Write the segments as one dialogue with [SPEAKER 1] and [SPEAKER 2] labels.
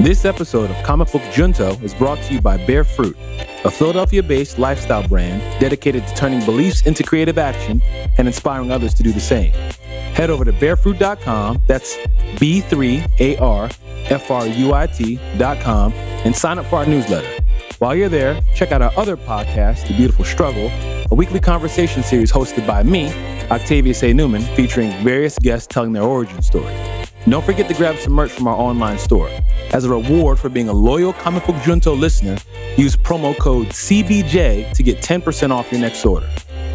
[SPEAKER 1] This episode of Comic Book Junto is brought to you by Bear Fruit, a Philadelphia based lifestyle brand dedicated to turning beliefs into creative action and inspiring others to do the same. Head over to barefruit.com, that's B 3 A R F R U I T.com, and sign up for our newsletter. While you're there, check out our other podcast, The Beautiful Struggle, a weekly conversation series hosted by me, Octavius A. Newman, featuring various guests telling their origin story. Don't forget to grab some merch from our online store. As a reward for being a loyal Comic Book Junto listener, use promo code CBJ to get 10% off your next order.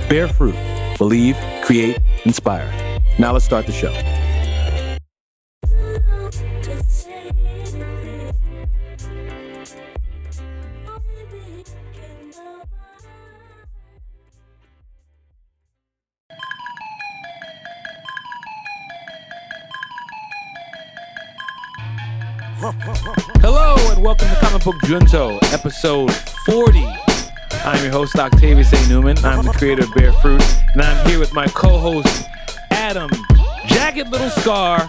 [SPEAKER 1] Bear fruit. Believe, create, inspire. Now let's start the show. Hello and welcome to Comic Book Junto, episode 40. I'm your host, Octavius A. Newman. I'm the creator of Bear Fruit, and I'm here with my co host, Adam Jagged Little Scar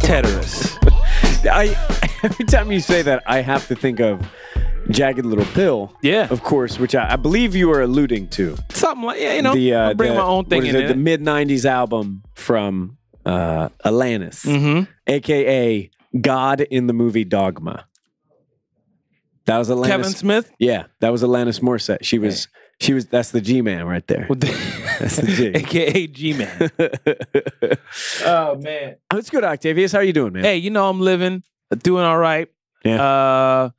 [SPEAKER 1] Teterus.
[SPEAKER 2] I every time you say that, I have to think of Jagged Little Pill.
[SPEAKER 1] Yeah.
[SPEAKER 2] of course, which I, I believe you are alluding to.
[SPEAKER 1] Something like, yeah, you know,
[SPEAKER 2] the uh,
[SPEAKER 1] I'll bring
[SPEAKER 2] the-
[SPEAKER 1] my own thing
[SPEAKER 2] what is
[SPEAKER 1] in
[SPEAKER 2] it,
[SPEAKER 1] there.
[SPEAKER 2] the mid '90s album from uh, Alanis,
[SPEAKER 1] Mhm.
[SPEAKER 2] aka God in the movie Dogma. That was Alanis.
[SPEAKER 1] Kevin Smith.
[SPEAKER 2] yeah, that was Alanis Morissette. She was. She was. That's the G man right there.
[SPEAKER 1] With the-
[SPEAKER 2] That's the G.
[SPEAKER 1] AKA G Man. oh man.
[SPEAKER 2] It's good, Octavius. How are you doing, man?
[SPEAKER 1] Hey, you know I'm living, doing all right.
[SPEAKER 2] Yeah.
[SPEAKER 1] Uh,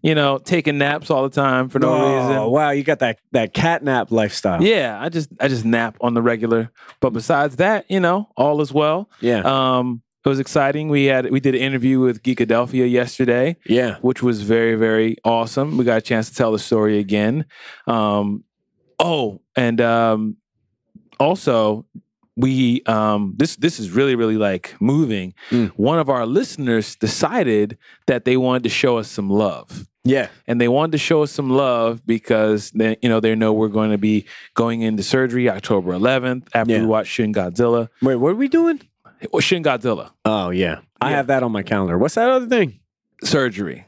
[SPEAKER 1] you know, taking naps all the time for no
[SPEAKER 2] oh,
[SPEAKER 1] reason.
[SPEAKER 2] wow, you got that that catnap lifestyle.
[SPEAKER 1] Yeah, I just I just nap on the regular. But besides that, you know, all is well.
[SPEAKER 2] yeah,
[SPEAKER 1] Um, it was exciting. We had we did an interview with Geekadelphia yesterday,
[SPEAKER 2] yeah.
[SPEAKER 1] which was very very awesome. We got a chance to tell the story again. Um, oh, and um, also we um this this is really really like moving.
[SPEAKER 2] Mm.
[SPEAKER 1] One of our listeners decided that they wanted to show us some love.
[SPEAKER 2] Yeah.
[SPEAKER 1] And they wanted to show us some love because they, you know they know we're going to be going into surgery October 11th after
[SPEAKER 2] Yeah.
[SPEAKER 1] we watch Shin Godzilla.
[SPEAKER 2] Wait, what are we doing?
[SPEAKER 1] Well, Shin Godzilla
[SPEAKER 2] Oh yeah. I
[SPEAKER 1] Yeah.
[SPEAKER 2] have that on my calendar. What's that other thing? Oh,
[SPEAKER 1] surgery,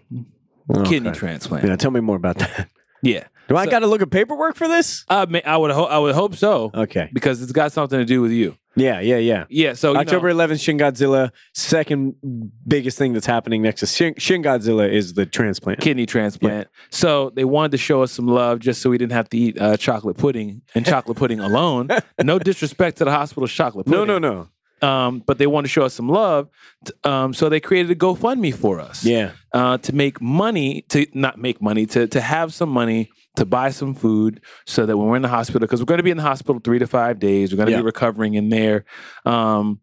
[SPEAKER 1] kidney transplant.
[SPEAKER 2] Yeah, tell me more about that.
[SPEAKER 1] Yeah,
[SPEAKER 2] Do I
[SPEAKER 1] So-
[SPEAKER 2] got to look at paperwork for this?
[SPEAKER 1] I mean, I would ho- I would hope so
[SPEAKER 2] Okay.
[SPEAKER 1] because it's got something to do with you.
[SPEAKER 2] Yeah, yeah, yeah.
[SPEAKER 1] Yeah. So you
[SPEAKER 2] October
[SPEAKER 1] know,
[SPEAKER 2] 11th, Shin Godzilla. Second biggest thing that's happening next to Shin, Shin Godzilla is the transplant.
[SPEAKER 1] kidney transplant. So they wanted to show us some love just so we didn't have to eat uh, chocolate pudding and chocolate pudding alone. No disrespect to the hospital's chocolate
[SPEAKER 2] no,
[SPEAKER 1] pudding.
[SPEAKER 2] no, no.
[SPEAKER 1] no. Um, but they wanted to show us some love. t- um, so they created a GoFundMe for us.
[SPEAKER 2] Yeah,
[SPEAKER 1] uh, to make money to not make money to to have some money to buy some food so that when we're in the hospital because we're going to be in the hospital three to five days we're going to
[SPEAKER 2] Yeah.
[SPEAKER 1] be recovering in there um,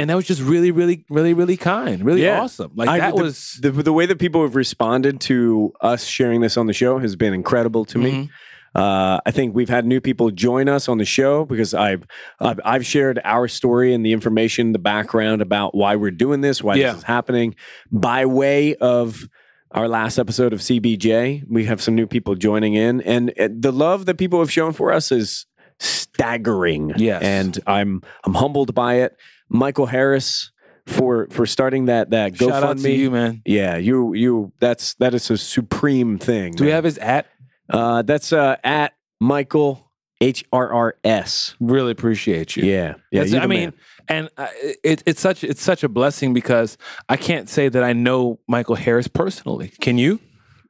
[SPEAKER 1] and that was just really really really really kind really
[SPEAKER 2] Yeah.
[SPEAKER 1] awesome like
[SPEAKER 2] I-
[SPEAKER 1] that
[SPEAKER 2] the-
[SPEAKER 1] was
[SPEAKER 2] the the way that people have responded to us sharing this on the show has been incredible to me.
[SPEAKER 1] Mm-hmm.
[SPEAKER 2] Uh, I think we've had new people join us on the show because I've, I've I've shared our story and the information, the background about why we're doing this, why
[SPEAKER 1] Yeah.
[SPEAKER 2] this is happening, by way of our last episode of CBJ. We have some new people joining in, and uh, the love that people have shown for us is staggering.
[SPEAKER 1] Yes.
[SPEAKER 2] and I'm I'm humbled by it. Michael Harris for for starting that that
[SPEAKER 1] shout out to
[SPEAKER 2] GoFundMe.
[SPEAKER 1] you man
[SPEAKER 2] Yeah, you you that's that is a supreme thing.
[SPEAKER 1] do we
[SPEAKER 2] man.
[SPEAKER 1] have his at
[SPEAKER 2] uh that's uh at Michael H R R S.
[SPEAKER 1] really appreciate you
[SPEAKER 2] Yeah. Yeah.
[SPEAKER 1] That's-
[SPEAKER 2] you
[SPEAKER 1] I
[SPEAKER 2] the
[SPEAKER 1] mean,
[SPEAKER 2] man.
[SPEAKER 1] and uh, it, it's such it's such a blessing because I can't say that I know Michael Harris personally. Can you?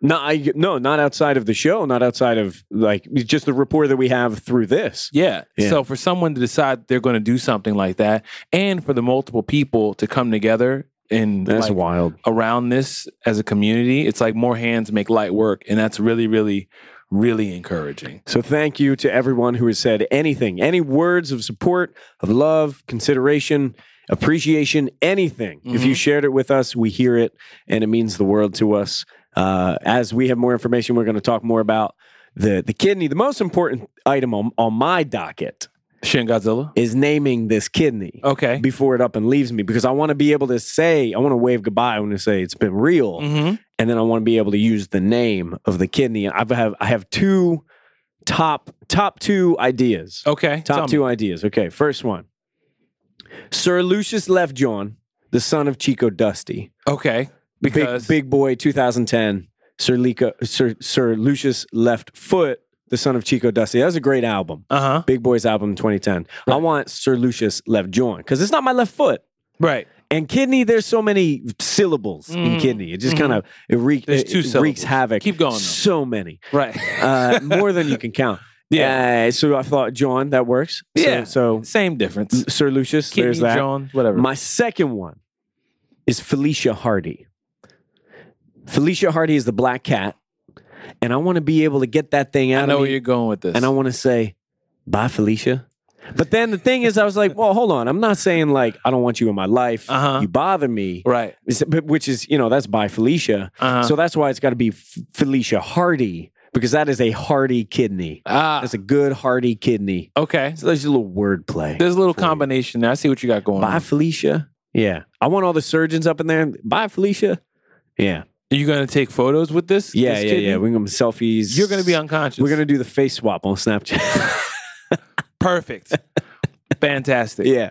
[SPEAKER 2] no, I no, not outside of the show, not outside of like just the rapport that we have through this.
[SPEAKER 1] Yeah.
[SPEAKER 2] Yeah.
[SPEAKER 1] So for someone to decide they're going to do something like that, and for the multiple people to come together and
[SPEAKER 2] That's
[SPEAKER 1] like,
[SPEAKER 2] wild.
[SPEAKER 1] around this as a community, it's like more hands make light work, and that's really, really, really encouraging.
[SPEAKER 2] So thank you to everyone who has said anything, any words of support, of love, consideration, appreciation, anything. If you shared it with us, we hear it, and it means the world to us. Uh, as we have more information, we're going to talk more about the the kidney. The most important item on, on my docket
[SPEAKER 1] Shin Godzilla.
[SPEAKER 2] is naming this kidney
[SPEAKER 1] Okay.
[SPEAKER 2] before it up and leaves me because I want to be able to say, I want to wave goodbye. I want to say it's been real
[SPEAKER 1] Mm-hmm.
[SPEAKER 2] and then I want to be able to use the name of the kidney. I have I have two top top two ideas.
[SPEAKER 1] Okay.
[SPEAKER 2] top
[SPEAKER 1] Oh, Tell
[SPEAKER 2] two ideas. Okay, first one. Sir Lucius Left John, the son of Chico Dusty,
[SPEAKER 1] Me. Okay. Because
[SPEAKER 2] big, big boy 2010 sir, Lico, sir, sir lucius left foot the son of chico dusty that was a great album
[SPEAKER 1] uh huh.
[SPEAKER 2] big boy's album 2010 i
[SPEAKER 1] Right.
[SPEAKER 2] want sir lucius left joint because it's not my left foot
[SPEAKER 1] Right.
[SPEAKER 2] and kidney there's so many syllables in
[SPEAKER 1] Mhm.
[SPEAKER 2] kidney it just
[SPEAKER 1] Mhm.
[SPEAKER 2] kind of it, reek,
[SPEAKER 1] There's
[SPEAKER 2] it,
[SPEAKER 1] two
[SPEAKER 2] it
[SPEAKER 1] syllables.
[SPEAKER 2] wreaks havoc
[SPEAKER 1] Keep going, though.
[SPEAKER 2] so many
[SPEAKER 1] Right.
[SPEAKER 2] uh, more than you can count
[SPEAKER 1] Yeah.
[SPEAKER 2] Uh, so i thought john that works So-
[SPEAKER 1] Yeah.
[SPEAKER 2] so,
[SPEAKER 1] Same difference.
[SPEAKER 2] sir lucius
[SPEAKER 1] Kidney
[SPEAKER 2] there's that
[SPEAKER 1] Jones, whatever.
[SPEAKER 2] my second one is Felicia Hardy. Felicia Hardy is the black cat, and I want to be able to get that thing out
[SPEAKER 1] I know
[SPEAKER 2] of
[SPEAKER 1] where
[SPEAKER 2] me,
[SPEAKER 1] you're going with this.
[SPEAKER 2] and I want to say, "Bye, Felicia." But then the thing is, I was like, "Well, hold on. I'm not saying like I don't want you in my life.
[SPEAKER 1] Uh-huh.
[SPEAKER 2] You bother me."
[SPEAKER 1] Right.
[SPEAKER 2] It's- but- Which is, you know, that's by Felicia.
[SPEAKER 1] Uh-huh.
[SPEAKER 2] So that's why it's got to be F- Felicia Hardy because that is a hardy kidney.
[SPEAKER 1] ah,
[SPEAKER 2] That's a good hardy kidney.
[SPEAKER 1] okay.
[SPEAKER 2] So there's a little wordplay.
[SPEAKER 1] There's a little
[SPEAKER 2] for you.
[SPEAKER 1] combination there. I see what you got going
[SPEAKER 2] Bye,
[SPEAKER 1] on.
[SPEAKER 2] Felicia. Yeah. I want all the surgeons up in there. Bye, Felicia. Yeah.
[SPEAKER 1] Are you going to take photos with this?
[SPEAKER 2] Yeah,
[SPEAKER 1] this
[SPEAKER 2] yeah,
[SPEAKER 1] kidney?
[SPEAKER 2] yeah. We're going to selfies.
[SPEAKER 1] You're going to be unconscious.
[SPEAKER 2] We're going to do the face swap on Snapchat.
[SPEAKER 1] Perfect. Fantastic.
[SPEAKER 2] yeah.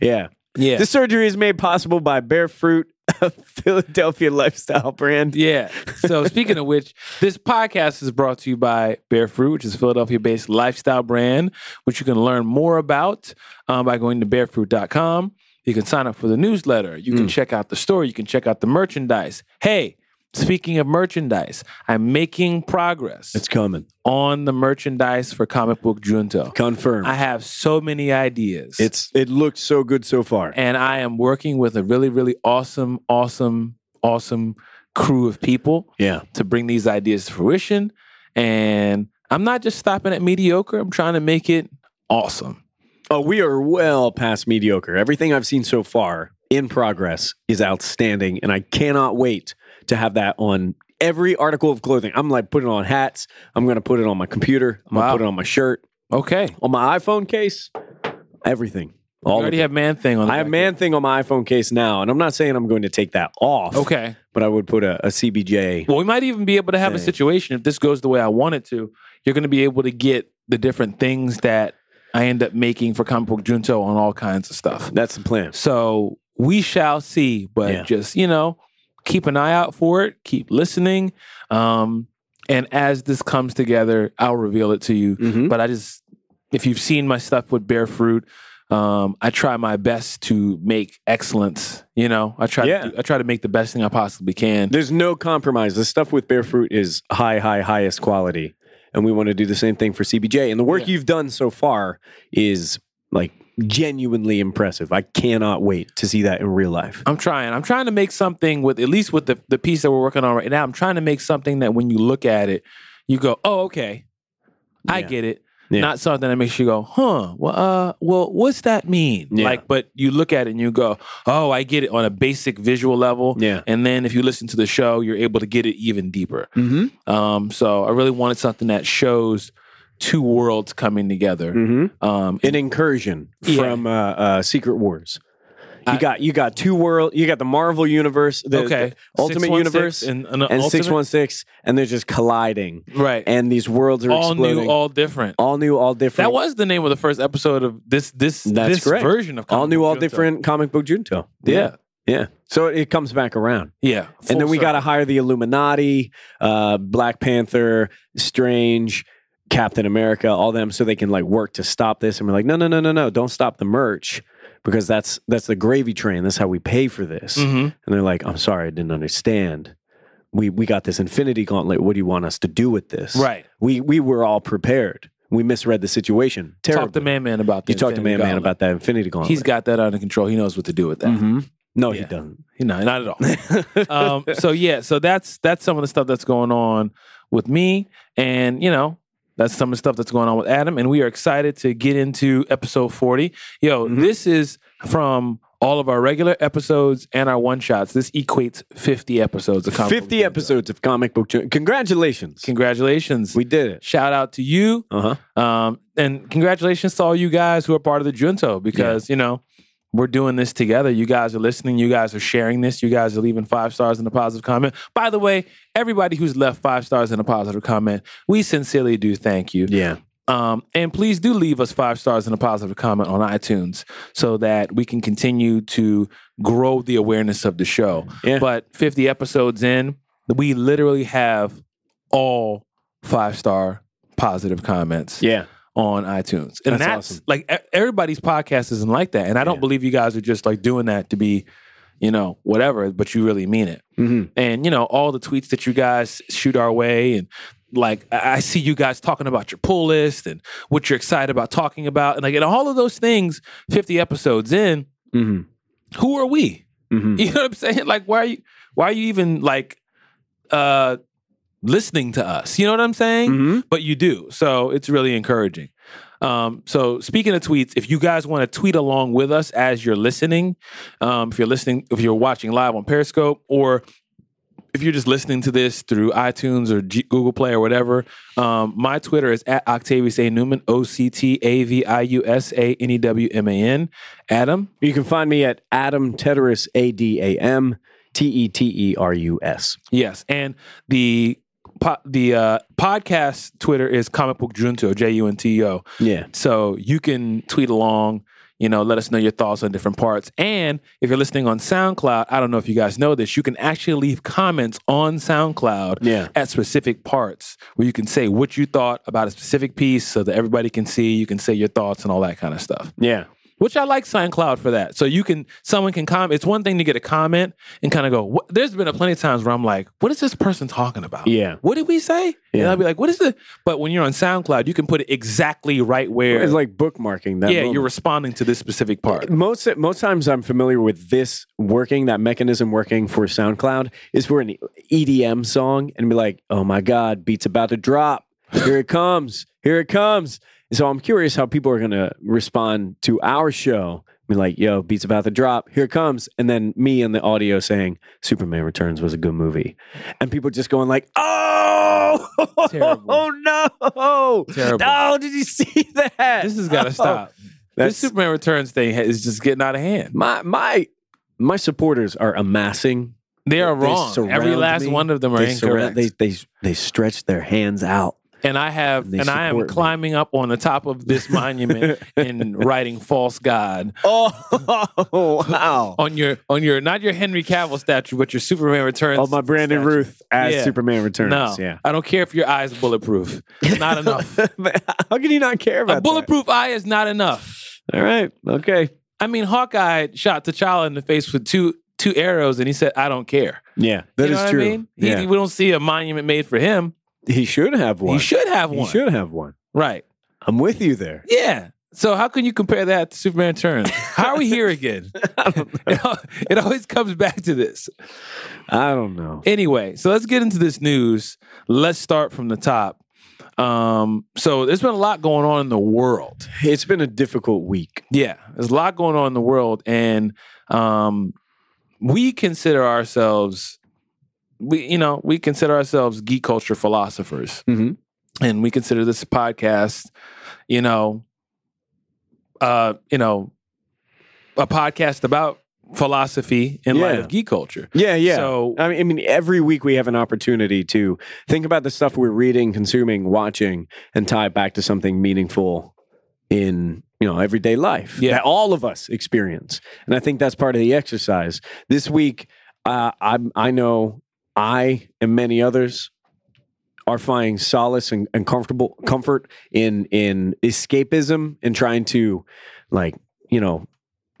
[SPEAKER 2] Yeah.
[SPEAKER 1] Yeah.
[SPEAKER 2] This surgery is made possible by Bear Fruit, a Philadelphia lifestyle brand.
[SPEAKER 1] Yeah. So speaking of which, this podcast is brought to you by Bear Fruit, which is a Philadelphia-based lifestyle brand, which you can learn more about um, by going to bearfruit.com. You can sign up for the newsletter. You
[SPEAKER 2] Mm.
[SPEAKER 1] can check out the store. You can check out the merchandise. Hey, speaking of merchandise, I'm making progress
[SPEAKER 2] It's coming.
[SPEAKER 1] on the merchandise for Comic Book Junto.
[SPEAKER 2] Confirmed.
[SPEAKER 1] I have so many ideas.
[SPEAKER 2] it's it looked so good so far.
[SPEAKER 1] and I am working with a really, really awesome, awesome, awesome crew of people
[SPEAKER 2] Yeah.
[SPEAKER 1] to bring these ideas to fruition. And I'm not just stopping at mediocre, I'm trying to make it awesome.
[SPEAKER 2] Oh, we are well past mediocre. Everything I've seen so far in progress is outstanding, and I cannot wait to have that on every article of clothing. I'm like putting on hats. I'm going to put it on my computer. I'm
[SPEAKER 1] Wow.
[SPEAKER 2] going to put it on my shirt,
[SPEAKER 1] Okay.
[SPEAKER 2] on my iPhone case, everything.
[SPEAKER 1] You
[SPEAKER 2] All of
[SPEAKER 1] already
[SPEAKER 2] it.
[SPEAKER 1] have man thing on the
[SPEAKER 2] I have
[SPEAKER 1] back
[SPEAKER 2] man thing on my iPhone case now, and I'm not saying I'm going to take that off.
[SPEAKER 1] end. Okay.
[SPEAKER 2] but I would put a, a CBJ.
[SPEAKER 1] Well, we might even be able to have a
[SPEAKER 2] Dang.
[SPEAKER 1] situation if this goes the way I want it to. You're going to be able to get the different things that I end up making for Comic Book Junto on all kinds of stuff.
[SPEAKER 2] That's the plan.
[SPEAKER 1] So we shall see, but
[SPEAKER 2] Yeah.
[SPEAKER 1] just, you know, keep an eye out for it, keep listening. Um, and as this comes together, I'll reveal it to you.
[SPEAKER 2] Mhm.
[SPEAKER 1] But I just, if you've seen my stuff with Bear Fruit, um, I try my best to make excellence. You know, I try.
[SPEAKER 2] Yeah.
[SPEAKER 1] To do, I try to make the best thing I possibly can.
[SPEAKER 2] There's no compromise. The stuff with Bear Fruit is high, high, highest quality. And we want to do the same thing for CBJ. And the work
[SPEAKER 1] Yeah.
[SPEAKER 2] you've done so far is like genuinely impressive. I cannot wait to see that in real life.
[SPEAKER 1] I'm trying. I'm trying to make something with at least with the, the piece that we're working on right now. I'm trying to make something that when you look at it, you go, "Oh, okay, I
[SPEAKER 2] Yeah.
[SPEAKER 1] get it."
[SPEAKER 2] Yeah.
[SPEAKER 1] Not something that makes you go, "Huh? Well, uh, well, what's that mean?"
[SPEAKER 2] Yeah.
[SPEAKER 1] Like, but you look at it and you go, "Oh, I get it" on a basic visual level.
[SPEAKER 2] Yeah.
[SPEAKER 1] And then if you listen to the show, you're able to get it even deeper.
[SPEAKER 2] Mm-hmm.
[SPEAKER 1] Um, so I really wanted something that shows two worlds coming together.
[SPEAKER 2] Mm-hmm.
[SPEAKER 1] Um,
[SPEAKER 2] An incursion
[SPEAKER 1] Yeah.
[SPEAKER 2] from uh, uh, Secret Wars. You
[SPEAKER 1] I-
[SPEAKER 2] got you got two world. You got the Marvel universe, the,
[SPEAKER 1] okay,
[SPEAKER 2] the Ultimate
[SPEAKER 1] 616
[SPEAKER 2] Universe,
[SPEAKER 1] and,
[SPEAKER 2] and six
[SPEAKER 1] one
[SPEAKER 2] one six, and they're just colliding,
[SPEAKER 1] right.
[SPEAKER 2] and these worlds are
[SPEAKER 1] all
[SPEAKER 2] exploding.
[SPEAKER 1] new, all different.
[SPEAKER 2] all new, all different.
[SPEAKER 1] That was the name of the first episode of this this
[SPEAKER 2] That's
[SPEAKER 1] this
[SPEAKER 2] correct.
[SPEAKER 1] version of
[SPEAKER 2] all
[SPEAKER 1] Comic
[SPEAKER 2] new,
[SPEAKER 1] Book
[SPEAKER 2] all
[SPEAKER 1] Junto.
[SPEAKER 2] different comic book Junto.
[SPEAKER 1] Yeah,
[SPEAKER 2] Yeah. So it comes back around.
[SPEAKER 1] yeah.
[SPEAKER 2] and then we got to hire the Illuminati, uh, Black Panther, Strange, Captain America, all them so they can like work to stop this. And we're like, no, no, no, no, no. Don't stop the merch because that's that's the gravy train. That's how we pay for this.
[SPEAKER 1] hmm
[SPEAKER 2] And they're like, I'm sorry, I didn't understand. We we got this infinity gauntlet. What do you want us to do with this?
[SPEAKER 1] Right.
[SPEAKER 2] We we were all prepared. We misread the situation. Terrible.
[SPEAKER 1] Talk to Man Man about
[SPEAKER 2] you
[SPEAKER 1] this.
[SPEAKER 2] talked to Man Man about that infinity gauntlet.
[SPEAKER 1] He's got that under control. He knows what to do with that.
[SPEAKER 2] Mhm. No, he
[SPEAKER 1] Yeah.
[SPEAKER 2] doesn't.
[SPEAKER 1] You know, not at all. um, so yeah, so that's that's some of the stuff that's going on with me, and you know. That's some of the stuff that's going on with Adam, and we are excited to get into episode 40. Yo,
[SPEAKER 2] Mhm.
[SPEAKER 1] this is from all of our regular episodes and our one shots. This equates 50 episodes of Comic Book
[SPEAKER 2] 50
[SPEAKER 1] Junto.
[SPEAKER 2] episodes of comic book. Ju- Congratulations.
[SPEAKER 1] Congratulations.
[SPEAKER 2] We did it.
[SPEAKER 1] Shout out to you.
[SPEAKER 2] Uh huh.
[SPEAKER 1] Um, and congratulations to all you guys who are part of the Junto because, you know, we're doing this together. You guys are listening. You guys are sharing this. You guys are leaving five stars and a positive comment. By the way, everybody who's left five stars and a positive comment, we sincerely do thank you.
[SPEAKER 2] Yeah.
[SPEAKER 1] Um, and please do leave us five stars and a positive comment on iTunes so that we can continue to grow the awareness of the show.
[SPEAKER 2] Yeah.
[SPEAKER 1] But 50 episodes in, we literally have all five star positive comments
[SPEAKER 2] Yeah.
[SPEAKER 1] on iTunes. And
[SPEAKER 2] That's
[SPEAKER 1] that's,
[SPEAKER 2] awesome.
[SPEAKER 1] like e- everybody's podcast isn't like that. And I don't
[SPEAKER 2] Yeah.
[SPEAKER 1] believe you guys are just like doing that to be, you know, whatever, but you really mean it
[SPEAKER 2] hmm
[SPEAKER 1] and you know all the tweets that you guys shoot our way and like I I see you guys talking about your pull list and what you're excited about talking about and like and all of those things 50 episodes in
[SPEAKER 2] hmm
[SPEAKER 1] who are we
[SPEAKER 2] hmm
[SPEAKER 1] you know what I'm saying like why are you why are you even like uh listening to us you know what I'm saying
[SPEAKER 2] hmm
[SPEAKER 1] but you do. So it's really encouraging. Um, so speaking of tweets, if you guys want to tweet along with us as you're listening, um, if you're listening, if you're watching live on Periscope, or if you're just listening to this through iTunes or G- Google Play or whatever, um, my Twitter is at Octavius A Newman O C T A V I U S A N E W M A N. Adam,
[SPEAKER 2] You can find me at Adam Teterus, A D A M T E T E R U S.
[SPEAKER 1] yes, and the po- the uh, podcast Twitter is Comic Book Junto J U N T O.
[SPEAKER 2] Yeah.
[SPEAKER 1] So you can tweet along, you know, let us know your thoughts on different parts. And if you're listening on SoundCloud, I don't know if you guys know this, you can actually leave comments on SoundCloud
[SPEAKER 2] Yeah.
[SPEAKER 1] at specific parts where you can say what you thought about a specific piece so that everybody can see, you can say your thoughts and all that kind of stuff.
[SPEAKER 2] Yeah.
[SPEAKER 1] Which I like SoundCloud for that. So you can someone can comment. It's one thing to get a comment and kind of go, what? there's been a plenty of times where I'm like, what is this person talking about?
[SPEAKER 2] Yeah.
[SPEAKER 1] What did we say? And
[SPEAKER 2] Yeah.
[SPEAKER 1] I'll be like, what is it? But when you're on SoundCloud, you can put it exactly right where
[SPEAKER 2] It's like bookmarking that.
[SPEAKER 1] yeah,
[SPEAKER 2] moment.
[SPEAKER 1] you're responding to this specific part.
[SPEAKER 2] most most times I'm familiar with this working that mechanism working for SoundCloud is for an EDM song and be like, oh my god, beat's about to drop, here it comes, here it comes. And so I'm curious how people are gonna respond to our show. Be like, yo, beat's about to drop, here it comes, and then me and the audio saying Superman Returns was a good movie, and people just going like, oh,
[SPEAKER 1] Terrible.
[SPEAKER 2] oh no,
[SPEAKER 1] Terrible.
[SPEAKER 2] oh, did you see that?
[SPEAKER 1] This has got
[SPEAKER 2] Oh.
[SPEAKER 1] to stop.
[SPEAKER 2] That's-
[SPEAKER 1] This Superman Returns thing ha- is just getting out of hand.
[SPEAKER 2] my my my supporters are amassing.
[SPEAKER 1] They are
[SPEAKER 2] They
[SPEAKER 1] wrong.
[SPEAKER 2] surround
[SPEAKER 1] Every last
[SPEAKER 2] me.
[SPEAKER 1] one of them are
[SPEAKER 2] They, surra-
[SPEAKER 1] incorrect.
[SPEAKER 2] they they they stretch their hands out.
[SPEAKER 1] and I have,
[SPEAKER 2] they
[SPEAKER 1] and I am
[SPEAKER 2] support me.
[SPEAKER 1] climbing up on the top of this monument and writing "false god"
[SPEAKER 2] Oh wow!
[SPEAKER 1] on your, on your, not your Henry Cavill statue, but your Superman Returns.
[SPEAKER 2] On Oh, my Brandon
[SPEAKER 1] statue.
[SPEAKER 2] Ruth as
[SPEAKER 1] Yeah.
[SPEAKER 2] Superman Returns.
[SPEAKER 1] No,
[SPEAKER 2] Yeah.
[SPEAKER 1] I don't care if your eye is bulletproof. It's not enough.
[SPEAKER 2] How can you not care about
[SPEAKER 1] A bulletproof eye is not enough.
[SPEAKER 2] that? All right. Okay.
[SPEAKER 1] I mean, Hawkeye shot T'Challa in the face with two two arrows, and he said, "I don't care."
[SPEAKER 2] Yeah, that is
[SPEAKER 1] you know what
[SPEAKER 2] true.
[SPEAKER 1] I mean? He-
[SPEAKER 2] yeah.
[SPEAKER 1] we don't see a monument made for him.
[SPEAKER 2] he, should have one.
[SPEAKER 1] He should have
[SPEAKER 2] He
[SPEAKER 1] one.
[SPEAKER 2] should have one.
[SPEAKER 1] Right.
[SPEAKER 2] I'm with you there.
[SPEAKER 1] Yeah. So how can you compare that to Superman Returns? How are we here again? It al- it always comes back to this.
[SPEAKER 2] I don't know.
[SPEAKER 1] Anyway, so let's get into this news. Let's start from the top. Um, so there's been a lot going on in the world.
[SPEAKER 2] It's been a difficult week.
[SPEAKER 1] Yeah, there's a lot going on in the world, and um, we consider ourselves, we you know, we consider ourselves geek culture philosophers.
[SPEAKER 2] Mm-hmm.
[SPEAKER 1] and we consider this podcast, you know, uh, you know, a podcast about philosophy in light
[SPEAKER 2] Yeah.
[SPEAKER 1] of geek culture.
[SPEAKER 2] Yeah, yeah. Uh,
[SPEAKER 1] So
[SPEAKER 2] I mean, I mean, every week we have an opportunity to think about the stuff we're reading, consuming, watching, and tie it back to something meaningful in you know everyday life
[SPEAKER 1] Yeah.
[SPEAKER 2] that all of us experience. And I think that's part of the exercise. This week, uh, I I know I and many others are finding solace and, and comfortable comfort in in escapism and trying to like you know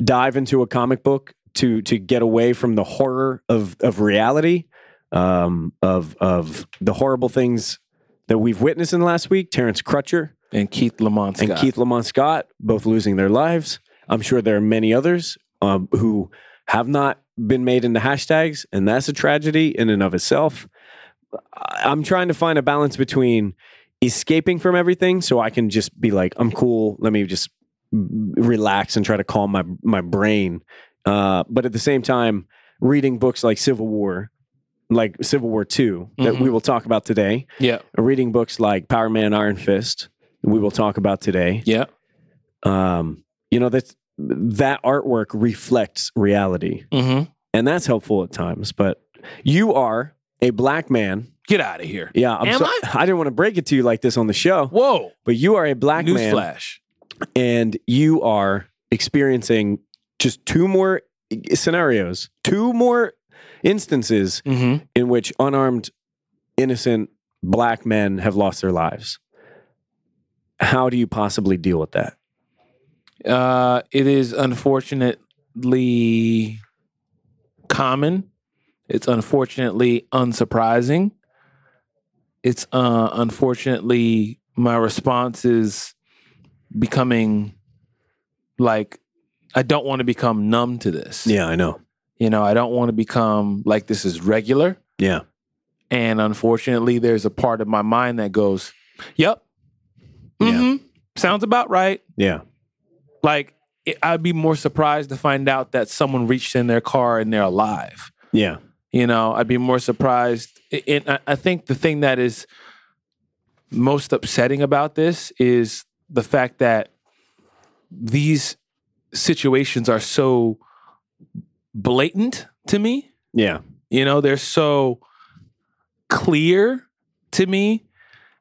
[SPEAKER 2] dive into a comic book to to get away from the horror of of reality um of of the horrible things that we've witnessed in the last week terrence crutcher
[SPEAKER 1] and Keith Lamont
[SPEAKER 2] and
[SPEAKER 1] Scott.
[SPEAKER 2] keith lamont scott both losing their lives i'm sure there are many others um, who have not been made into hashtags and that's a tragedy in and of itself I- i'm trying to find a balance between escaping from everything so i can just be like i'm cool let me just relax and try to calm my my brain. Uh, but at the same time, reading books like Civil War, like Civil War Two, that we will talk about today.
[SPEAKER 1] yeah,
[SPEAKER 2] Reading books like Power Man, Iron Fist, we will talk about today.
[SPEAKER 1] yeah,
[SPEAKER 2] Um, you know that that artwork reflects reality,
[SPEAKER 1] mm-hmm.
[SPEAKER 2] and that's helpful at times. But you are a black man.
[SPEAKER 1] Get out of here.
[SPEAKER 2] Yeah, I'm
[SPEAKER 1] Am
[SPEAKER 2] so-
[SPEAKER 1] I?
[SPEAKER 2] didn't want to break it to you like this on the show,
[SPEAKER 1] Whoa.
[SPEAKER 2] but you are a black man
[SPEAKER 1] Newsflash.
[SPEAKER 2] and you are experiencing just two more scenarios, two more instances
[SPEAKER 1] Mm-hmm.
[SPEAKER 2] in which unarmed, innocent black men have lost their lives. How do you possibly deal with that?
[SPEAKER 1] Uh, it is unfortunately common. It's unfortunately unsurprising. It's uh, unfortunately my response is becoming like I don't want to become numb to this.
[SPEAKER 2] Yeah, I know.
[SPEAKER 1] You know, I don't want to become like this is regular.
[SPEAKER 2] Yeah.
[SPEAKER 1] And unfortunately, there's a part of my mind that goes, "Yep,
[SPEAKER 2] Yeah.
[SPEAKER 1] hmm sounds about right."
[SPEAKER 2] Yeah.
[SPEAKER 1] Like it, I'd be more surprised to find out that someone reached in their car and they're alive.
[SPEAKER 2] Yeah.
[SPEAKER 1] You know, I'd be more surprised. I- And I- I think the thing that is most upsetting about this is the fact that these situations are so blatant to me.
[SPEAKER 2] Yeah.
[SPEAKER 1] You know, they're so clear to me.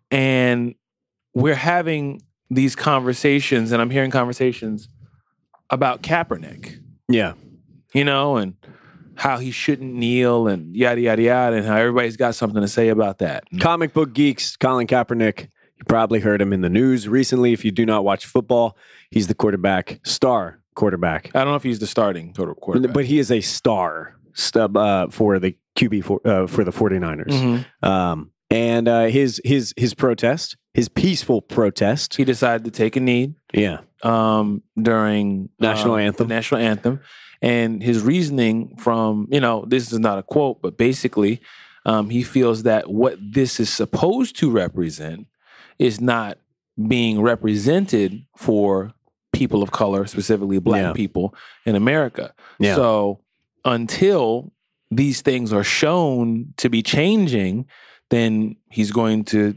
[SPEAKER 1] And we're having these conversations, and I'm hearing conversations about Kaepernick,
[SPEAKER 2] Yeah.
[SPEAKER 1] you know, and how he shouldn't kneel and yada, yada, yada, and how everybody's got something to say about that.
[SPEAKER 2] Mm. Comic book geeks, Colin Kaepernick. You probably heard him in the news recently. If you do not watch football, he's the quarterback, star quarterback.
[SPEAKER 1] I don't know if he's the starting total quarterback.
[SPEAKER 2] But he is a star stub uh, for the QB for, uh, for the 49ers.
[SPEAKER 1] Mhm.
[SPEAKER 2] Um, and uh, his his his protest, his peaceful protest.
[SPEAKER 1] he decided to take a knee
[SPEAKER 2] Yeah.
[SPEAKER 1] um, during
[SPEAKER 2] National
[SPEAKER 1] um,
[SPEAKER 2] anthem.
[SPEAKER 1] The national anthem, and his reasoning from you know this is not a quote, but basically, um, he feels that what this is supposed to represent is not being represented for people of color, specifically black
[SPEAKER 2] Yeah.
[SPEAKER 1] people in America.
[SPEAKER 2] Yeah.
[SPEAKER 1] So until these things are shown to be changing, then he's going to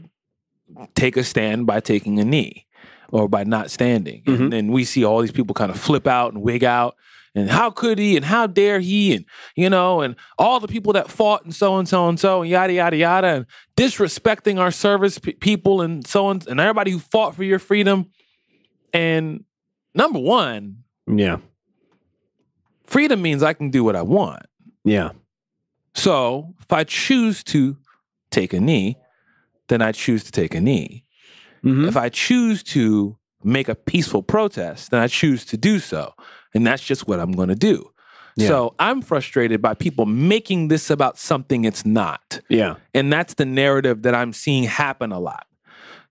[SPEAKER 1] take a stand by taking a knee or by not standing.
[SPEAKER 2] Mhm.
[SPEAKER 1] And then we see all these people kind of flip out and wig out. And how could he? And how dare he? And you know, and all the people that fought and so and so and so and yada yada yada and disrespecting our service pe- people and so on and everybody who fought for your freedom. And number one,
[SPEAKER 2] Yeah.
[SPEAKER 1] freedom means I can do what I want.
[SPEAKER 2] Yeah.
[SPEAKER 1] So if I choose to take a knee, then I choose to take a knee.
[SPEAKER 2] Mhm.
[SPEAKER 1] If I choose to make a peaceful protest, then I choose to do so. And that's just what I'm going to do.
[SPEAKER 2] Yeah.
[SPEAKER 1] So I'm frustrated by people making this about something it's not.
[SPEAKER 2] Yeah.
[SPEAKER 1] And that's the narrative that I'm seeing happen a lot.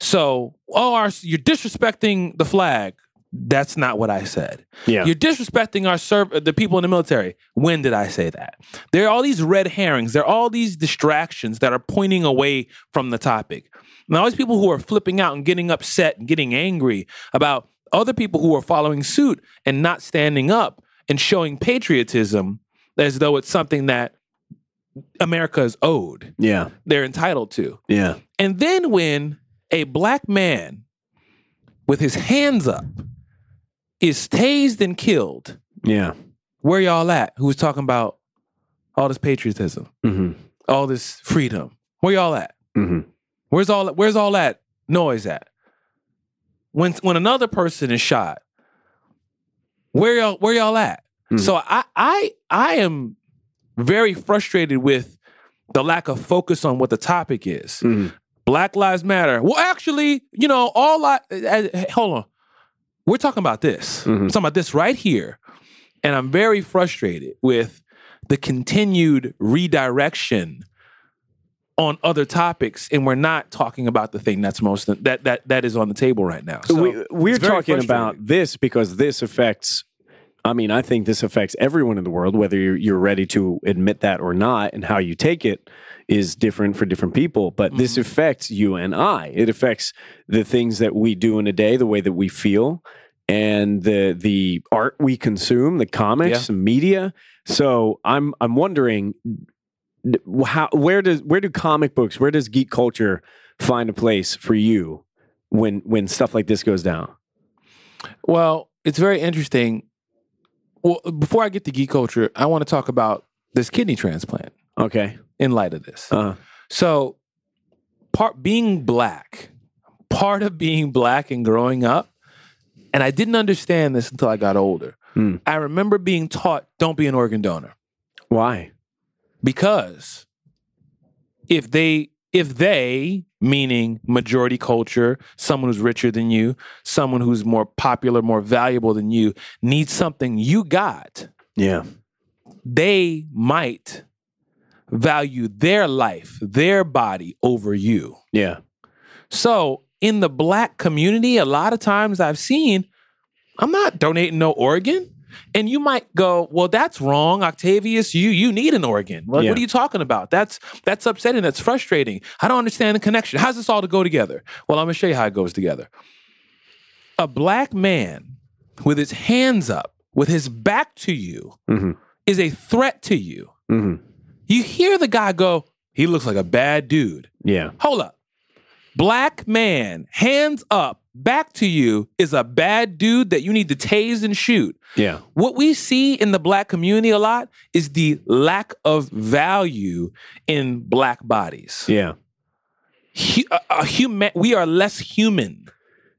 [SPEAKER 1] So, oh, our, you're disrespecting the flag. That's not what I said.
[SPEAKER 2] Yeah.
[SPEAKER 1] You're disrespecting our serv- the people in the military. When did I say that? There are all these red herrings. There are all these distractions that are pointing away from the topic. And all these people who are flipping out and getting upset and getting angry about other people who are following suit and not standing up and showing patriotism as though it's something that America is owed,
[SPEAKER 2] Yeah.
[SPEAKER 1] they're entitled to.
[SPEAKER 2] Yeah.
[SPEAKER 1] And then when a black man with his hands up is tased and killed,
[SPEAKER 2] Yeah.
[SPEAKER 1] where y'all at? Who was talking about all this patriotism,
[SPEAKER 2] hmm
[SPEAKER 1] all this freedom? Where y'all at?
[SPEAKER 2] hmm
[SPEAKER 1] Where's all where's all that noise at? When when another person is shot, where y'all where y'all at?
[SPEAKER 2] Mhm.
[SPEAKER 1] So I I I am very frustrated with the lack of focus on what the topic is.
[SPEAKER 2] hmm
[SPEAKER 1] Black Lives Matter. Well, actually, you know, all I uh, uh, hold on. We're talking about this.
[SPEAKER 2] Mhm.
[SPEAKER 1] We're talking about this right here, and I'm very frustrated with the continued redirection on other topics, and we're not talking about the thing that's most that that that is on the table right now. So,
[SPEAKER 2] we, we're
[SPEAKER 1] it's very
[SPEAKER 2] talking about
[SPEAKER 1] frustrating.
[SPEAKER 2] this because this affects i mean i think this affects everyone in the world whether you're, you're ready to admit that or not and how you take it is different for different people but
[SPEAKER 1] Mm-hmm.
[SPEAKER 2] this affects you and i it affects the things that we do in a day the way that we feel and the the art we consume the comics and media so i'm i'm wondering d- how where does where do comic books where does geek culture find a place for you when when stuff like this goes down
[SPEAKER 1] well, it's very interesting. Well, before I get to geek culture, I want to talk about this kidney transplant.
[SPEAKER 2] Okay.
[SPEAKER 1] in light of this.
[SPEAKER 2] Uh,
[SPEAKER 1] So, part being black, part of being black and growing up, and I didn't understand this until I got older.
[SPEAKER 2] Hmm.
[SPEAKER 1] I remember being taught don't be an organ donor
[SPEAKER 2] why?
[SPEAKER 1] because if they if they meaning majority culture, someone who's richer than you, someone who's more popular, more valuable than you, needs something you got,
[SPEAKER 2] Yeah.
[SPEAKER 1] they might value their life, their body over you.
[SPEAKER 2] Yeah.
[SPEAKER 1] So in the black community, a lot of times I've seen, I'm not donating no organ. And you might go, well, that's wrong, Octavius. You you need an organ. Like,
[SPEAKER 2] Yeah.
[SPEAKER 1] What are you talking about? That's that's upsetting. That's frustrating. I don't understand the connection. How's this all to go together? Well, I'm gonna show you how it goes together. A black man with his hands up, with his back to you,
[SPEAKER 2] hmm
[SPEAKER 1] is a threat to you.
[SPEAKER 2] hmm
[SPEAKER 1] You hear the guy go, he looks like a bad dude.
[SPEAKER 2] Yeah.
[SPEAKER 1] Hold up. Black man, hands up, back to you is a bad dude that you need to tase and shoot.
[SPEAKER 2] Yeah.
[SPEAKER 1] What we see in the black community a lot is the lack of value in black bodies.
[SPEAKER 2] Yeah.
[SPEAKER 1] Hu- a- a huma- we are less human.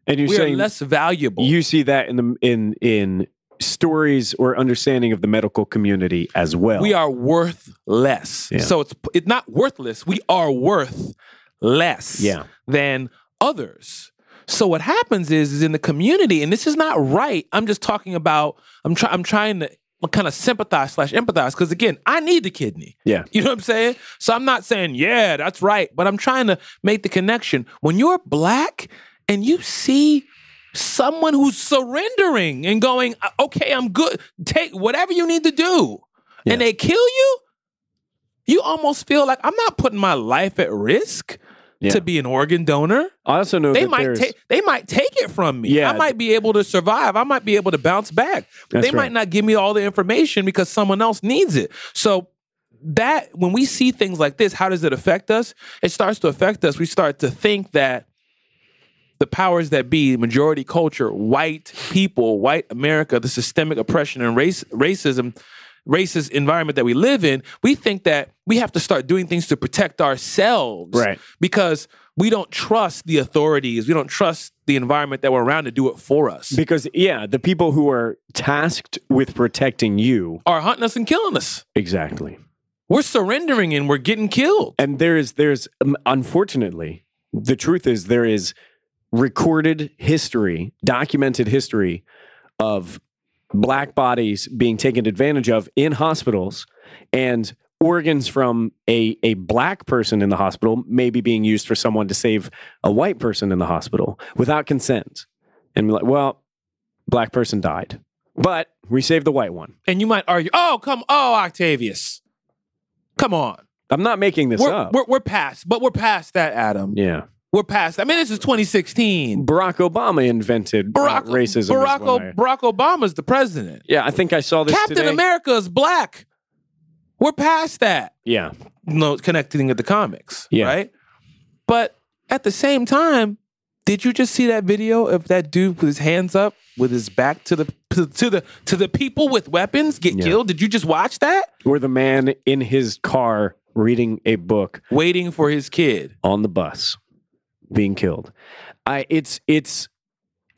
[SPEAKER 2] And you're
[SPEAKER 1] we are
[SPEAKER 2] saying
[SPEAKER 1] less valuable.
[SPEAKER 2] you see that in the in in stories or understanding of the medical community as well.
[SPEAKER 1] we are worth less.
[SPEAKER 2] Yeah.
[SPEAKER 1] So it's it's not worthless. We are worth less
[SPEAKER 2] Yeah.
[SPEAKER 1] than others. So what happens is, is in the community, and this is not right. I'm just talking about. I'm trying. I'm trying to kind of sympathize slash empathize because again, I need the kidney.
[SPEAKER 2] Yeah.
[SPEAKER 1] You know what I'm saying? So I'm not saying yeah, that's right, but I'm trying to make the connection. When you're black and you see someone who's surrendering and going, "Uh, okay, I'm good. Take whatever you need to do.
[SPEAKER 2] Yeah.
[SPEAKER 1] And they kill you, you almost feel like I'm not putting my life at risk
[SPEAKER 2] Yeah.
[SPEAKER 1] to be an organ donor.
[SPEAKER 2] I also know
[SPEAKER 1] They
[SPEAKER 2] that
[SPEAKER 1] might
[SPEAKER 2] there's-
[SPEAKER 1] take they might take it from me.
[SPEAKER 2] Yeah.
[SPEAKER 1] I might be able to survive. I might be able to bounce back. But
[SPEAKER 2] That's
[SPEAKER 1] they
[SPEAKER 2] right.
[SPEAKER 1] might not give me all the information because someone else needs it. So that when we see things like this, how does it affect us? It starts to affect us. We start to think that the powers that be, majority culture, white people, white America, the systemic oppression and race racism, racist environment that we live in, we think that we have to start doing things to protect ourselves
[SPEAKER 2] Right.
[SPEAKER 1] because we don't trust the authorities, we don't trust the environment that we're around to do it for us.
[SPEAKER 2] because yeah, the people who are tasked with protecting you
[SPEAKER 1] are hunting us and killing us.
[SPEAKER 2] exactly.
[SPEAKER 1] We're surrendering and we're getting killed.
[SPEAKER 2] And there is there's um, unfortunately the truth is there is recorded history, documented history of black bodies being taken advantage of in hospitals and organs from a, a black person in the hospital maybe being used for someone to save a white person in the hospital without consent and be like well black person died but we saved the white one
[SPEAKER 1] And you might argue, oh, come, oh, Octavius. Come on.
[SPEAKER 2] i'm not making this
[SPEAKER 1] We're,
[SPEAKER 2] up
[SPEAKER 1] we're, we're past, but we're past that, Adam.
[SPEAKER 2] yeah
[SPEAKER 1] We're past. I mean, this is 2016.
[SPEAKER 2] barack obama invented uh,
[SPEAKER 1] Barack
[SPEAKER 2] racism as
[SPEAKER 1] Barack,
[SPEAKER 2] one
[SPEAKER 1] O-
[SPEAKER 2] way.
[SPEAKER 1] Barack Obama's the president.
[SPEAKER 2] yeah i think i saw this
[SPEAKER 1] Captain
[SPEAKER 2] today
[SPEAKER 1] America is black. We're past that.
[SPEAKER 2] yeah
[SPEAKER 1] No connecting at the comics,
[SPEAKER 2] Yeah.
[SPEAKER 1] right? But at the same time, did you just see that video of that dude with his hands up, with his back to the to the to the people with weapons get
[SPEAKER 2] Yeah.
[SPEAKER 1] killed? Did you just watch that?
[SPEAKER 2] or the man in his car reading a book
[SPEAKER 1] Waiting for his kid.
[SPEAKER 2] on the bus being killed. I it's it's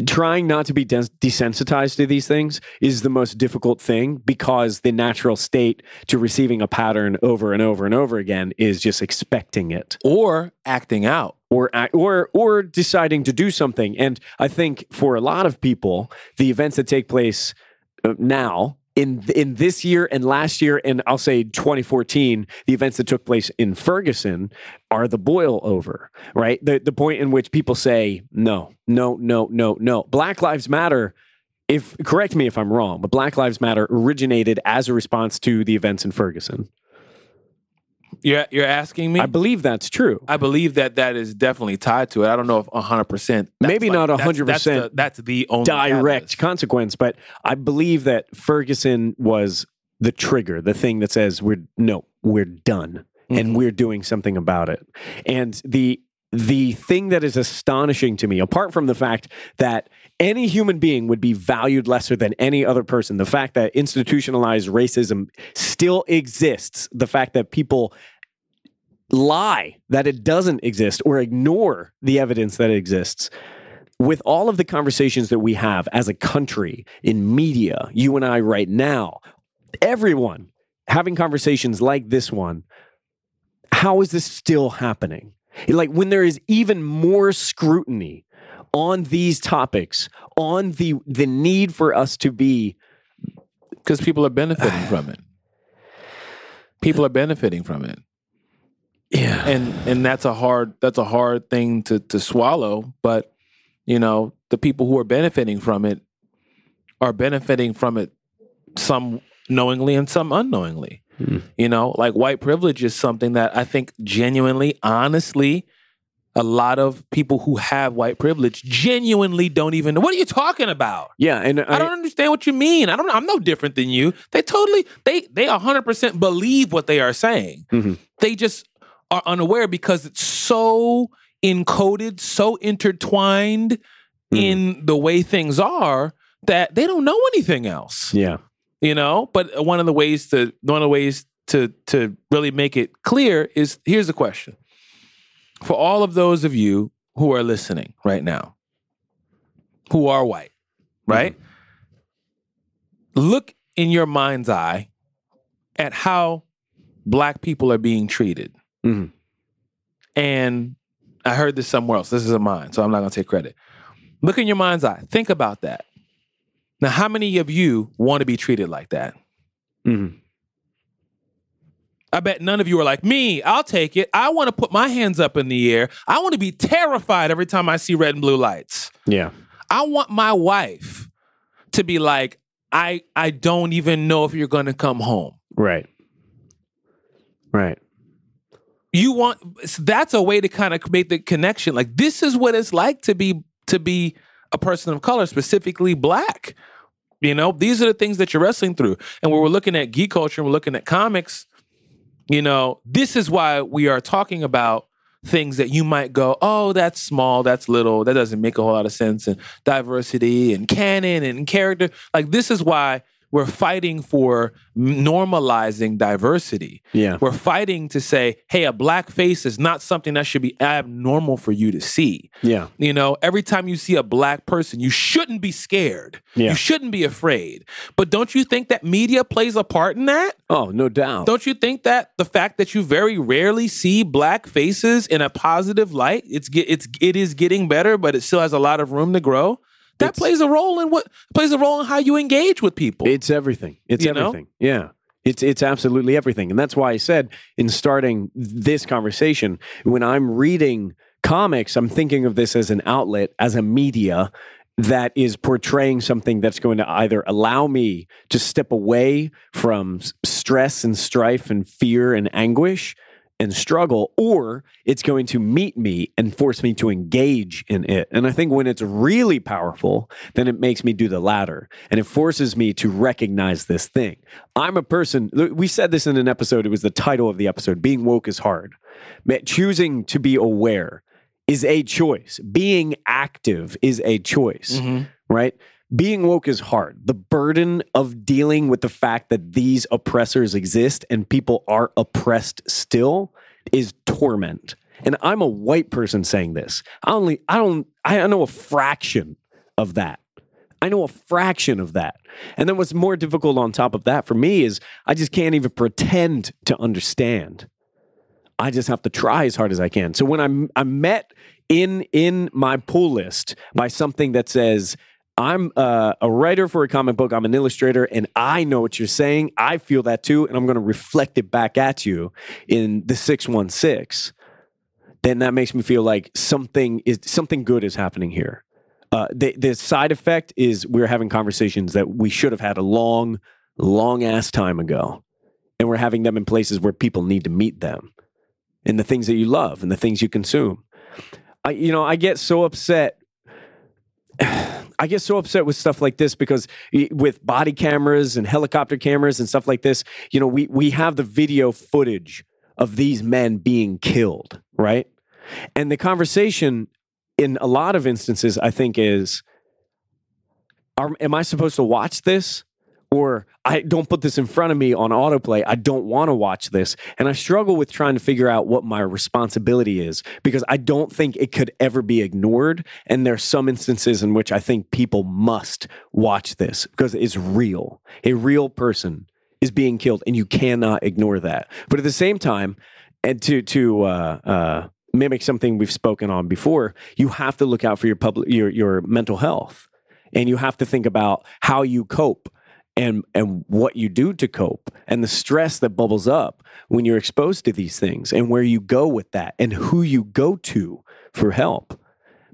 [SPEAKER 2] trying not to be des- desensitized to these things is the most difficult thing because the natural state to receiving a pattern over and over and over again is just expecting it
[SPEAKER 1] Or acting out.
[SPEAKER 2] or act- or or deciding to do something. And I think for a lot of people, the events that take place uh, now in in this year and last year, and I'll say 2014, the events that took place in Ferguson are the boil over, right? The the point in which people say no, no, no, no, no. Black Lives Matter. If correct me if I'm wrong, but Black Lives Matter originated as a response to the events in Ferguson.
[SPEAKER 1] You're you're asking me.
[SPEAKER 2] I believe that's true.
[SPEAKER 1] I believe that that is definitely tied to it. I don't know if 100%. that's
[SPEAKER 2] Maybe not
[SPEAKER 1] that's-
[SPEAKER 2] 100%.
[SPEAKER 1] That's, the- that's the only
[SPEAKER 2] direct
[SPEAKER 1] catalyst.
[SPEAKER 2] consequence. But I believe that Ferguson was the trigger, the thing that says we're no, we're done, and we're doing something about it. And the the thing that is astonishing to me, apart from the fact that any human being would be valued lesser than any other person. The fact that institutionalized racism still exists, the fact that people lie that it doesn't exist or ignore the evidence that it exists. With all of the conversations that we have as a country in media, you and I right now, everyone having conversations like this one, how is this still happening? Like when there is even more scrutiny on these topics, on the the need for us to be
[SPEAKER 1] because people are benefiting from it. People are benefiting from it.
[SPEAKER 2] yeah.
[SPEAKER 1] and and that's a hard that's a hard thing to to swallow but you know the people who are benefiting from it are benefiting from it some knowingly and some unknowingly
[SPEAKER 2] Hmm.
[SPEAKER 1] you know like white privilege is something that i think genuinely honestly a lot of people who have white privilege genuinely don't even know what are you talking about
[SPEAKER 2] Yeah, and
[SPEAKER 1] I,
[SPEAKER 2] I,
[SPEAKER 1] don't understand what you mean. I don't. I'm no different than you. They totally. They they 100 percent believe what they are saying.
[SPEAKER 2] Mhm.
[SPEAKER 1] They just are unaware because it's so encoded, so intertwined
[SPEAKER 2] Mm.
[SPEAKER 1] in the way things are that they don't know anything else.
[SPEAKER 2] yeah.
[SPEAKER 1] You know. But one of the ways to one of the ways to to really make it clear is here's the question for all of those of you who are listening right now, who are white, right? Look in your mind's eye at how black people are being treated.
[SPEAKER 2] Mhm.
[SPEAKER 1] And I heard this somewhere else. This is a mine, so I'm not going to take credit. Look in your mind's eye. Think about that. Now, how many of you want to be treated like that?
[SPEAKER 2] Mhm.
[SPEAKER 1] I bet none of you are like, me, I'll take it. I want to put my hands up in the air. I want to be terrified every time I see red and blue lights.
[SPEAKER 2] Yeah.
[SPEAKER 1] I want my wife to be like, I, I don't even know if you're going to come home.
[SPEAKER 2] Right. Right.
[SPEAKER 1] You want so that's a way to kind of make the connection. Like this is what it's like to be to be a person of color, specifically black. You know, these are the things that you're wrestling through. And when we're looking at geek culture and we're looking at comics, you know, this is why we are talking about things that you might go, oh, that's small, that's little, that doesn't make a whole lot of sense, and diversity and canon and character. Like, this is why we're fighting for m- normalizing diversity.
[SPEAKER 2] Yeah.
[SPEAKER 1] We're fighting to say, hey, a black face is not something that should be abnormal for you to see.
[SPEAKER 2] Yeah.
[SPEAKER 1] You know, every time you see a black person, you shouldn't be scared.
[SPEAKER 2] Yeah.
[SPEAKER 1] You shouldn't be afraid. But don't you think that media plays a part in that?
[SPEAKER 2] Oh, no doubt.
[SPEAKER 1] Don't you think that the fact that you very rarely see black faces in a positive light, it's get it's it is getting better, but it still has a lot of room to grow. That
[SPEAKER 2] It's-
[SPEAKER 1] plays a role in what plays a role in how you engage with people.
[SPEAKER 2] It's everything. It's
[SPEAKER 1] You know?
[SPEAKER 2] everything. Yeah. It's it's absolutely everything. And that's why I said in starting this conversation, when I'm reading comics, I'm thinking of this as an outlet, as a media that is portraying something that's going to either allow me to step away from s- stress and strife and fear and anguish and struggle, or it's going to meet me and force me to engage in it. And I think when it's really powerful, then it makes me do the latter and it forces me to recognize this thing. I'm a person, we said this in an episode, it was the title of the episode Being Woke is Hard. Man, Choosing to be aware is a choice, being active is a choice
[SPEAKER 1] Mhm.
[SPEAKER 2] right? Being woke is hard. The burden of dealing with the fact that these oppressors exist and people are oppressed still is torment. And I'm a white person saying this. I only I don't I know a fraction of that. I know a fraction of that. And then what's more difficult on top of that for me is I just can't even pretend to understand. I just have to try as hard as I can. So when I'm I'm met in in my pull list by something that says I'm uh, a writer for a comic book, I'm an illustrator, and I know what you're saying. I feel that too, and I'm going to reflect it back at you in the six one six. Then that makes me feel like something is something good is happening here. Uh, the, the side effect is we're having conversations that we should have had a long, long ass time ago, and we're having them in places where people need to meet them and the things that you love and the things you consume. I, you know, I get so upset. I get so upset with stuff like this because y- with body cameras and helicopter cameras and stuff like this, you know, we we have the video footage of these men being killed, right? And the conversation in a lot of instances, I think, is are, am I supposed to watch this? Or I don't put this in front of me on autoplay. I don't want to watch this. And I struggle with trying to figure out what my responsibility is because I don't think it could ever be ignored. And there are some instances in which I think people must watch this because it's real. A real person is being killed and you cannot ignore that. But at the same time, and to, to, uh, uh, mimic something we've spoken on before you have to look out for your public your your mental health and you have to think about how you cope and and what you do to cope and the stress that bubbles up when you're exposed to these things and where you go with that and who you go to for help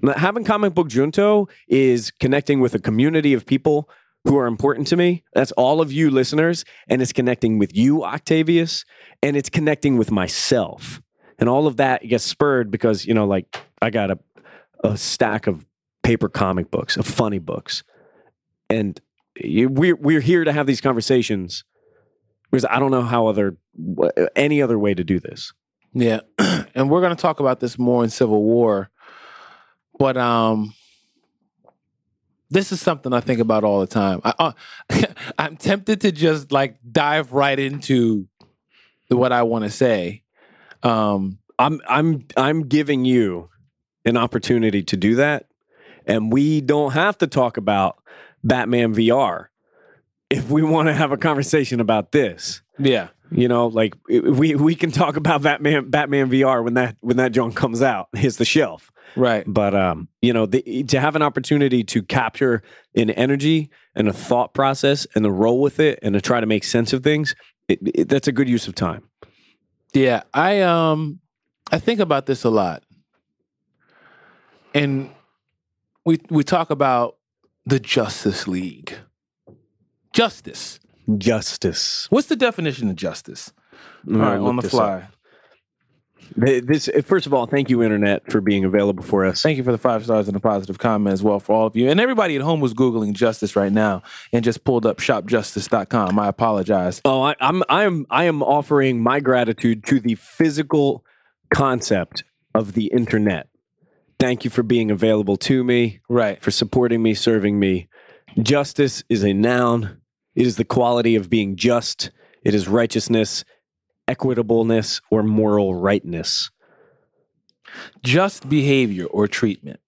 [SPEAKER 2] now, having comic book junto is connecting with a community of people who are important to me that's all of you listeners and it's connecting with you octavius and it's connecting with myself and all of that gets spurred because you know like i got a, a stack of paper comic books of funny books and you, we're, we're here to have these conversations because i don't know how other wh- any other way to do this
[SPEAKER 1] Yeah. and we're going to talk about this more in Civil War. But um this is something I think about all the time. I, uh, I'm tempted to just like dive right into what I want to say. Um
[SPEAKER 2] i'm i'm i'm giving you an opportunity to do that and we don't have to talk about batman vr if we want to have a conversation about this
[SPEAKER 1] yeah.
[SPEAKER 2] You know, like it- we we can talk about Batman Batman VR when that when that junk comes out, hits the shelf.
[SPEAKER 1] Right.
[SPEAKER 2] But um, you know, the, to have an opportunity to capture an energy and a thought process and to roll with it and to try to make sense of things, it, it, that's a good use of time.
[SPEAKER 1] Yeah, I um I think about this a lot. And we we talk about the Justice League. Justice.
[SPEAKER 2] Justice.
[SPEAKER 1] What's the definition of justice?
[SPEAKER 2] All
[SPEAKER 1] All right, on the fly.
[SPEAKER 2] This eh, first of all, thank you, internet, for being available for us.
[SPEAKER 1] Thank you for the five stars and the positive comment as well for all of you. And everybody at home was Googling justice right now and just pulled up shopjustice.com. I apologize.
[SPEAKER 2] Oh, I, I'm I'm I am offering my gratitude to the physical concept of the internet. Thank you for being available to me,
[SPEAKER 1] Right.
[SPEAKER 2] for supporting me, serving me. Justice is a noun. It is the quality of being just. It is righteousness, equitableness, or moral rightness.
[SPEAKER 1] Just behavior or treatment.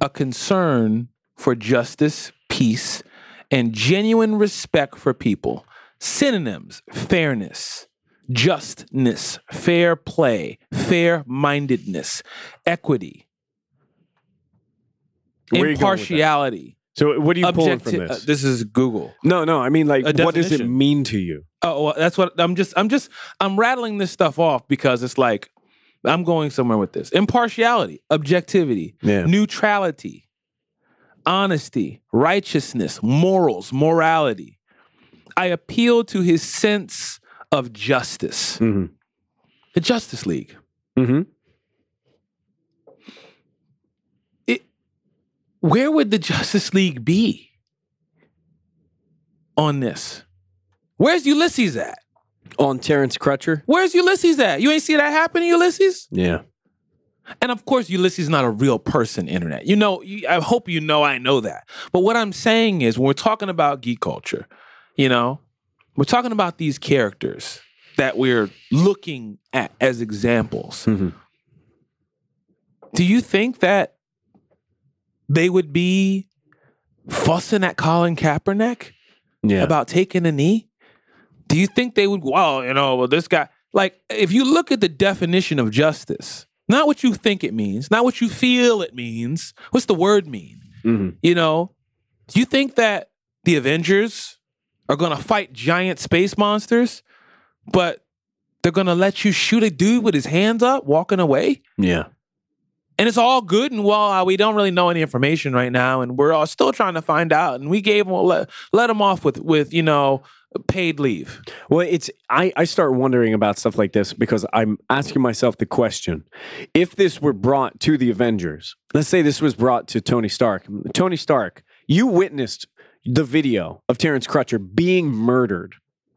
[SPEAKER 1] A concern for justice, peace, and genuine respect for people. Synonyms fairness, justness, fair play, fair mindedness, equity,
[SPEAKER 2] Where are you going with that?
[SPEAKER 1] impartiality.
[SPEAKER 2] So, what are you pulling from
[SPEAKER 1] objecti-
[SPEAKER 2] this?
[SPEAKER 1] uh, this is Google.
[SPEAKER 2] no, no. I mean, like,
[SPEAKER 1] A
[SPEAKER 2] what does it
[SPEAKER 1] definition.
[SPEAKER 2] mean to you?
[SPEAKER 1] Oh, well, that's what I'm just I'm just I'm rattling this stuff off because it's like I'm going somewhere with this. Impartiality, objectivity,
[SPEAKER 2] Yeah.
[SPEAKER 1] neutrality, honesty, righteousness, morals, morality. I appeal to his sense of justice.
[SPEAKER 2] Mm-hmm.
[SPEAKER 1] The Justice League.
[SPEAKER 2] Mm-hmm.
[SPEAKER 1] Where would the Justice League be on this? Where's Ulysses at?
[SPEAKER 2] On Terrence Crutcher.
[SPEAKER 1] Where's Ulysses at? You ain't see that happening, Ulysses?
[SPEAKER 2] Yeah.
[SPEAKER 1] And of course, Ulysses is not a real person, internet. You know, you, I hope you know I know that. But what I'm saying is, when we're talking about geek culture, you know, we're talking about these characters that we're looking at as examples.
[SPEAKER 2] Mhm.
[SPEAKER 1] Do you think that they would be fussing at Colin Kaepernick?
[SPEAKER 2] Yeah.
[SPEAKER 1] about taking a knee? Do you think they would, well, you know, well, this guy, like, if you look at the definition of justice, not what you think it means, not what you feel it means, what's the word mean?
[SPEAKER 2] Mhm.
[SPEAKER 1] You know, do you think that the Avengers are going to fight giant space monsters, but they're going to let you shoot a dude with his hands up walking away?
[SPEAKER 2] Yeah.
[SPEAKER 1] and it's all good and well. Uh, we don't really know any information right now, and we're all still trying to find out. And we gave well, let let them off with with you know paid leave.
[SPEAKER 2] Well, it's I, I start wondering about stuff like this because I'm asking myself the question: if this were brought to the Avengers, let's say this was brought to Tony Stark. Tony Stark, you witnessed the video of Terrence Crutcher being murdered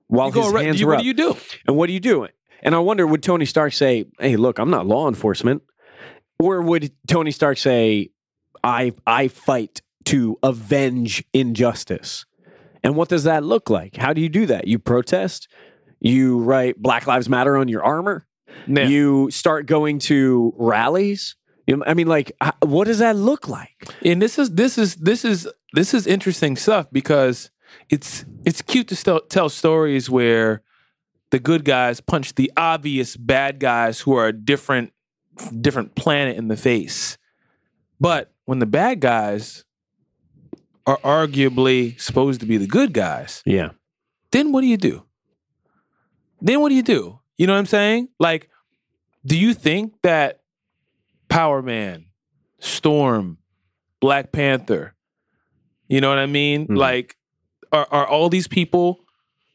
[SPEAKER 2] while
[SPEAKER 1] You go
[SPEAKER 2] his
[SPEAKER 1] arre-
[SPEAKER 2] hands
[SPEAKER 1] you-
[SPEAKER 2] were
[SPEAKER 1] what
[SPEAKER 2] up.
[SPEAKER 1] do you do?
[SPEAKER 2] and what do you do? And I wonder, would Tony Stark say, "Hey, look, I'm not law enforcement," or would Tony Stark say, "I I fight to avenge injustice. And what does that look like? How do you do that? You protest? You write Black Lives Matter on your armor?
[SPEAKER 1] Yeah.
[SPEAKER 2] You start going to rallies? You know, I mean, like, h- what does that look like?
[SPEAKER 1] and this is this is this is this is interesting stuff because it's it's cute to stel- tell stories where the good guys punch the obvious bad guys who are a different different planet in the face but when the bad guys are arguably supposed to be the good guys
[SPEAKER 2] Yeah.
[SPEAKER 1] then what do you do? Then what do you do? You know what I'm saying? Like, do you think that Power Man, Storm, Black Panther, you know what I mean?
[SPEAKER 2] Mhm.
[SPEAKER 1] Like, are, are all these people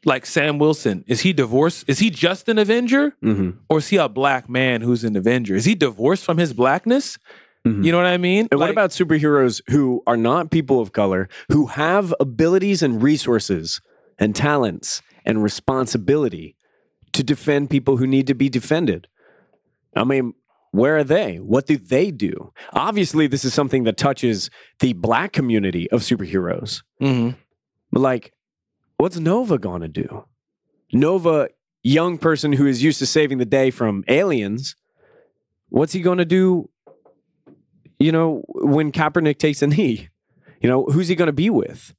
[SPEAKER 1] like Sam Wilson? Is he divorced? Is he just an Avenger?
[SPEAKER 2] Mm-hmm.
[SPEAKER 1] Or is he a black man who's an Avenger? Is he divorced from his blackness? You know what I mean?
[SPEAKER 2] Mm-hmm. And what
[SPEAKER 1] Like,
[SPEAKER 2] about superheroes who are not people of color, who have abilities and resources and talents and responsibility to defend people who need to be defended? I mean, where are they? What do they do? Obviously, this is something that touches the black community of superheroes.
[SPEAKER 1] Mhm.
[SPEAKER 2] But like, what's Nova gonna do? Nova, young person who is used to saving the day from aliens, what's he gonna do? You know, when Kaepernick takes a knee, you know, who's he gonna be with?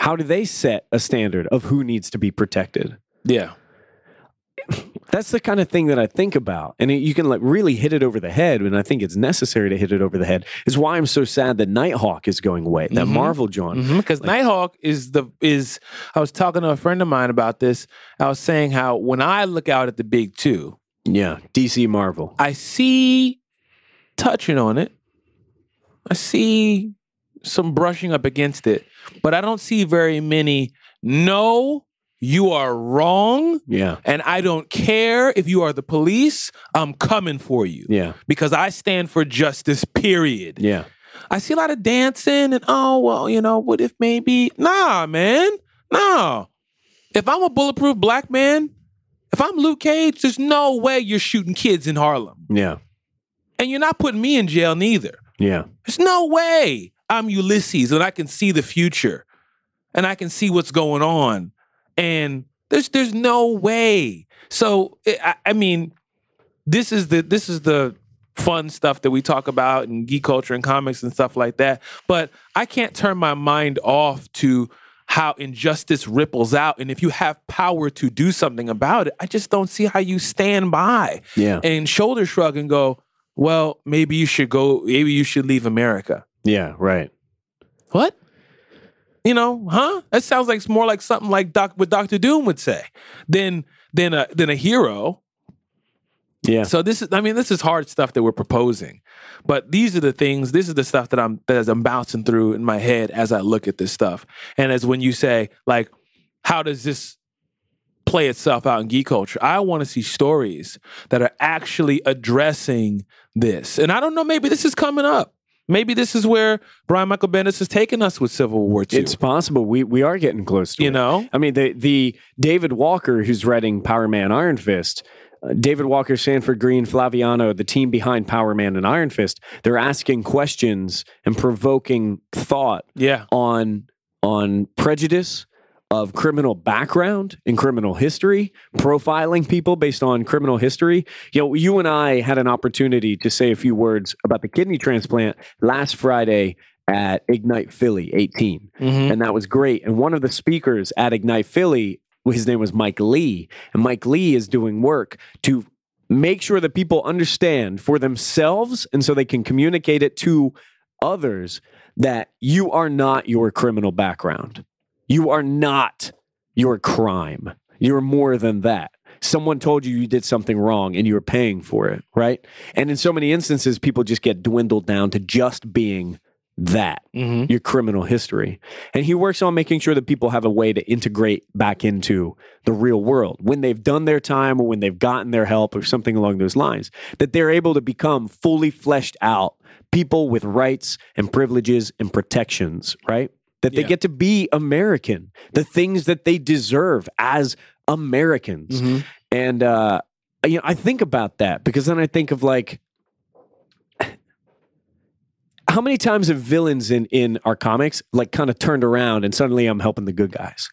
[SPEAKER 2] How do they set a standard of who needs to be protected?
[SPEAKER 1] Yeah.
[SPEAKER 2] That's the kind of thing that I think about, and it- you can like really hit it over the head. And I think it's necessary to hit it over the head. Is why I'm so sad that Nighthawk is going away. That
[SPEAKER 1] Mhm.
[SPEAKER 2] Marvel John.
[SPEAKER 1] Because Nighthawk is the is I was talking to a friend of mine about this. I was saying how when I look out at the big two,
[SPEAKER 2] Yeah, DC Marvel.
[SPEAKER 1] I see touching on it. I see some brushing up against it, but I don't see very many. No, you are wrong,
[SPEAKER 2] Yeah,
[SPEAKER 1] and I don't care if you are the police. I'm coming for you
[SPEAKER 2] yeah,
[SPEAKER 1] because I stand for justice. Period.
[SPEAKER 2] yeah.
[SPEAKER 1] I see a lot of dancing and oh well, you know, what if maybe nah, man, nah. If I'm a bulletproof black man, if I'm Luke Cage, there's no way you're shooting kids in Harlem,
[SPEAKER 2] Yeah.
[SPEAKER 1] and you're not putting me in jail neither.
[SPEAKER 2] Yeah.
[SPEAKER 1] There's no way I'm Ulysses and I can see the future and I can see what's going on. And there's there's no way. So eh, I, I- I mean, this is the this is the fun stuff that we talk about in geek culture and comics and stuff like that. But I can't turn my mind off to how injustice ripples out. And if you have power to do something about it, I just don't see how you stand by
[SPEAKER 2] Yeah.
[SPEAKER 1] and shoulder shrug and go, well, maybe you should go, maybe you should leave America.
[SPEAKER 2] Yeah. Right.
[SPEAKER 1] What? You know, huh? That sounds like it's more like something like Doc, what Doctor Doom would say than than a than a hero.
[SPEAKER 2] Yeah.
[SPEAKER 1] So this is, I mean, this is hard stuff that we're proposing, but these are the things. This is the stuff that I'm that I'm bouncing through in my head as I look at this stuff, and as when you say like, how does this play itself out in geek culture? I want to see stories that are actually addressing this, and I don't know. Maybe this is coming up. Maybe this is where Brian Michael Bendis has taken us with Civil War Two.
[SPEAKER 2] It's possible. We we are getting close to
[SPEAKER 1] You
[SPEAKER 2] it.
[SPEAKER 1] know,
[SPEAKER 2] I mean, the the David Walker who's writing Power Man Iron Fist, uh, David Walker, Sanford Green, Flaviano, the team behind Power Man and Iron Fist, they're asking questions and provoking thought
[SPEAKER 1] yeah,
[SPEAKER 2] on on prejudice of criminal background and criminal history, profiling people based on criminal history. You know, you and I had an opportunity to say a few words about the kidney transplant last Friday at Ignite Philly 18
[SPEAKER 1] Mhm.
[SPEAKER 2] and that was great. And one of the speakers at Ignite Philly, his name was Mike Lee, and Mike Lee is doing work to make sure that people understand for themselves and so they can communicate it to others that you are not your criminal background. You are not your crime. You're more than that. Someone told you you did something wrong and you're paying for it, right? And in so many instances, people just get dwindled down to just being that
[SPEAKER 1] Mhm.
[SPEAKER 2] your criminal history. And he works on making sure that people have a way to integrate back into the real world when they've done their time or when they've gotten their help or something along those lines, that they're able to become fully fleshed out people with rights and privileges and protections, right? That they
[SPEAKER 1] Yeah.
[SPEAKER 2] get to be American, the things that they deserve as Americans.
[SPEAKER 1] Mhm.
[SPEAKER 2] And uh, you know, I think about that because then I think of like, how many times have villains in in our comics like kind of turned around and suddenly I'm helping the good guys?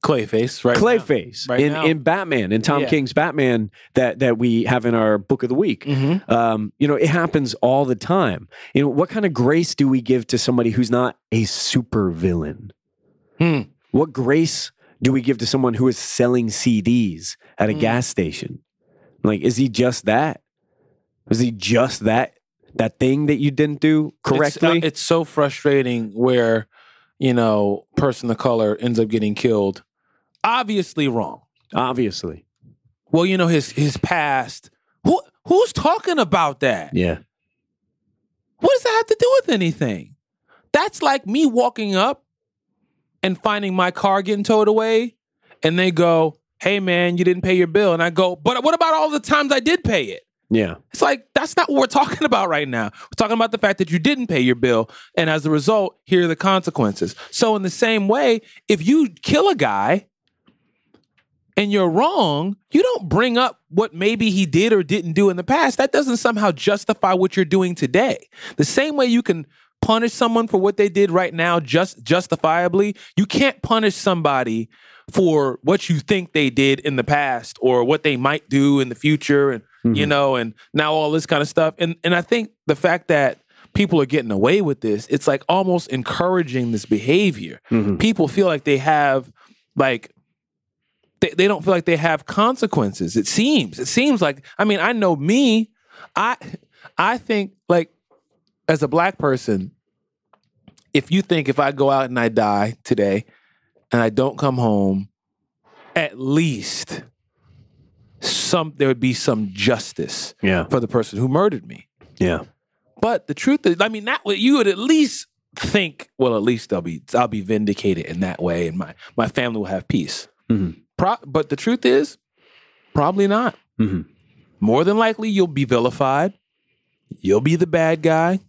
[SPEAKER 1] Clayface, right?
[SPEAKER 2] Clayface
[SPEAKER 1] Right
[SPEAKER 2] in
[SPEAKER 1] now.
[SPEAKER 2] in Batman in Tom
[SPEAKER 1] Yeah.
[SPEAKER 2] King's Batman that that we have in our book of the week.
[SPEAKER 1] Mm-hmm.
[SPEAKER 2] Um, you know, it happens all the time. You know, what kind of grace do we give to somebody who's not a super villain?
[SPEAKER 1] Hmm.
[SPEAKER 2] What grace do we give to someone who is selling CDs at a
[SPEAKER 1] Hmm.
[SPEAKER 2] gas station? Like, is he just that? Is he just that that thing that you didn't do
[SPEAKER 1] It's, uh,
[SPEAKER 2] correctly?
[SPEAKER 1] It's, so frustrating where, you know, person of color ends up getting killed. Obviously wrong.
[SPEAKER 2] Obviously.
[SPEAKER 1] Well, you know his his past. Who who's talking about that?
[SPEAKER 2] Yeah.
[SPEAKER 1] What does that have to do with anything? That's like me walking up and finding my car getting towed away, and they go, "Hey man, you didn't pay your bill," and I go, "But what about all the times I did pay it?"
[SPEAKER 2] Yeah.
[SPEAKER 1] It's like that's not what we're talking about right now. We're talking about the fact that you didn't pay your bill, and as a result, here are the consequences. So, in the same way, if you kill a guy and you're wrong, you don't bring up what maybe he did or didn't do in the past. That doesn't somehow justify what you're doing today. The same way you can punish someone for what they did right now just justifiably, you can't punish somebody for what you think they did in the past or what they might do in the future and you know, and now all this kind of stuff. And and I think the fact that people are getting away with this, it's like almost encouraging this behavior.
[SPEAKER 2] Mhm.
[SPEAKER 1] People feel like they have like they, they don't feel like they have consequences. It seems. It seems like I mean, I know me, I I think like as a black person, if you think if I go out and I die today and I don't come home, at least some there would be some justice
[SPEAKER 2] Yeah.
[SPEAKER 1] for the person who murdered me.
[SPEAKER 2] Yeah.
[SPEAKER 1] But the truth is, I mean, that way you would at least think, well, at least I'll be I'll be vindicated in that way, and my my family will have peace.
[SPEAKER 2] Mhm.
[SPEAKER 1] Pro- but the truth is, probably not.
[SPEAKER 2] Mhm.
[SPEAKER 1] More than likely, you'll be vilified. You'll be the bad guy.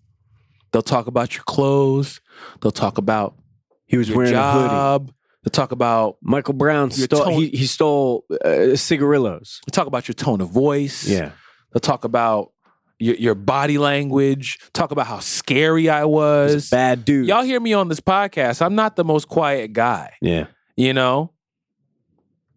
[SPEAKER 1] They'll talk about your clothes. They'll talk about
[SPEAKER 2] He was
[SPEAKER 1] your
[SPEAKER 2] wearing a hoodie.
[SPEAKER 1] job. They'll talk about
[SPEAKER 2] Michael Brown
[SPEAKER 1] Your
[SPEAKER 2] stole.
[SPEAKER 1] tone-
[SPEAKER 2] He, he stole uh, cigarillos.
[SPEAKER 1] they'll talk about your tone of voice. They'll talk about your, your body language. Talk about how scary I
[SPEAKER 2] He's a
[SPEAKER 1] was.
[SPEAKER 2] bad dude.
[SPEAKER 1] Y'all hear me on this podcast. I'm not the most quiet guy,
[SPEAKER 2] yeah,
[SPEAKER 1] you know?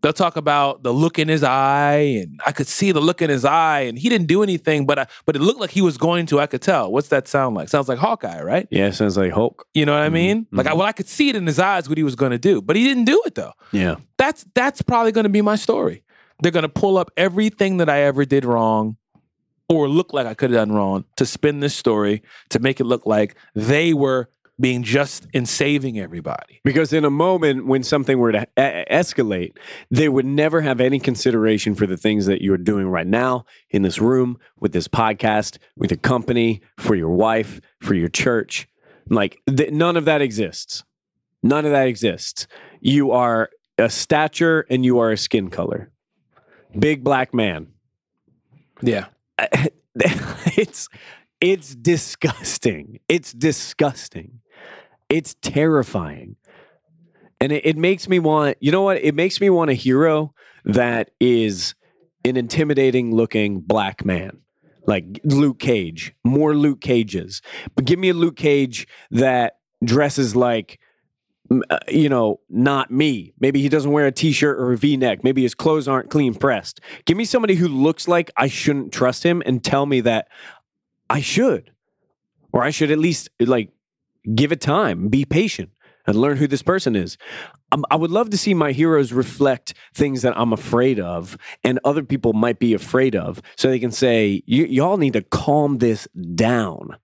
[SPEAKER 1] They'll talk about the look in his eye, and I could see the look in his eye, and he didn't do anything, but I, but it looked like he was going to. I could tell. What's that sound like? Sounds like Hawkeye, right?
[SPEAKER 2] yeah. Sounds like Hulk.
[SPEAKER 1] You know what I
[SPEAKER 2] Mhm,
[SPEAKER 1] mean? Like, I, well, I could see it in his eyes what he was going to do, but he didn't do it though
[SPEAKER 2] Yeah,
[SPEAKER 1] that's that's probably going to be my story. They're going to pull up everything that I ever did wrong or look like I could have done wrong to spin this story to make it look like they were being just in saving everybody.
[SPEAKER 2] because in a moment when something were to e- escalate, they would never have any consideration for the things that you're doing right now in this room, with this podcast, with your company, for your wife, for your church. Like th- none of that exists. None of that exists. You are a stature and you are a skin color. Big black man.
[SPEAKER 1] Yeah.
[SPEAKER 2] it's it's disgusting. It's disgusting. It's terrifying. And it, it makes me want, you know what? It makes me want a hero that is an intimidating looking black man. Like Luke Cage, more Luke Cages. But give me a Luke Cage that dresses like m- uh, you know, not me. Maybe he doesn't wear a t-shirt or a v-neck. Maybe his clothes aren't clean pressed. Give me somebody who looks like I shouldn't trust him and tell me that I should, or I should at least like give it time, be patient, and learn who this person is. Um, I would love to see my heroes reflect things that I'm afraid of and other people might be afraid of so they can say, "Y- y'all need to calm this down.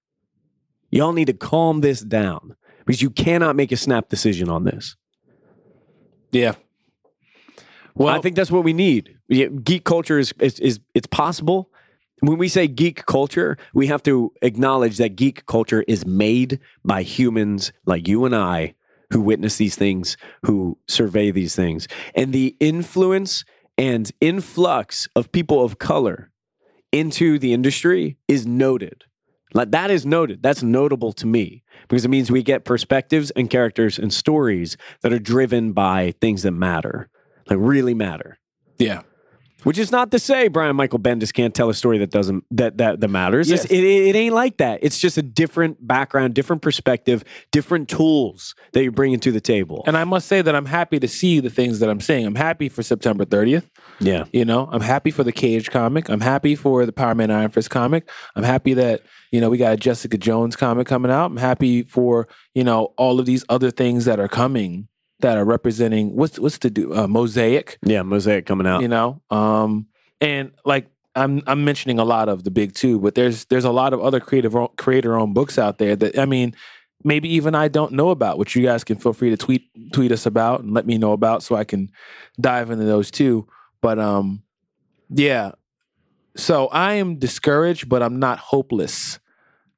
[SPEAKER 2] Y'all need to calm this down because you cannot make a snap decision on this.
[SPEAKER 1] Yeah. Well,
[SPEAKER 2] I think that's what we need. Yeah, Geek culture is, is is it's possible. When we say geek culture, we have to acknowledge that geek culture is made by humans like you and I who witness these things, who survey these things. And the influence and influx of people of color into the industry is noted. Like that is noted. That's notable to me because it means we get perspectives and characters and stories that are driven by things that matter, like really matter.
[SPEAKER 1] yeah.
[SPEAKER 2] Which is not to say Brian Michael Bendis can't tell a story that doesn't that that that matters. It's-
[SPEAKER 1] Yes.
[SPEAKER 2] It, it, it ain't like that. It's just a different background, different perspective, different tools that you're bringing to the table.
[SPEAKER 1] And I must say that I'm happy to see the things that I'm seeing. I'm happy for September 30th.
[SPEAKER 2] yeah,
[SPEAKER 1] You know, I'm happy for the Cage comic. I'm happy for the Power Man Iron Fist comic. I'm happy that, you know, we got a Jessica Jones comic coming out. I'm happy for, you know, all of these other things that are coming that are representing what's what's the do uh, mosaic,
[SPEAKER 2] yeah, mosaic coming out.
[SPEAKER 1] you know. Um and like I'm I'm mentioning a lot of the big two, but there's there's a lot of other creative creator owned books out there that I mean, maybe even I don't know about, which you guys can feel free to tweet tweet us about and let me know about so I can dive into those too. But um yeah. So I am discouraged, but I'm not hopeless.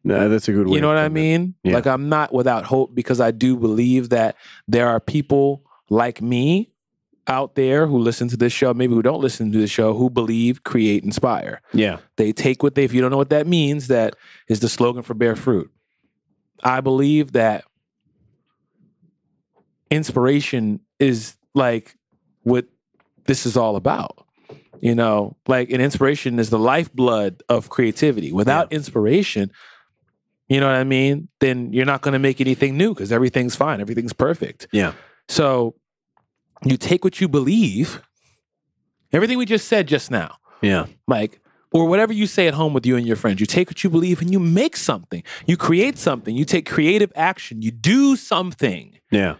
[SPEAKER 2] No, that's a good way.
[SPEAKER 1] You know
[SPEAKER 2] to
[SPEAKER 1] what I
[SPEAKER 2] put it.
[SPEAKER 1] mean?
[SPEAKER 2] Yeah.
[SPEAKER 1] Like I'm not without hope because I do believe that there are people like me out there who listen to this show, maybe who don't listen to the show, who believe, create, inspire.
[SPEAKER 2] Yeah,
[SPEAKER 1] They take what they, if you don't know what that means, that is the slogan for Bear Fruit. I believe that inspiration is like what this is all about. You know, like an inspiration is the lifeblood of creativity. Without inspiration, you know what I mean? Then you're not going to make anything new because everything's fine, everything's perfect.
[SPEAKER 2] yeah,
[SPEAKER 1] So you take what you believe, everything we just said just now
[SPEAKER 2] yeah.
[SPEAKER 1] like or whatever you say at home with you and your friends you take what you believe and you make something you create something you take creative action you do something
[SPEAKER 2] Yeah.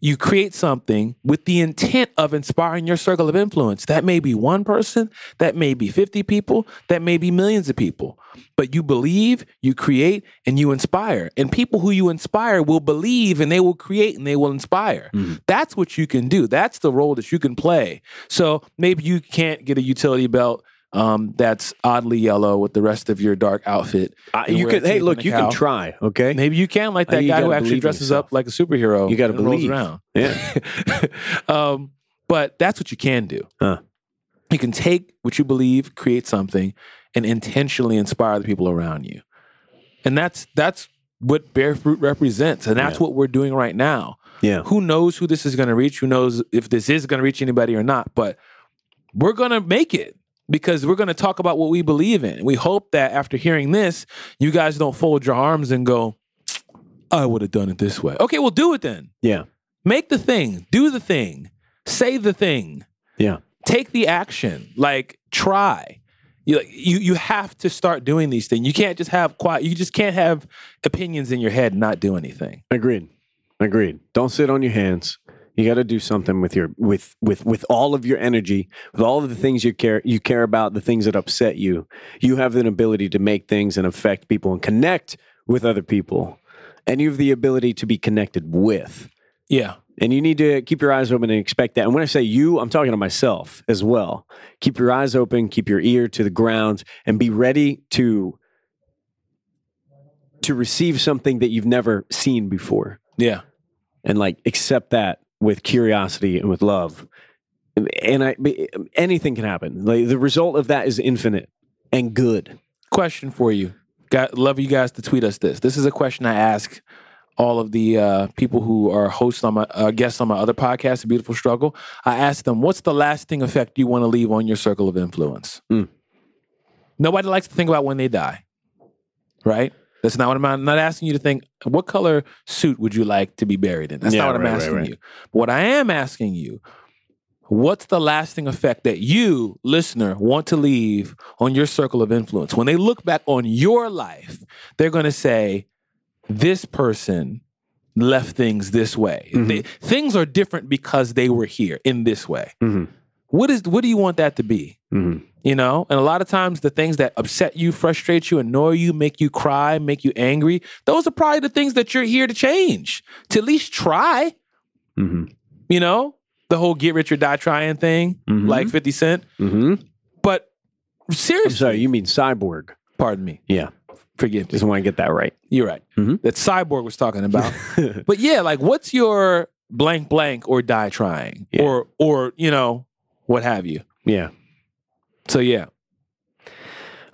[SPEAKER 1] you create something with the intent of inspiring your circle of influence that may be one person that may be 50 people that may be millions of people but you believe you create and you inspire and people who you inspire will believe and they will create and they will inspire
[SPEAKER 2] Mm-hmm.
[SPEAKER 1] that's what you can do. That's the role that you can play. So maybe you can't get a utility belt um, that's oddly yellow with the rest of your dark outfit.
[SPEAKER 2] I,
[SPEAKER 1] and
[SPEAKER 2] you
[SPEAKER 1] wear
[SPEAKER 2] could.
[SPEAKER 1] a
[SPEAKER 2] Hey,
[SPEAKER 1] cape
[SPEAKER 2] look,
[SPEAKER 1] and a
[SPEAKER 2] you can
[SPEAKER 1] cowl.
[SPEAKER 2] try. Okay.
[SPEAKER 1] Maybe you can, like
[SPEAKER 2] Uh,
[SPEAKER 1] that
[SPEAKER 2] you
[SPEAKER 1] guy
[SPEAKER 2] gotta
[SPEAKER 1] who actually
[SPEAKER 2] believe in
[SPEAKER 1] dresses
[SPEAKER 2] yourself.
[SPEAKER 1] up like a superhero.
[SPEAKER 2] You gotta
[SPEAKER 1] and rolls
[SPEAKER 2] believe.
[SPEAKER 1] around.
[SPEAKER 2] Yeah.
[SPEAKER 1] um, but that's what you can do.
[SPEAKER 2] Huh.
[SPEAKER 1] You can take what you believe, create something, and intentionally inspire the people around you. And that's that's what Bear Fruit represents, and that's
[SPEAKER 2] Yeah.
[SPEAKER 1] what we're doing right now
[SPEAKER 2] Yeah.
[SPEAKER 1] who knows who this is going to reach who knows if this is going to reach anybody or not but we're going to make it because we're going to talk about what we believe in we hope that after hearing this you guys don't fold your arms and go i would have done it this way okay well do it then
[SPEAKER 2] Yeah.
[SPEAKER 1] make the thing do the thing say the thing
[SPEAKER 2] Yeah.
[SPEAKER 1] take the action like try you, you you have to start doing these things you can't just have quiet you just can't have opinions in your head and not do anything
[SPEAKER 2] Agreed. Agreed. Don't sit on your hands. You got to do something with your with with with all of your energy, with all of the things you care you care about, the things that upset you. You have an ability to make things and affect people and connect with other people. And you have the ability to be connected with.
[SPEAKER 1] yeah
[SPEAKER 2] And you need to keep your eyes open and expect that. And when I say you, I'm talking to myself as well. Keep your eyes open, keep your ear to the ground, and be ready to to receive something that you've never seen before
[SPEAKER 1] yeah
[SPEAKER 2] and like accept that with curiosity and with love. And I, anything can happen. Like the result of that is infinite and good.
[SPEAKER 1] question for you. Got, love you guys to tweet us this. This is a question I ask all of the uh, people who are hosts on my uh, guests on my other podcast, The Beautiful Struggle. I ask them, "What's the lasting effect you want to leave on your circle of influence?"
[SPEAKER 2] Mm.
[SPEAKER 1] Nobody likes to think about when they die, right? That's not what I'm, I'm not asking you to think. What color suit would you like to be buried in? That's
[SPEAKER 2] Yeah,
[SPEAKER 1] not what I'm
[SPEAKER 2] right, right,
[SPEAKER 1] asking
[SPEAKER 2] right.
[SPEAKER 1] you. But what I am asking you What's the lasting effect that you, listener, want to leave on your circle of influence? When they look back on your life, they're going to say, This person left things this way.
[SPEAKER 2] Mhm.
[SPEAKER 1] They- things are different because they were here in this way.
[SPEAKER 2] Mhm.
[SPEAKER 1] What is what do you want that to be?
[SPEAKER 2] Mm-hmm.
[SPEAKER 1] You know? And a lot of times the things that upset you, frustrate you, annoy you, make you cry, make you angry, those are probably the things that you're here to change. To at least try
[SPEAKER 2] Mm-hmm.
[SPEAKER 1] you know, the whole get rich or die trying thing,
[SPEAKER 2] Mhm.
[SPEAKER 1] like 50 Cent.
[SPEAKER 2] Mm-hmm.
[SPEAKER 1] But
[SPEAKER 2] I'm
[SPEAKER 1] seriously,
[SPEAKER 2] sorry, you mean cyborg?
[SPEAKER 1] pardon me,
[SPEAKER 2] Yeah,
[SPEAKER 1] forgive me.
[SPEAKER 2] just want to get that right.
[SPEAKER 1] You're right.
[SPEAKER 2] Mhm.
[SPEAKER 1] That Cyborg was talking about. but yeah, like what's your blank blank or die trying
[SPEAKER 2] Yeah.
[SPEAKER 1] or, or, you know, what have you.
[SPEAKER 2] yeah,
[SPEAKER 1] So yeah,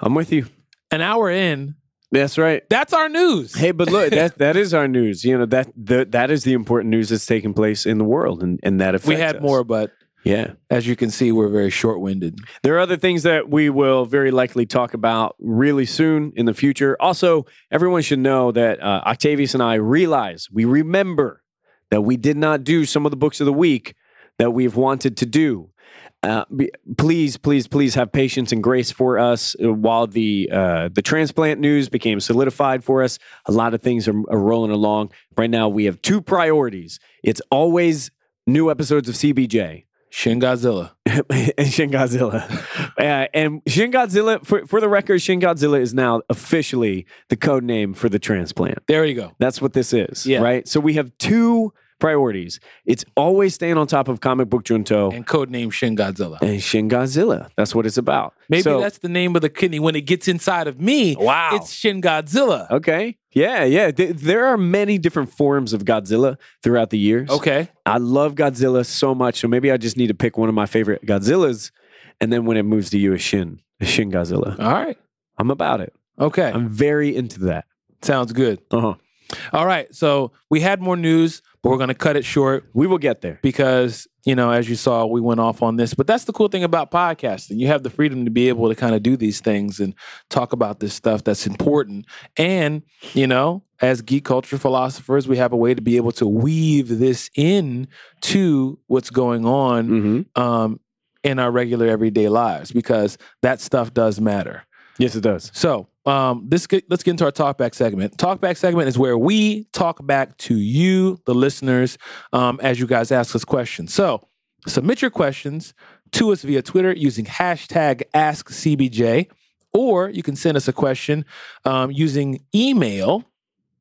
[SPEAKER 2] I'm with you.
[SPEAKER 1] an hour in,
[SPEAKER 2] That's right.
[SPEAKER 1] that's our news.
[SPEAKER 2] Hey, but look, that that is our news. You know that the, that is the important news that's taking place in the world, and and that affects
[SPEAKER 1] we had
[SPEAKER 2] us.
[SPEAKER 1] more, but
[SPEAKER 2] Yeah.
[SPEAKER 1] As you can see, we're very short-winded.
[SPEAKER 2] There are other things that we will very likely talk about really soon in the future. Also, everyone should know that uh, Octavius and I realize we remember that we did not do some of the books of the week that we've wanted to do. Uh, be- please, please, please have patience and grace for us. Uh, While the uh, the transplant news became solidified for us, a lot of things are, are rolling along. Right now, we have two priorities. It's always new episodes of CBJ
[SPEAKER 1] Shin Godzilla.
[SPEAKER 2] and Shin Godzilla. Uh, and Shin Godzilla, for, for the record, Shin Godzilla is now officially the code name for the transplant.
[SPEAKER 1] There you go.
[SPEAKER 2] That's what this is,
[SPEAKER 1] Yeah.
[SPEAKER 2] right? So we have two priorities. It's always staying on top of comic book Junto and,
[SPEAKER 1] And codename Shin Godzilla.
[SPEAKER 2] Shin Godzilla. That's what it's about.
[SPEAKER 1] Maybe
[SPEAKER 2] So-
[SPEAKER 1] that's the name of the kidney. When it gets inside of me,
[SPEAKER 2] Wow.
[SPEAKER 1] it's Shin Godzilla.
[SPEAKER 2] okay. Yeah, yeah. Th- there are many different forms of Godzilla throughout the years.
[SPEAKER 1] Okay.
[SPEAKER 2] I love Godzilla so much, so maybe I just need to pick one of my favorite Godzillas, and then when it moves to you, a Shin, a Shin Godzilla.
[SPEAKER 1] All right.
[SPEAKER 2] I'm about it.
[SPEAKER 1] Okay.
[SPEAKER 2] I'm very into that.
[SPEAKER 1] Sounds good.
[SPEAKER 2] Uh-huh.
[SPEAKER 1] All right. So we had more news, but we're going to cut it short
[SPEAKER 2] We will get there.
[SPEAKER 1] because, you know, as you saw, we went off on this. But that's the cool thing about podcasting. You have the freedom to be able to kind of do these things and talk about this stuff that's important. And, you know, as geek culture philosophers, we have a way to be able to weave this in to what's going on
[SPEAKER 2] Mm-hmm.
[SPEAKER 1] um, in our regular everyday lives because that stuff does matter.
[SPEAKER 2] Yes, it does.
[SPEAKER 1] So um, this get, let's get into our talkback segment. Talkback segment is where we talk back to you, the listeners, um, as you guys ask us questions. So submit your questions to us via Twitter using hashtag AskCBJ, or you can send us a question um, using email,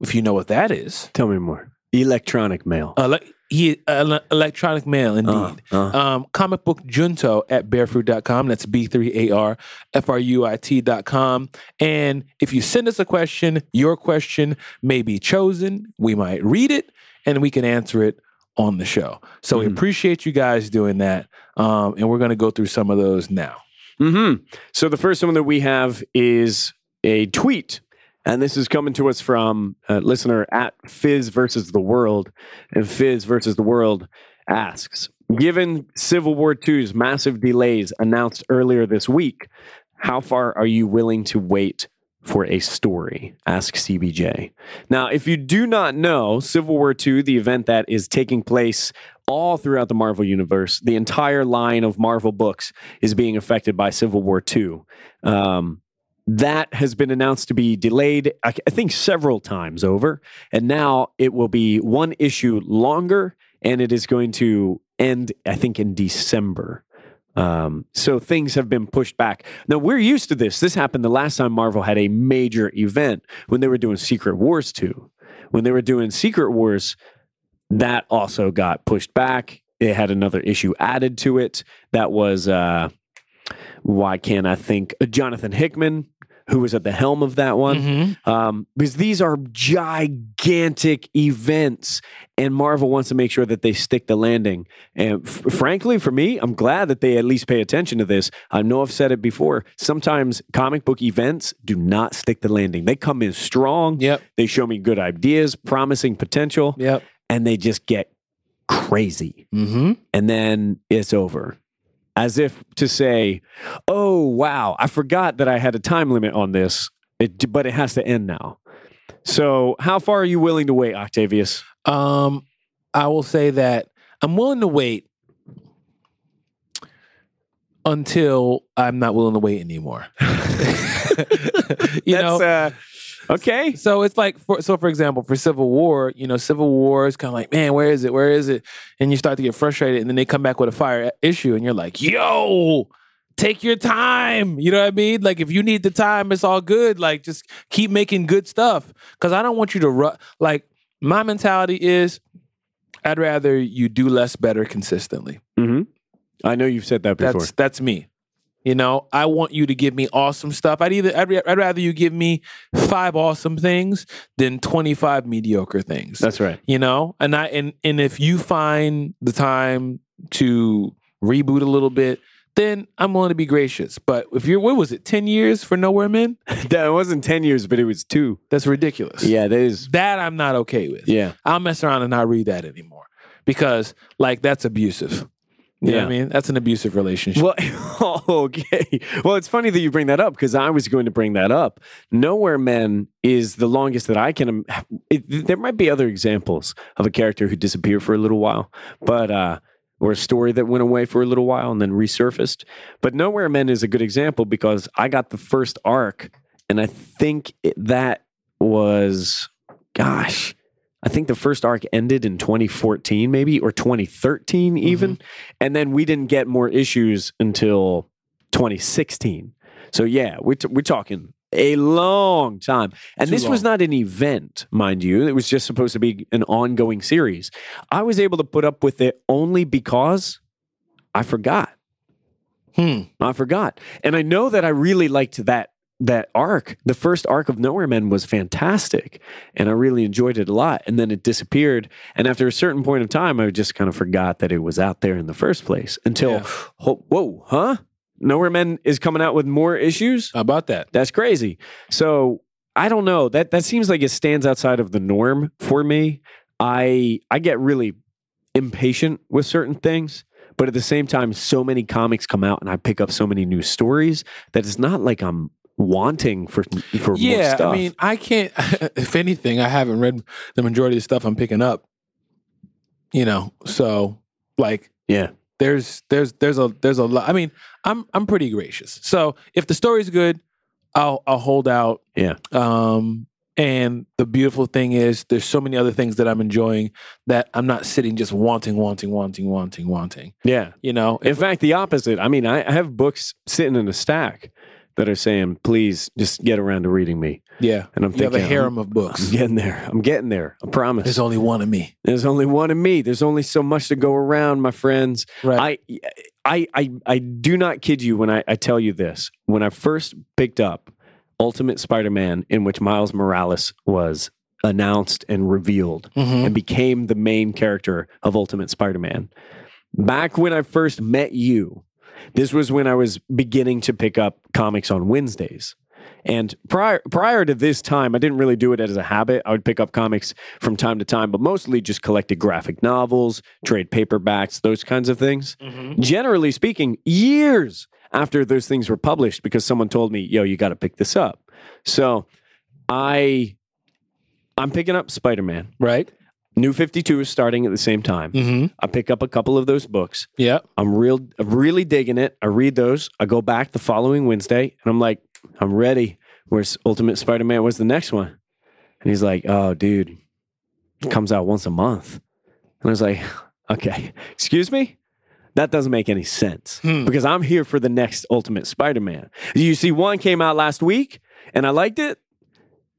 [SPEAKER 1] if you know what that is.
[SPEAKER 2] Tell me more. Electronic mail.
[SPEAKER 1] Ele- e- ele- electronic mail, indeed
[SPEAKER 2] Uh, uh.
[SPEAKER 1] um, comic book junto at barefruit.com. That's B three A R F R U I T.com. And if you send us a question, your question may be chosen. We might read it and we can answer it on the show. So we
[SPEAKER 2] Mhm.
[SPEAKER 1] appreciate you guys doing that. Um, and we're going to go through some of those now.
[SPEAKER 2] hmm So the first one that we have is a tweet, and this is coming to us from a listener at Fizz versus the World, and Fizz versus the World asks: Given Civil War II's massive delays announced earlier this week, how far are you willing to wait? For a story, ask CBJ. Now, if you do not know, Civil War II, the event that is taking place all throughout the Marvel universe, the entire line of Marvel books is being affected by Civil War II. Um, that has been announced to be delayed, I, I think, several times over. And now it will be one issue longer, and it is going to end, I think, in December. Um, so things have been pushed back. Now we're used to this. This happened the last time Marvel had a major event when they were doing Secret Wars 2. When they were doing Secret Wars, that also got pushed back. It had another issue added to it. That was uh, why can't I think uh, Jonathan Hickman, who was at the helm of that one,
[SPEAKER 1] Mm-hmm.
[SPEAKER 2] um, because these are gigantic events, and Marvel wants to make sure that they stick the landing. And f- frankly, for me, I'm glad that they at least pay attention to this. I know I've said it before. Sometimes comic book events do not stick the landing. They come in strong.
[SPEAKER 1] Yep.
[SPEAKER 2] They show me good ideas, promising potential,
[SPEAKER 1] Yep.
[SPEAKER 2] and they just get crazy
[SPEAKER 1] Mm-hmm.
[SPEAKER 2] and then it's over. As if to say, oh, wow, I forgot that I had a time limit on this, it, but it has to end now. So, how far are you willing to wait, Octavius?
[SPEAKER 1] Um, I will say that I'm willing to wait until I'm not willing to wait anymore. you know,
[SPEAKER 2] That's, uh, okay.
[SPEAKER 1] so it's like for, so for example for civil war you know civil war is kind of like man where is it where is it and you start to get frustrated and then they come back with a fire e, issue and you're like yo take your time you know what i mean like if you need the time it's all good like just keep making good stuff because i don't want you to ru- like my mentality is i'd rather you do less better consistently
[SPEAKER 2] hmm I know you've said that before.
[SPEAKER 1] that's that's me. You know, I want you to give me awesome stuff. I'd either I'd, ra- I'd rather you give me five awesome things than twenty five mediocre things.
[SPEAKER 2] That's right.
[SPEAKER 1] you know, and I and and if you find the time to reboot a little bit, then I'm willing to be gracious. But if you're what was it, ten years for Nowhere Men?
[SPEAKER 2] That wasn't 10 years, but it was two.
[SPEAKER 1] That's ridiculous.
[SPEAKER 2] Yeah, that is.
[SPEAKER 1] that I'm not okay with.
[SPEAKER 2] Yeah.
[SPEAKER 1] I'll mess around and not read that anymore because like that's abusive. You know what I mean? That's an abusive relationship.
[SPEAKER 2] Well, okay. Well, it's funny that you bring that up because I was going to bring that up. Nowhere Men is the longest that I can. im- It, there might be other examples of a character who disappeared for a little while, but uh, or a story that went away for a little while and then resurfaced. But Nowhere Men is a good example because I got the first arc, and I think it, that was, gosh. I think the first arc ended in 2014, maybe, or 2013,
[SPEAKER 1] Mm-hmm.
[SPEAKER 2] even. And then we didn't get more issues until 2016. So yeah, we're t- we're talking a long time. And
[SPEAKER 1] Too
[SPEAKER 2] this was
[SPEAKER 1] long.
[SPEAKER 2] not an event, mind you. It was just supposed to be an ongoing series. I was able to put up with it only because I forgot.
[SPEAKER 1] Hmm.
[SPEAKER 2] I forgot. And I know that I really liked that that arc. The first arc of Nowhere Men was fantastic. And I really enjoyed it a lot. And then it disappeared. And after a certain point of time, I just kind of forgot that it was out there in the first place until,
[SPEAKER 1] Yeah.
[SPEAKER 2] ho- whoa, huh? Nowhere Men is coming out with more issues?
[SPEAKER 1] How about that?
[SPEAKER 2] That's crazy. So I don't know. That that seems like it stands outside of the norm for me. I I get really impatient with certain things, but at the same time, so many comics come out and I pick up so many new stories that it's not like I'm wanting for for more
[SPEAKER 1] Yeah,
[SPEAKER 2] stuff.
[SPEAKER 1] I mean, I can't. If anything, I haven't read the majority of the stuff I'm picking up. You know, so like,
[SPEAKER 2] Yeah.
[SPEAKER 1] there's there's there's a there's a lot. I mean, I'm I'm pretty gracious. So if the story's good, I'll I'll hold out.
[SPEAKER 2] Yeah.
[SPEAKER 1] Um, and the beautiful thing is, there's so many other things that I'm enjoying that I'm not sitting just wanting, wanting, wanting, wanting, wanting.
[SPEAKER 2] yeah.
[SPEAKER 1] You know,
[SPEAKER 2] In fact, the opposite. I mean, I, I have books sitting in a stack that are saying, "Please, just get around to reading me."
[SPEAKER 1] yeah,
[SPEAKER 2] And I'm
[SPEAKER 1] you have
[SPEAKER 2] thinking, um,
[SPEAKER 1] a
[SPEAKER 2] I'm,
[SPEAKER 1] harem of
[SPEAKER 2] I'm
[SPEAKER 1] books.
[SPEAKER 2] getting there. I'm getting there. I promise.
[SPEAKER 1] There's only one of me.
[SPEAKER 2] There's only one of me. There's only so much to go around, my friends.
[SPEAKER 1] Right.
[SPEAKER 2] I, I, I, I do not kid you when I, I tell you this. When I first picked up Ultimate Spider-Man, in which Miles Morales was announced and revealed
[SPEAKER 1] Mhm.
[SPEAKER 2] and became the main character of Ultimate Spider-Man, back when I first met you, this was when I was beginning to pick up comics on Wednesdays. And prior prior to this time, I didn't really do it as a habit. I would pick up comics from time to time, but mostly just collected graphic novels, trade paperbacks, those kinds of things. Generally speaking, years after those things were published because someone told me, "Yo, you got to pick this up." So, I I'm picking up Spider-Man.
[SPEAKER 1] Right.
[SPEAKER 2] New 52 is starting at the same time.
[SPEAKER 1] Mm-hmm.
[SPEAKER 2] I pick up a couple of those books.
[SPEAKER 1] Yeah.
[SPEAKER 2] I'm real I'm really digging it. I read those. I go back the following Wednesday and I'm like, I'm ready. Where's Ultimate Spider-Man? Where's the next one? And he's like, Oh, dude, it comes out once a month. And I was like, Okay, excuse me? That doesn't make any sense
[SPEAKER 1] Hmm.
[SPEAKER 2] because I'm here for the next Ultimate Spider-Man. You see, one came out last week and I liked it.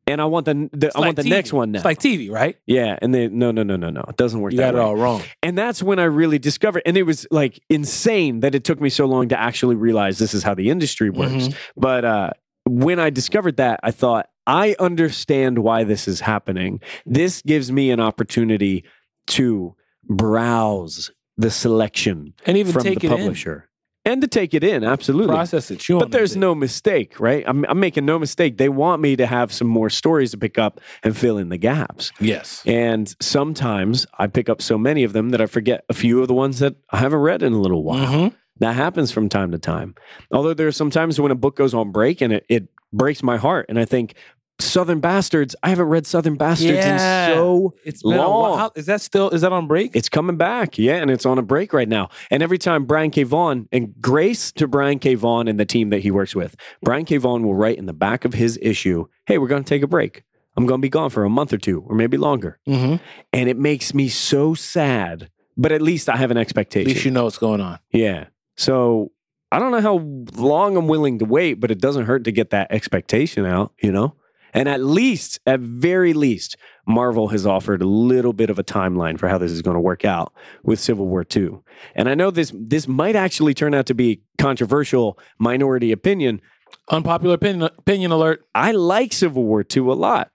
[SPEAKER 2] And I want the, the I
[SPEAKER 1] It's
[SPEAKER 2] want the
[SPEAKER 1] like TV.
[SPEAKER 2] next one now.
[SPEAKER 1] It's like TV, right?
[SPEAKER 2] yeah, and they no no no no no. It doesn't work
[SPEAKER 1] You
[SPEAKER 2] that
[SPEAKER 1] got it
[SPEAKER 2] way.
[SPEAKER 1] all wrong.
[SPEAKER 2] And that's when I really discovered, and it was like insane that it took me so long to actually realize this is how the industry works.
[SPEAKER 1] Mhm.
[SPEAKER 2] But uh, when I discovered that, I thought, I understand why this is happening. This gives me an opportunity to browse the selection
[SPEAKER 1] And even
[SPEAKER 2] from
[SPEAKER 1] take
[SPEAKER 2] the
[SPEAKER 1] it
[SPEAKER 2] publisher and to take it in, absolutely.
[SPEAKER 1] in, process it. Chew on
[SPEAKER 2] But
[SPEAKER 1] that
[SPEAKER 2] there's
[SPEAKER 1] thing.
[SPEAKER 2] no mistake, right? I'm, I'm making no mistake. They want me to have some more stories to pick up and fill in the gaps.
[SPEAKER 1] yes.
[SPEAKER 2] And sometimes I pick up so many of them that I forget a few of the ones that I haven't read in a little while.
[SPEAKER 1] Mhm.
[SPEAKER 2] That happens from time to time. Although there are some times when a book goes on break and it, it breaks my heart. And I think, Southern Bastards, I haven't read Southern Bastards
[SPEAKER 1] Yeah.
[SPEAKER 2] in so
[SPEAKER 1] It's been a
[SPEAKER 2] Long.
[SPEAKER 1] while. Is that still? Is that on break?
[SPEAKER 2] it's coming back. Yeah, and it's on a break right now. And every time Brian K. Vaughan and grace to Brian K. Vaughan and the team that he works with, Brian K. Vaughan will write in the back of his issue, Hey, we're going to take a break. I'm going to be gone for a month or two or maybe longer
[SPEAKER 1] mm-hmm.
[SPEAKER 2] and it makes me so sad. But at least I have an
[SPEAKER 1] At least you
[SPEAKER 2] expectation.
[SPEAKER 1] know what's going on.
[SPEAKER 2] Yeah. So I don't know how long I'm willing to wait, but it doesn't hurt to get that expectation out, you know? And at least, at very least, Marvel has offered a little bit of a timeline for how this is going to work out with Civil War II. And I know this this might actually turn out to be controversial minority opinion,
[SPEAKER 1] Unpopular opinion, opinion alert.
[SPEAKER 2] I like Civil War II a lot.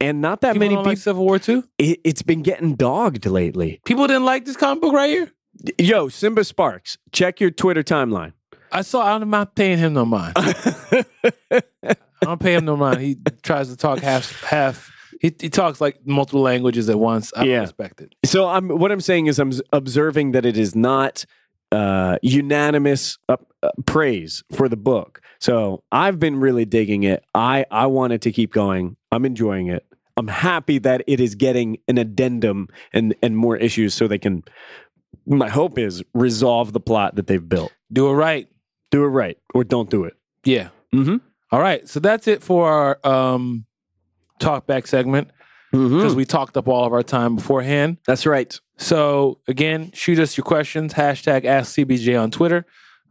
[SPEAKER 2] And not that
[SPEAKER 1] People
[SPEAKER 2] many
[SPEAKER 1] don't
[SPEAKER 2] people,
[SPEAKER 1] like Civil War Two.
[SPEAKER 2] it, it's been getting dogged lately.
[SPEAKER 1] People didn't like this comic book right here.
[SPEAKER 2] Yo, Simba Sparks, check your Twitter timeline.
[SPEAKER 1] I saw. I'm not paying him no mind. I don't pay him no mind. He tries to talk half half. He, he talks like multiple languages at once. I don't
[SPEAKER 2] Yeah.
[SPEAKER 1] respect it.
[SPEAKER 2] so I'm what I'm saying is I'm s- observing that it is not uh, unanimous up, uh, praise for the book. So I've been really digging it. I I want it to keep going. I'm enjoying it. I'm happy that it is getting an addendum and and more issues so they can. My hope is resolve the plot that they've built.
[SPEAKER 1] Do it right.
[SPEAKER 2] Do it right or don't do it.
[SPEAKER 1] Yeah.
[SPEAKER 2] Mm-hmm.
[SPEAKER 1] All right. So that's it for our um, talk back segment
[SPEAKER 2] Mm.
[SPEAKER 1] because we talked up all of our time beforehand.
[SPEAKER 2] That's right.
[SPEAKER 1] So again, shoot us your questions. Hashtag ask CBJ on Twitter.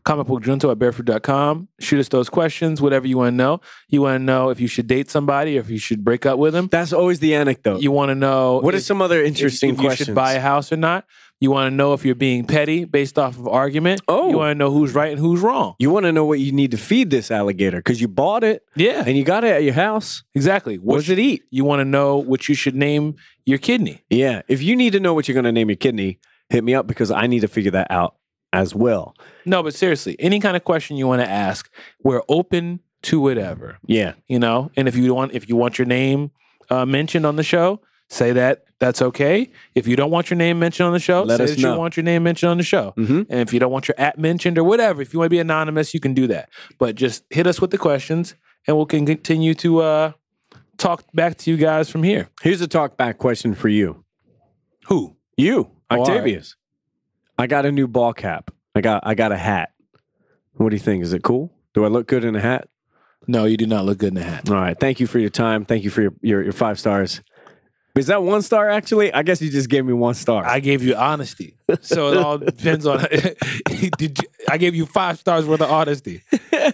[SPEAKER 1] Comicbookjunto at barefoot.com. Shoot us those questions, whatever you want to know. You want to know if you should date somebody or if you should break up with them.
[SPEAKER 2] That's always the anecdote.
[SPEAKER 1] You want to know
[SPEAKER 2] what are
[SPEAKER 1] if-
[SPEAKER 2] some other
[SPEAKER 1] if-
[SPEAKER 2] interesting
[SPEAKER 1] if
[SPEAKER 2] questions?
[SPEAKER 1] you should buy a house or not. You want to know if you're being petty based off of argument.
[SPEAKER 2] Oh.
[SPEAKER 1] You want to know who's right and who's wrong.
[SPEAKER 2] You want to know what you need to feed this alligator because you bought it
[SPEAKER 1] Yeah,
[SPEAKER 2] and you got it at your house.
[SPEAKER 1] exactly.
[SPEAKER 2] What does
[SPEAKER 1] you,
[SPEAKER 2] it eat?
[SPEAKER 1] you want to know what you should name your kidney.
[SPEAKER 2] Yeah. If you need to know what you're going to name your kidney, hit me up because I need to figure that out as well.
[SPEAKER 1] No, but seriously, any kind of question you want to ask, we're open to whatever.
[SPEAKER 2] Yeah.
[SPEAKER 1] you know and if you want if you want your name uh, mentioned on the show say that that's okay if you don't want your name mentioned on the show
[SPEAKER 2] Let
[SPEAKER 1] say
[SPEAKER 2] us
[SPEAKER 1] that
[SPEAKER 2] know.
[SPEAKER 1] you want your name mentioned on the show
[SPEAKER 2] Mhm.
[SPEAKER 1] and if you don't want your at mentioned or whatever if you want to be anonymous you can do that but just hit us with the questions and we'll can continue to uh, talk back to you guys from here
[SPEAKER 2] Here's a talk back question for you. Who? You,
[SPEAKER 1] Oh, all right.
[SPEAKER 2] Octavius. I got a new ball cap. I got I got a hat. What do you think? Is it cool? Do I look good in a hat?
[SPEAKER 1] no you do not look good in a hat
[SPEAKER 2] All right. Thank you for your time. Thank you for your, your, your five stars. Is that one star actually? I guess you just gave me one star.
[SPEAKER 1] I gave you honesty, so it all depends on. Did you, I gave you five stars worth of honesty. You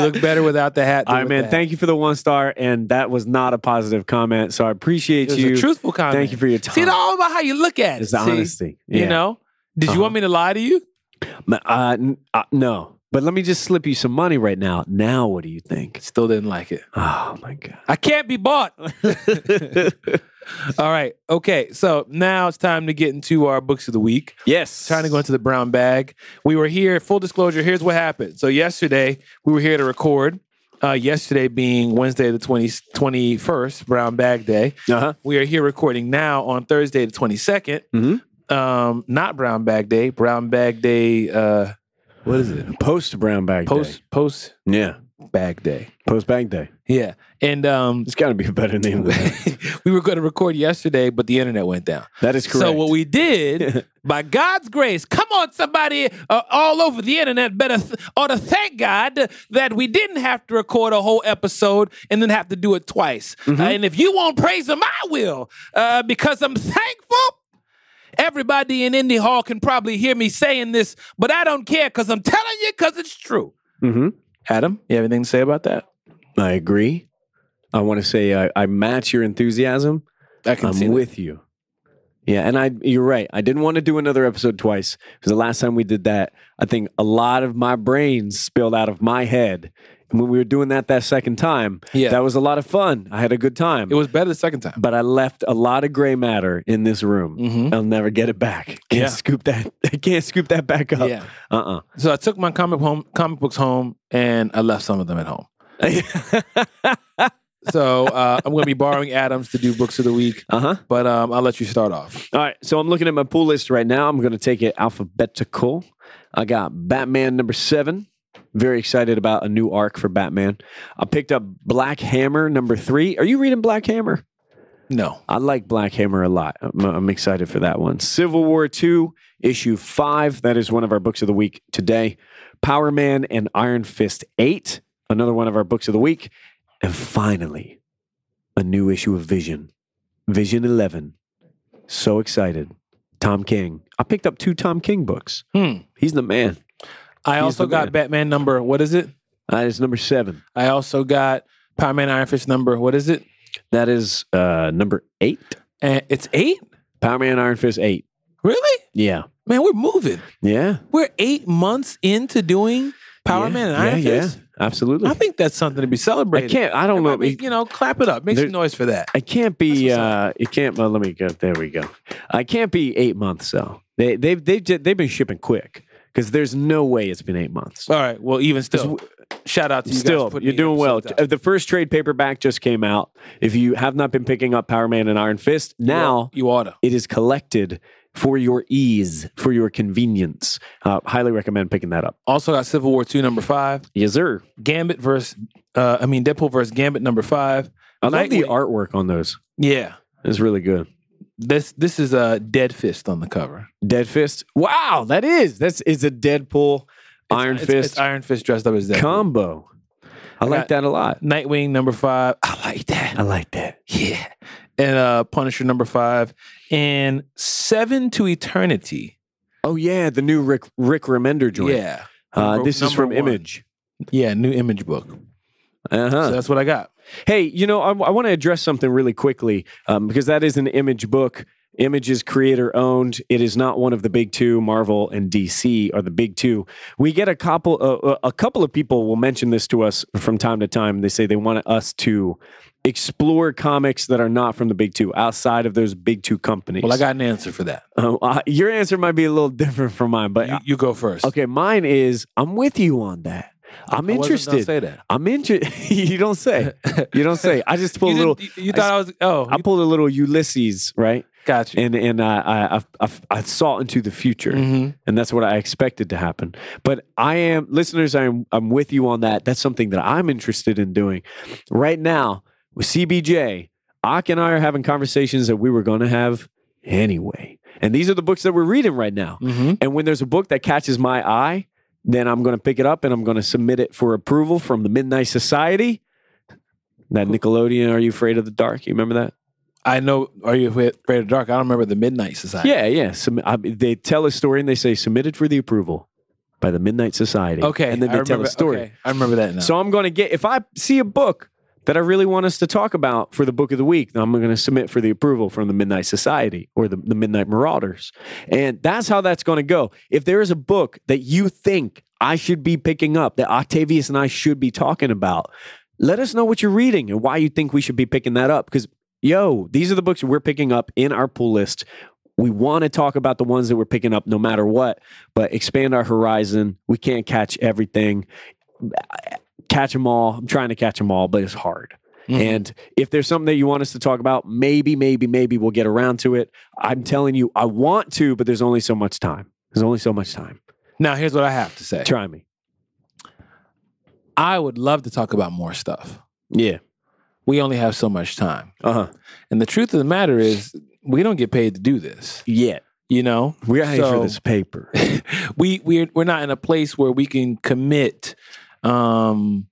[SPEAKER 1] look better without the hat.
[SPEAKER 2] All
[SPEAKER 1] than
[SPEAKER 2] right,
[SPEAKER 1] with
[SPEAKER 2] man.
[SPEAKER 1] the hat.
[SPEAKER 2] Thank you for the one star, and that was not a positive comment. So I appreciate
[SPEAKER 1] It was
[SPEAKER 2] you.
[SPEAKER 1] a truthful comment.
[SPEAKER 2] Thank you for your time.
[SPEAKER 1] See, it's all about how you look at it.
[SPEAKER 2] it's the
[SPEAKER 1] see?
[SPEAKER 2] honesty.
[SPEAKER 1] You
[SPEAKER 2] Yeah. Uh-huh.
[SPEAKER 1] know? Did you want me to lie to you?
[SPEAKER 2] Ma- uh, n- uh, no, but let me just slip you some money right now. Now, what do you think?
[SPEAKER 1] Still didn't like it.
[SPEAKER 2] Oh my god.
[SPEAKER 1] I can't be bought. all right. Okay. So now it's time to get into our books of the week.
[SPEAKER 2] Yes.
[SPEAKER 1] Time to go into the brown bag. We were here, full disclosure, here's what happened. So yesterday, we were here to record. Uh, yesterday being Wednesday the 20, 21st, brown bag day.
[SPEAKER 2] Uh huh.
[SPEAKER 1] We are here recording now on Thursday the 22nd.
[SPEAKER 2] Mhm.
[SPEAKER 1] Um, not brown bag day, brown bag day, uh, what is it?
[SPEAKER 2] Post brown bag.
[SPEAKER 1] Post, post,
[SPEAKER 2] Day. Yeah.
[SPEAKER 1] bag day.
[SPEAKER 2] Post bag day.
[SPEAKER 1] Yeah. And um
[SPEAKER 2] It's got to be a better name than that.
[SPEAKER 1] we were going to record yesterday, but the internet went down.
[SPEAKER 2] that is correct.
[SPEAKER 1] So what we did, by God's grace, come on, somebody uh, all over the internet better th- ought to thank God that we didn't have to record a whole episode and then have to do it twice. Uh, and if you won't praise Him, I will, uh, because I'm thankful. Everybody in Indy Hall can probably hear me saying this, but I don't care because I'm telling you because it's true. Mm-hmm.
[SPEAKER 2] Mhm.
[SPEAKER 1] Adam, you have anything to say about that?
[SPEAKER 2] I agree. I want to say uh, I, I match your enthusiasm.
[SPEAKER 1] I
[SPEAKER 2] I'm with you. Yeah, and I you're right. I didn't want to do another episode twice because the last time we did that, I think a lot of my brain spilled out of my head. And when we were doing that that second time,
[SPEAKER 1] Yeah.
[SPEAKER 2] that was a lot of fun. I had a good time.
[SPEAKER 1] It was better the second time.
[SPEAKER 2] but I left a lot of gray matter in this room.
[SPEAKER 1] Mhm.
[SPEAKER 2] I'll never get it back. Can't
[SPEAKER 1] Yeah.
[SPEAKER 2] scoop that. I can't scoop that back up.
[SPEAKER 1] Yeah.
[SPEAKER 2] Uh.
[SPEAKER 1] So I took my comic home comic books home and I left some of them at home.
[SPEAKER 2] Uh-uh.
[SPEAKER 1] So uh, I'm going to be borrowing Adams to do books of the week,
[SPEAKER 2] uh huh.
[SPEAKER 1] but um, I'll let you start off.
[SPEAKER 2] All right, so I'm looking at my pull list right now. I'm going to take it alphabetical. I got Batman number seven. Very excited about a new arc for Batman. I picked up Black Hammer number three. Are you reading Black Hammer?
[SPEAKER 1] No.
[SPEAKER 2] I like Black Hammer a lot. I'm, I'm excited for that one. Civil War II, issue five. That is one of our books of the week today. Power Man and Iron Fist eight. Another one of our books of the week. And finally, a new issue of Vision. Vision 11. So excited. Tom King. I picked up two Tom King books.
[SPEAKER 1] Hmm.
[SPEAKER 2] He's the man.
[SPEAKER 1] I
[SPEAKER 2] He's
[SPEAKER 1] also
[SPEAKER 2] the
[SPEAKER 1] got
[SPEAKER 2] man.
[SPEAKER 1] Batman number, what is it?
[SPEAKER 2] That is number seven.
[SPEAKER 1] I also got Power Man Iron Fist number, what is it?
[SPEAKER 2] That is uh, number eight.
[SPEAKER 1] And it's eight?
[SPEAKER 2] Power Man Iron Fist eight.
[SPEAKER 1] Really?
[SPEAKER 2] Yeah.
[SPEAKER 1] Man, we're moving.
[SPEAKER 2] Yeah.
[SPEAKER 1] We're eight months into doing Power
[SPEAKER 2] Yeah.
[SPEAKER 1] Man and Iron
[SPEAKER 2] yeah,
[SPEAKER 1] Fist.
[SPEAKER 2] Yeah. Absolutely.
[SPEAKER 1] I think that's something to be
[SPEAKER 2] I
[SPEAKER 1] celebrated.
[SPEAKER 2] can't. I don't know.
[SPEAKER 1] Everybody,
[SPEAKER 2] It,
[SPEAKER 1] you know, clap it up. Make
[SPEAKER 2] There-
[SPEAKER 1] some noise for that.
[SPEAKER 2] I can't be.
[SPEAKER 1] That's what's
[SPEAKER 2] Uh, it can't. Well, let me go. There we go. I can't be eight months though. They they've they've ju- they've been shipping quick because there's no way it's been eight months.
[SPEAKER 1] All right. Well, even still, shout out to you. guys
[SPEAKER 2] Still,
[SPEAKER 1] for putting
[SPEAKER 2] you're
[SPEAKER 1] the
[SPEAKER 2] doing well.
[SPEAKER 1] episodes out.
[SPEAKER 2] Uh, The first trade paperback just came out. If you have not been picking up Power Man and Iron Fist, now
[SPEAKER 1] you oughta.
[SPEAKER 2] it is collected for your ease, for your convenience. Uh, highly recommend picking that up.
[SPEAKER 1] Also got Civil War two number five.
[SPEAKER 2] Yes, sir.
[SPEAKER 1] Gambit versus uh, I mean Deadpool versus Gambit number five.
[SPEAKER 2] I love the
[SPEAKER 1] Nightwing.
[SPEAKER 2] artwork on those.
[SPEAKER 1] Yeah.
[SPEAKER 2] It's really good.
[SPEAKER 1] This this is a uh, Dead Fist on the cover.
[SPEAKER 2] Dead Fist. Wow, that is. That's is a Deadpool Iron
[SPEAKER 1] It's-
[SPEAKER 2] Fist
[SPEAKER 1] it's Iron Fist dressed up as Deadpool.
[SPEAKER 2] combo. I, like
[SPEAKER 1] got-
[SPEAKER 2] that a lot.
[SPEAKER 1] Nightwing number five. I like that.
[SPEAKER 2] I like that.
[SPEAKER 1] Yeah. And uh Punisher number five. And Seven to Eternity.
[SPEAKER 2] Oh yeah, the new Rick Rick Remender joint.
[SPEAKER 1] Yeah.
[SPEAKER 2] Uh,
[SPEAKER 1] Number-
[SPEAKER 2] this is
[SPEAKER 1] number
[SPEAKER 2] from
[SPEAKER 1] one.
[SPEAKER 2] Image.
[SPEAKER 1] Yeah, new image book.
[SPEAKER 2] Uh-huh.
[SPEAKER 1] So that's what I got.
[SPEAKER 2] Hey, you know, I, want to address something really quickly um, because that is an image book. Image is creator owned. It is not one of the big two. Marvel and DC are the big two. We get a couple. Uh, a couple of people will mention this to us from time to time. They say they want us to explore comics that are not from the big two, outside of those big two companies.
[SPEAKER 1] Well, I got an answer for that.
[SPEAKER 2] Uh, uh, your answer might be a little different from mine, but uh,
[SPEAKER 1] You, you go first.
[SPEAKER 2] okay, mine is I'm with you on that. I'm
[SPEAKER 1] I wasn't gonna
[SPEAKER 2] interested.
[SPEAKER 1] Say that.
[SPEAKER 2] I'm interested. you don't say. You don't say. I just pulled a
[SPEAKER 1] you
[SPEAKER 2] little.
[SPEAKER 1] didn't- You, you thought I, was. Oh,
[SPEAKER 2] I
[SPEAKER 1] you,
[SPEAKER 2] pulled a little Ulysses, right?
[SPEAKER 1] got you.
[SPEAKER 2] And and I I, I, I saw into the future,
[SPEAKER 1] Mhm.
[SPEAKER 2] and that's what I expected to happen. But I am listeners. I'm I'm with you on that. That's something that I'm interested in doing right now with CBJ. Ak and I are having conversations that we were going to have anyway, and these are the books that we're reading right now.
[SPEAKER 1] Mhm.
[SPEAKER 2] And when there's a book that catches my eye, then I'm going to pick it up and I'm going to submit it for approval from the Midnight Society. That Nickelodeon, Are You Afraid of the Dark? You remember that?
[SPEAKER 1] I know. Are you afraid afraid of the dark? I don't remember the Midnight Society.
[SPEAKER 2] Yeah, yeah. Submi- I mean, they tell a story and they say submitted for the approval by the Midnight Society.
[SPEAKER 1] Okay.
[SPEAKER 2] and then
[SPEAKER 1] I
[SPEAKER 2] they tell
[SPEAKER 1] remember-
[SPEAKER 2] a story.
[SPEAKER 1] okay, I remember that now.
[SPEAKER 2] So I'm going to get if I see a book that I really want us to talk about for the book of the week, then I'm going to submit for the approval from the Midnight Society or the, the Midnight Marauders, and that's how that's going to go. If there is a book that you think I should be picking up that Octavius and I should be talking about, let us know what you're reading and why you think we should be picking that up. Because yo, these are the books we're picking up in our pull list. We want to talk about the ones that we're picking up no matter what, but expand our horizon. We can't catch everything catch them all. I'm trying to catch them all, but it's hard.
[SPEAKER 1] Mhm.
[SPEAKER 2] And if there's something that you want us to talk about, maybe, maybe, maybe we'll get around to it. I'm telling you, I want to, but there's only so much time. There's only so much time.
[SPEAKER 1] now here's what I have to say.
[SPEAKER 2] Try me.
[SPEAKER 1] I would love to talk about more stuff.
[SPEAKER 2] Yeah.
[SPEAKER 1] We only have so much time,
[SPEAKER 2] Uh huh.
[SPEAKER 1] and the truth of the matter is, we don't get paid to do this.
[SPEAKER 2] Yeah.
[SPEAKER 1] You know,
[SPEAKER 2] We're out here
[SPEAKER 1] So-
[SPEAKER 2] for this paper.
[SPEAKER 1] we we're we're not in a place where we can commit um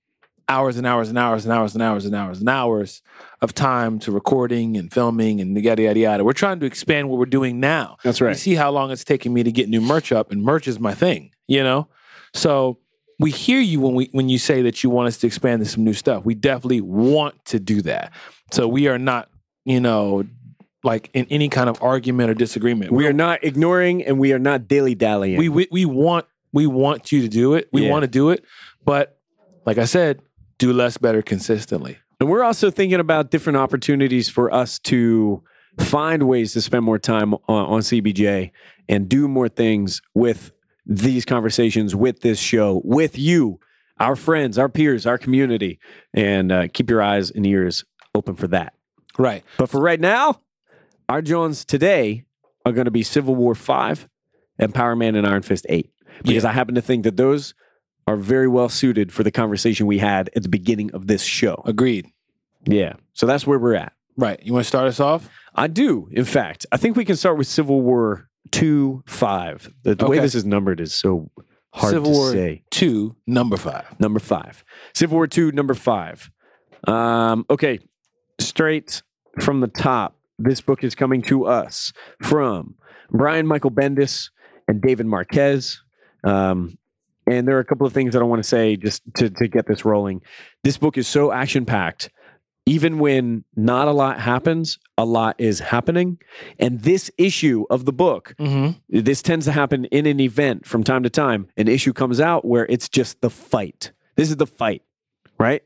[SPEAKER 1] hours and hours and hours and hours and hours and hours and hours of time to recording and filming and yada yada yada. We're trying to expand what we're doing now.
[SPEAKER 2] That's
[SPEAKER 1] You see how long it's taking me to get new merch up, and merch is my thing, you know? So we hear you when we when you say that you want us to expand to some new stuff. We definitely want to do that. So we are not, you know, like in any kind of argument or disagreement.
[SPEAKER 2] We are not ignoring and we are not dilly dallying.
[SPEAKER 1] We, we we want we want you to do it. We
[SPEAKER 2] Yeah.
[SPEAKER 1] want to do it, but like I said, do less better consistently.
[SPEAKER 2] And we're also thinking about different opportunities for us to find ways to spend more time on, on CBJ and do more things with these conversations, with this show, with you, our friends, our peers, our community. And uh, keep your eyes and ears open for that.
[SPEAKER 1] Right.
[SPEAKER 2] But for right now, our Jones today are going to be Civil War 5 and Power Man and Iron Fist 8. Because I happen to think that those are very well suited for the conversation we had at the beginning of this show.
[SPEAKER 1] Agreed.
[SPEAKER 2] Yeah. So that's where we're at.
[SPEAKER 1] Right. You want to start us off?
[SPEAKER 2] I do, in fact. I think we can start with Civil War 2 5. The, the way
[SPEAKER 1] Okay.
[SPEAKER 2] this is numbered is so hard
[SPEAKER 1] Civil
[SPEAKER 2] to
[SPEAKER 1] War.
[SPEAKER 2] say.
[SPEAKER 1] Two, number five.
[SPEAKER 2] Number 5. Civil War 2, number 5. Um, okay. Straight from the top, this book is coming to us from Brian Michael Bendis and David Marquez. Um, and there are a couple of things that I want to say just to, to get this rolling. This book is so action packed. Even when not a lot happens, a lot is happening. And this issue of the book
[SPEAKER 1] Mm-hmm.
[SPEAKER 2] this tends to happen in an event from time to time. An issue comes out where it's just the fight. This is the fight, right?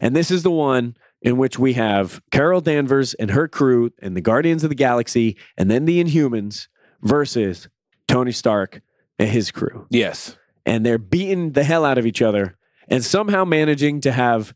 [SPEAKER 2] And this is the one in which we have Carol Danvers and her crew and the Guardians of the Galaxy and then the Inhumans versus Tony Stark and his crew.
[SPEAKER 1] Yes.
[SPEAKER 2] And they're beating the hell out of each other and somehow managing to have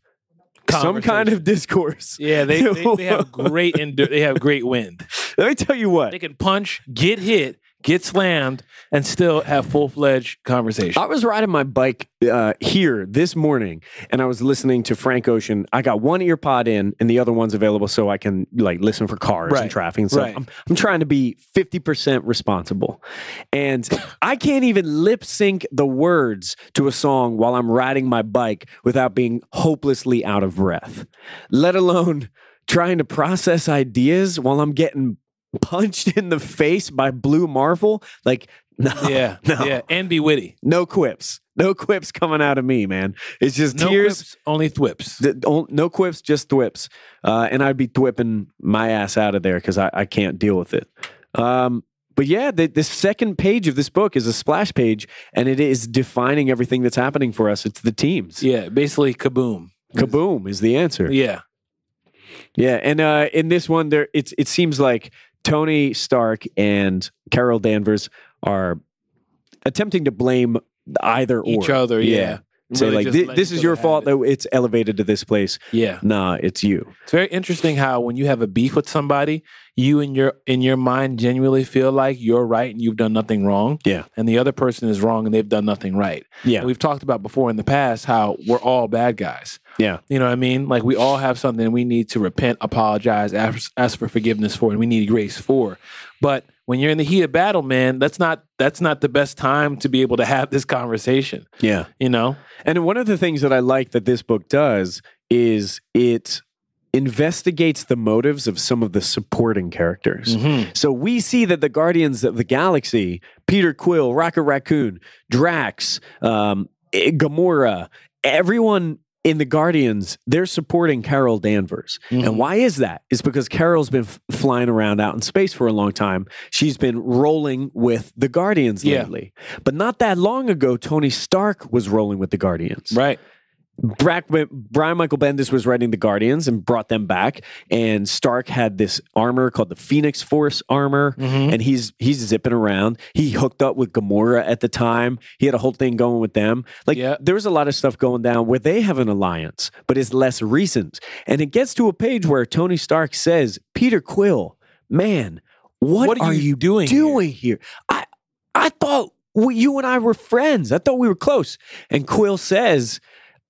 [SPEAKER 2] some kind of discourse.
[SPEAKER 1] Yeah, they, they, they have great and they have great wind.
[SPEAKER 2] Let me tell you what.
[SPEAKER 1] They can punch, get hit, get slammed, and still have full fledged conversation.
[SPEAKER 2] I was riding my bike uh, here this morning, and I was listening to Frank Ocean. I got one ear pod in, and the other one's available so I can like listen for cars
[SPEAKER 1] Right.
[SPEAKER 2] and traffic and stuff.
[SPEAKER 1] Right.
[SPEAKER 2] I'm, I'm trying to be fifty percent responsible, and I can't even lip sync the words to a song while I'm riding my bike without being hopelessly out of breath. Let alone trying to process ideas while I'm getting punched in the face by Blue Marvel. Like, no,
[SPEAKER 1] yeah,
[SPEAKER 2] Oh, no.
[SPEAKER 1] yeah, and be witty.
[SPEAKER 2] No quips. No quips coming out of me, man. It's just
[SPEAKER 1] No
[SPEAKER 2] tears.
[SPEAKER 1] quips, only thwips.
[SPEAKER 2] Th- on- no quips, just thwips. Uh, and I'd be thwipping my ass out of there because I, I can't deal with it. Um, but yeah, the, the second page of this book is a splash page, and it is defining everything that's happening for us. It's the teams.
[SPEAKER 1] Yeah, basically kaboom.
[SPEAKER 2] Kaboom is the answer.
[SPEAKER 1] Yeah,
[SPEAKER 2] Yeah, and uh, in this one, there it's it seems like Tony Stark and Carol Danvers are attempting to blame either
[SPEAKER 1] each
[SPEAKER 2] or
[SPEAKER 1] other. Yeah,
[SPEAKER 2] Say
[SPEAKER 1] Really
[SPEAKER 2] like
[SPEAKER 1] just
[SPEAKER 2] "Thi-
[SPEAKER 1] let
[SPEAKER 2] this
[SPEAKER 1] each
[SPEAKER 2] is
[SPEAKER 1] other
[SPEAKER 2] your
[SPEAKER 1] have
[SPEAKER 2] fault
[SPEAKER 1] it.
[SPEAKER 2] though it's elevated to this place.
[SPEAKER 1] Yeah,
[SPEAKER 2] Nah, it's you.
[SPEAKER 1] it's very interesting how when you have a beef with somebody, you in your in your mind genuinely feel like you're right and you've done nothing wrong.
[SPEAKER 2] Yeah.
[SPEAKER 1] and the other person is wrong and they've done nothing right.
[SPEAKER 2] Yeah.
[SPEAKER 1] And we've talked about before in the past how we're all bad guys.
[SPEAKER 2] Yeah.
[SPEAKER 1] You know what I mean? Like we all have something we need to repent, apologize, ask, ask for forgiveness for, and we need grace for. But when you're in the heat of battle, man, that's not that's not the best time to be able to have this conversation.
[SPEAKER 2] Yeah.
[SPEAKER 1] You know?
[SPEAKER 2] And one of the things that I like that this book does is it investigates the motives of some of the supporting characters.
[SPEAKER 1] Mm-hmm,
[SPEAKER 2] So we see that the Guardians of the Galaxy, Peter Quill, Rocket Raccoon, Drax, um, eh, Gamora, everyone in the Guardians, they're supporting Carol Danvers.
[SPEAKER 1] mm-hmm.
[SPEAKER 2] And why is that? It's because Carol's been f- flying around out in space for a long time. She's been rolling with the Guardians
[SPEAKER 1] Yeah.
[SPEAKER 2] lately. But not that long ago, Tony Stark was rolling with the Guardians.
[SPEAKER 1] Right.
[SPEAKER 2] Brack, Brian Michael Bendis was writing the Guardians and brought them back. And Stark had this armor called the Phoenix Force
[SPEAKER 1] Mm-hmm.
[SPEAKER 2] armor, and he's he's zipping around. He hooked up with Gamora at the time. He had a whole thing going with them. Like
[SPEAKER 1] Yeah.
[SPEAKER 2] there was a lot of stuff going down where they have an alliance, but it's less recent. And it gets to a page where Tony Stark says, "Peter Quill, man, what,
[SPEAKER 1] What are you doing here?"
[SPEAKER 2] Doing here? I I thought." we- You and I were friends. I thought we were close. And Quill says,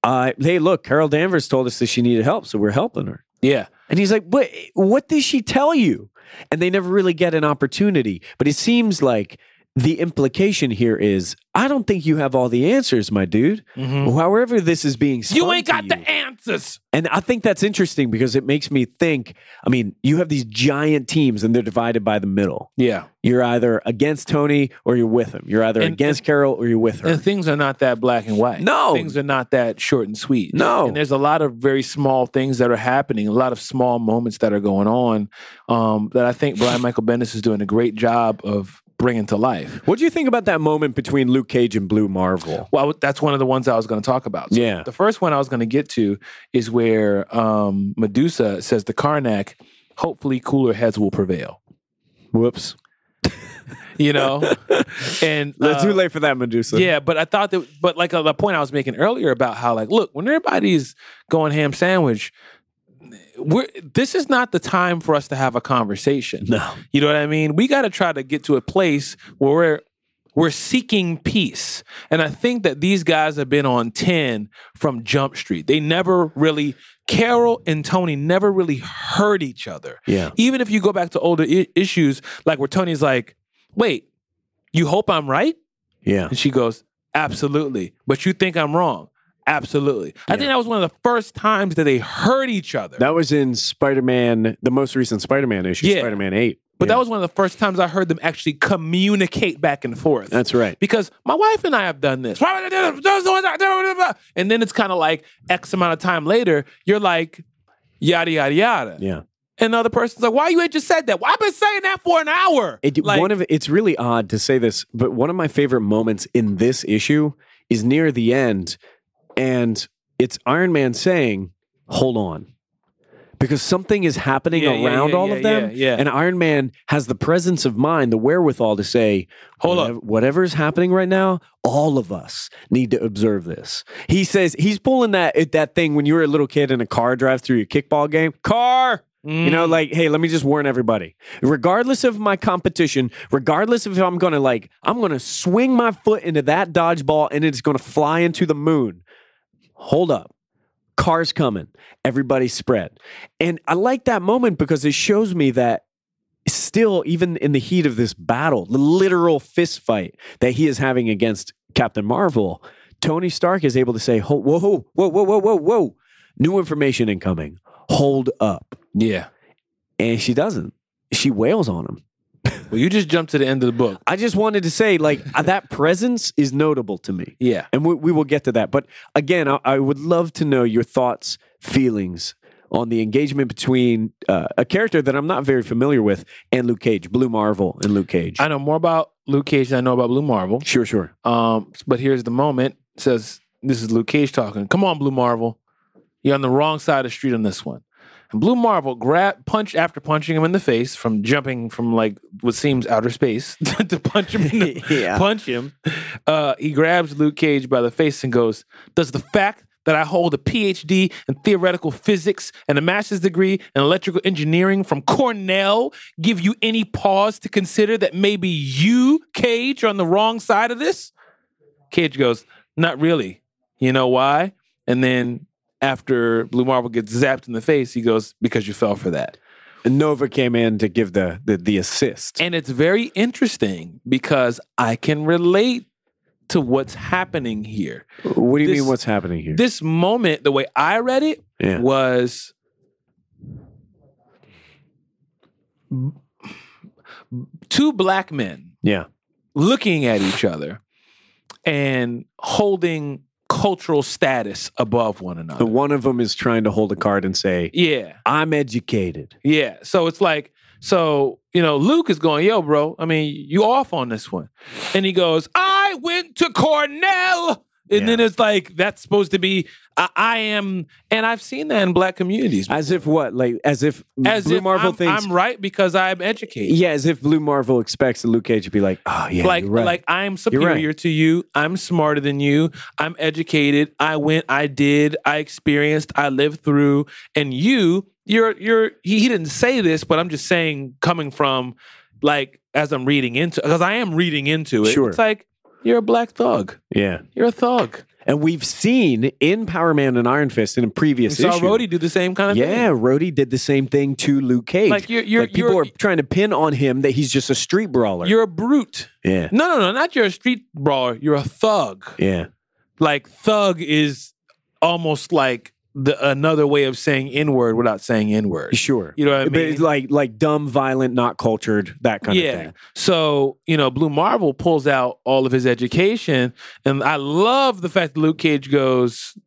[SPEAKER 2] uh, hey, look, Carol Danvers told us that she needed help, so we're helping her.
[SPEAKER 1] Yeah.
[SPEAKER 2] And he's like, what, what did she tell you? And they never really get an opportunity. But it seems like the implication here is I don't think you have all the answers, my dude. However, this is being spun
[SPEAKER 1] Mm-hmm. You ain't
[SPEAKER 2] to
[SPEAKER 1] got
[SPEAKER 2] you-
[SPEAKER 1] the answers.
[SPEAKER 2] and I think that's interesting because it makes me think. I mean, you have these giant teams and they're divided by the middle.
[SPEAKER 1] Yeah.
[SPEAKER 2] You're either against Tony or you're with him. You're either
[SPEAKER 1] And-
[SPEAKER 2] against Carol or you're with her.
[SPEAKER 1] And things are not that black and white.
[SPEAKER 2] No.
[SPEAKER 1] Things are not that short and sweet.
[SPEAKER 2] No.
[SPEAKER 1] And there's a lot of very small things that are happening, a lot of small moments that are going on um, that I think Brian Michael Bendis is doing a great job of bringing to life.
[SPEAKER 2] what do you think about that moment between Luke Cage and Blue Marvel?
[SPEAKER 1] Well, that's one of the ones I was going to talk about. So
[SPEAKER 2] Yeah.
[SPEAKER 1] The first one I was going to get to is where um, Medusa says to Karnak, hopefully cooler heads will prevail.
[SPEAKER 2] Whoops.
[SPEAKER 1] You know? and
[SPEAKER 2] That's
[SPEAKER 1] uh,
[SPEAKER 2] too late for that, Medusa.
[SPEAKER 1] Yeah, but I thought that, but like uh, the point I was making earlier about how, like, look, when everybody's going ham sandwich, we're this is not the time for us to have a conversation.
[SPEAKER 2] No.
[SPEAKER 1] You know what I mean? We got to try to get to a place where we're we're seeking peace, and I think that these guys have been on ten from Jump Street. They never really. Carol and Tony never really hurt each other.
[SPEAKER 2] Yeah.
[SPEAKER 1] Even if you go back to older I- issues, like where Tony's like, "Wait, you hope I'm right."
[SPEAKER 2] Yeah.
[SPEAKER 1] And she goes, Absolutely. But you think I'm wrong. Absolutely. I think that was one of the first times that they hurt each other.
[SPEAKER 2] That was in Spider Man, the most recent Spider Man issue,
[SPEAKER 1] Yeah.
[SPEAKER 2] Spider Man 8.
[SPEAKER 1] but
[SPEAKER 2] Yeah.
[SPEAKER 1] that was one of the first times I heard them actually communicate back and forth.
[SPEAKER 2] That's right.
[SPEAKER 1] because my wife and I have done this. And then it's kind of like X amount of time later, you're like, yada, yada, yada.
[SPEAKER 2] Yeah.
[SPEAKER 1] And the other person's like, why you ain't just said that? Well, I've been saying that for an hour.
[SPEAKER 2] It,
[SPEAKER 1] Like,
[SPEAKER 2] one of it's really odd to say this, but one of my favorite moments in this issue is near the end, and it's Iron Man saying, "Hold on," because something is happening
[SPEAKER 1] Yeah, yeah,
[SPEAKER 2] around
[SPEAKER 1] yeah,
[SPEAKER 2] all
[SPEAKER 1] yeah,
[SPEAKER 2] of them,
[SPEAKER 1] yeah, yeah.
[SPEAKER 2] and Iron Man has the presence of mind, the wherewithal to say,
[SPEAKER 1] Hold up.
[SPEAKER 2] "Whatever- whatever is happening right now, all of us need to observe this." He says he's pulling that that thing when you were a little kid in a car drive through your kickball game, car.
[SPEAKER 1] mm.
[SPEAKER 2] You know, like, hey, let me just warn everybody. Regardless of my competition, regardless of if I'm gonna like, I'm gonna swing my foot into that dodgeball and it's gonna fly into the moon. Hold up. Cars coming. Everybody spread. And I like that moment because it shows me that still, even in the heat of this battle, the literal fist fight that he is having against Captain Marvel, Tony Stark is able to say, "Ho- whoa, whoa, whoa, whoa, whoa, whoa, whoa. New information incoming. Hold up
[SPEAKER 3] Yeah.
[SPEAKER 2] and she doesn't. She wails on him.
[SPEAKER 1] Well, you just jumped to the end of the book.
[SPEAKER 2] I just wanted to say, like, uh, that presence is notable to me.
[SPEAKER 3] Yeah.
[SPEAKER 2] And we, we will get to that. But again, I, I would love to know your thoughts, feelings on the engagement between uh, a character that I'm not very familiar with and Luke Cage, Blue Marvel and Luke Cage.
[SPEAKER 1] I know more about Luke Cage than I know about Blue Marvel.
[SPEAKER 2] sure, sure.
[SPEAKER 1] Um, but here's the moment. It says this is Luke Cage talking. Come on, Blue Marvel. You're on the wrong side of the street on this one. And Blue Marvel grabbed punch after punching him in the face from jumping from like what seems outer space to punch him in the
[SPEAKER 2] yeah.
[SPEAKER 1] punch him. Uh, he grabs Luke Cage by the face and goes, Does the fact that I hold a PhD in theoretical physics and a master's degree in electrical engineering from Cornell give you any pause to consider that maybe you, Cage, are on the wrong side of this? Cage goes, Not really. You know why? And then after Blue Marvel gets zapped in the face, he goes, Because you fell for that.
[SPEAKER 2] And Nova came in to give the the, the assist.
[SPEAKER 1] And it's very interesting because I can relate to what's happening here.
[SPEAKER 2] what do you
[SPEAKER 1] this-
[SPEAKER 2] mean? What's happening here?
[SPEAKER 1] This moment, the way I read it,
[SPEAKER 2] yeah.
[SPEAKER 1] was two black men
[SPEAKER 2] yeah.
[SPEAKER 1] looking at each other and holding cultural status above one
[SPEAKER 2] The
[SPEAKER 1] another.
[SPEAKER 2] one of them is trying to hold a card and say,
[SPEAKER 1] Yeah.
[SPEAKER 2] "I'm educated."
[SPEAKER 1] Yeah. So it's like, so, you know, Luke is going, yo, bro, I mean, you off on this one. And he goes, I went to Cornell. And
[SPEAKER 2] Yeah.
[SPEAKER 1] then it's like, that's supposed to be, I, I am, and I've seen that in black communities.
[SPEAKER 2] As if what? Like as if
[SPEAKER 1] As
[SPEAKER 2] Blue
[SPEAKER 1] if
[SPEAKER 2] Marvel
[SPEAKER 1] I'm,
[SPEAKER 2] thinks
[SPEAKER 1] I'm right because I'm educated.
[SPEAKER 2] Yeah, as if Blue Marvel expects that Luke Cage to be like, oh yeah,
[SPEAKER 1] like,
[SPEAKER 2] you're right.
[SPEAKER 1] like I'm
[SPEAKER 2] You're right.
[SPEAKER 1] superior to you. I'm smarter than you. I'm educated. I went. I did. I experienced. I lived through. And you, you're, you're. He, he didn't say this, but I'm just saying, coming from, like, as I'm reading into, because I am reading into it.
[SPEAKER 2] Sure.
[SPEAKER 1] It's like you're a black thug.
[SPEAKER 2] yeah.
[SPEAKER 1] You're a thug.
[SPEAKER 2] And we've seen in Power Man and Iron Fist in a
[SPEAKER 1] You
[SPEAKER 2] previous
[SPEAKER 1] saw
[SPEAKER 2] issue.
[SPEAKER 1] Rhodey do the same kind of
[SPEAKER 2] yeah,
[SPEAKER 1] thing.
[SPEAKER 2] Rhodey did the same thing to Luke Cage.
[SPEAKER 1] Like you're, you're,
[SPEAKER 2] Like, people
[SPEAKER 1] you're,
[SPEAKER 2] are trying to pin on him that he's just a street brawler.
[SPEAKER 1] you're a brute.
[SPEAKER 2] yeah,
[SPEAKER 1] No, no, no, not you're a street brawler. You're a thug.
[SPEAKER 2] yeah,
[SPEAKER 1] like thug is almost like the another way of saying n word without saying n word.
[SPEAKER 2] sure.
[SPEAKER 1] You know what I
[SPEAKER 2] but it's
[SPEAKER 1] mean?
[SPEAKER 2] like like dumb, violent, not cultured, that kind
[SPEAKER 1] yeah.
[SPEAKER 2] of thing.
[SPEAKER 1] So you know, Blue Marvel pulls out all of his education, and I love the fact that Luke Cage goes,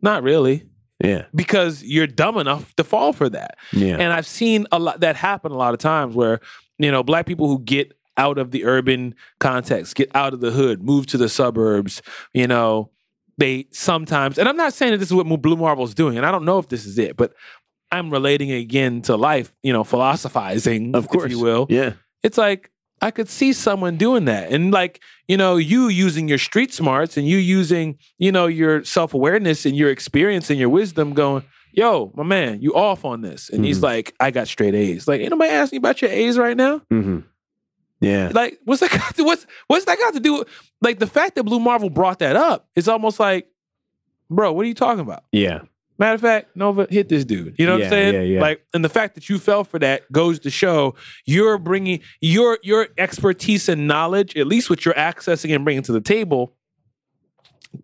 [SPEAKER 1] "Not really,"
[SPEAKER 2] Yeah,
[SPEAKER 1] because you're dumb enough to fall for that.
[SPEAKER 2] yeah,
[SPEAKER 1] And I've seen a lot that happen a lot of times where, you know, black people who get out of the urban context, get out of the hood, move to the suburbs, you know, they sometimes, and I'm not saying that this is what Mo- Blue Marvel's doing, and I don't know if this is it, but I'm relating it again to life, you know, philosophizing,
[SPEAKER 2] Of course.
[SPEAKER 1] if you will.
[SPEAKER 2] yeah,
[SPEAKER 1] It's like, I could see someone doing that. And like, you know, you using your street smarts and you using, you know, your self awareness and your experience and your wisdom going, yo, my man, you off on this. And he's
[SPEAKER 2] Mhm.
[SPEAKER 1] like, I got straight A's. Like, ain't nobody asking you about your A's right now?
[SPEAKER 2] hmm yeah.
[SPEAKER 1] Like, what's that got to what's what's that got to do with like the fact that Blue Marvel brought that up is almost like, bro, what are you talking about?
[SPEAKER 2] Yeah,
[SPEAKER 1] Matter of fact, Nova hit this dude. You know what
[SPEAKER 2] Yeah,
[SPEAKER 1] I'm saying?
[SPEAKER 2] yeah, yeah.
[SPEAKER 1] Like, and the fact that you fell for that goes to show you're bringing your your expertise and knowledge, at least what you're accessing and bringing to the table.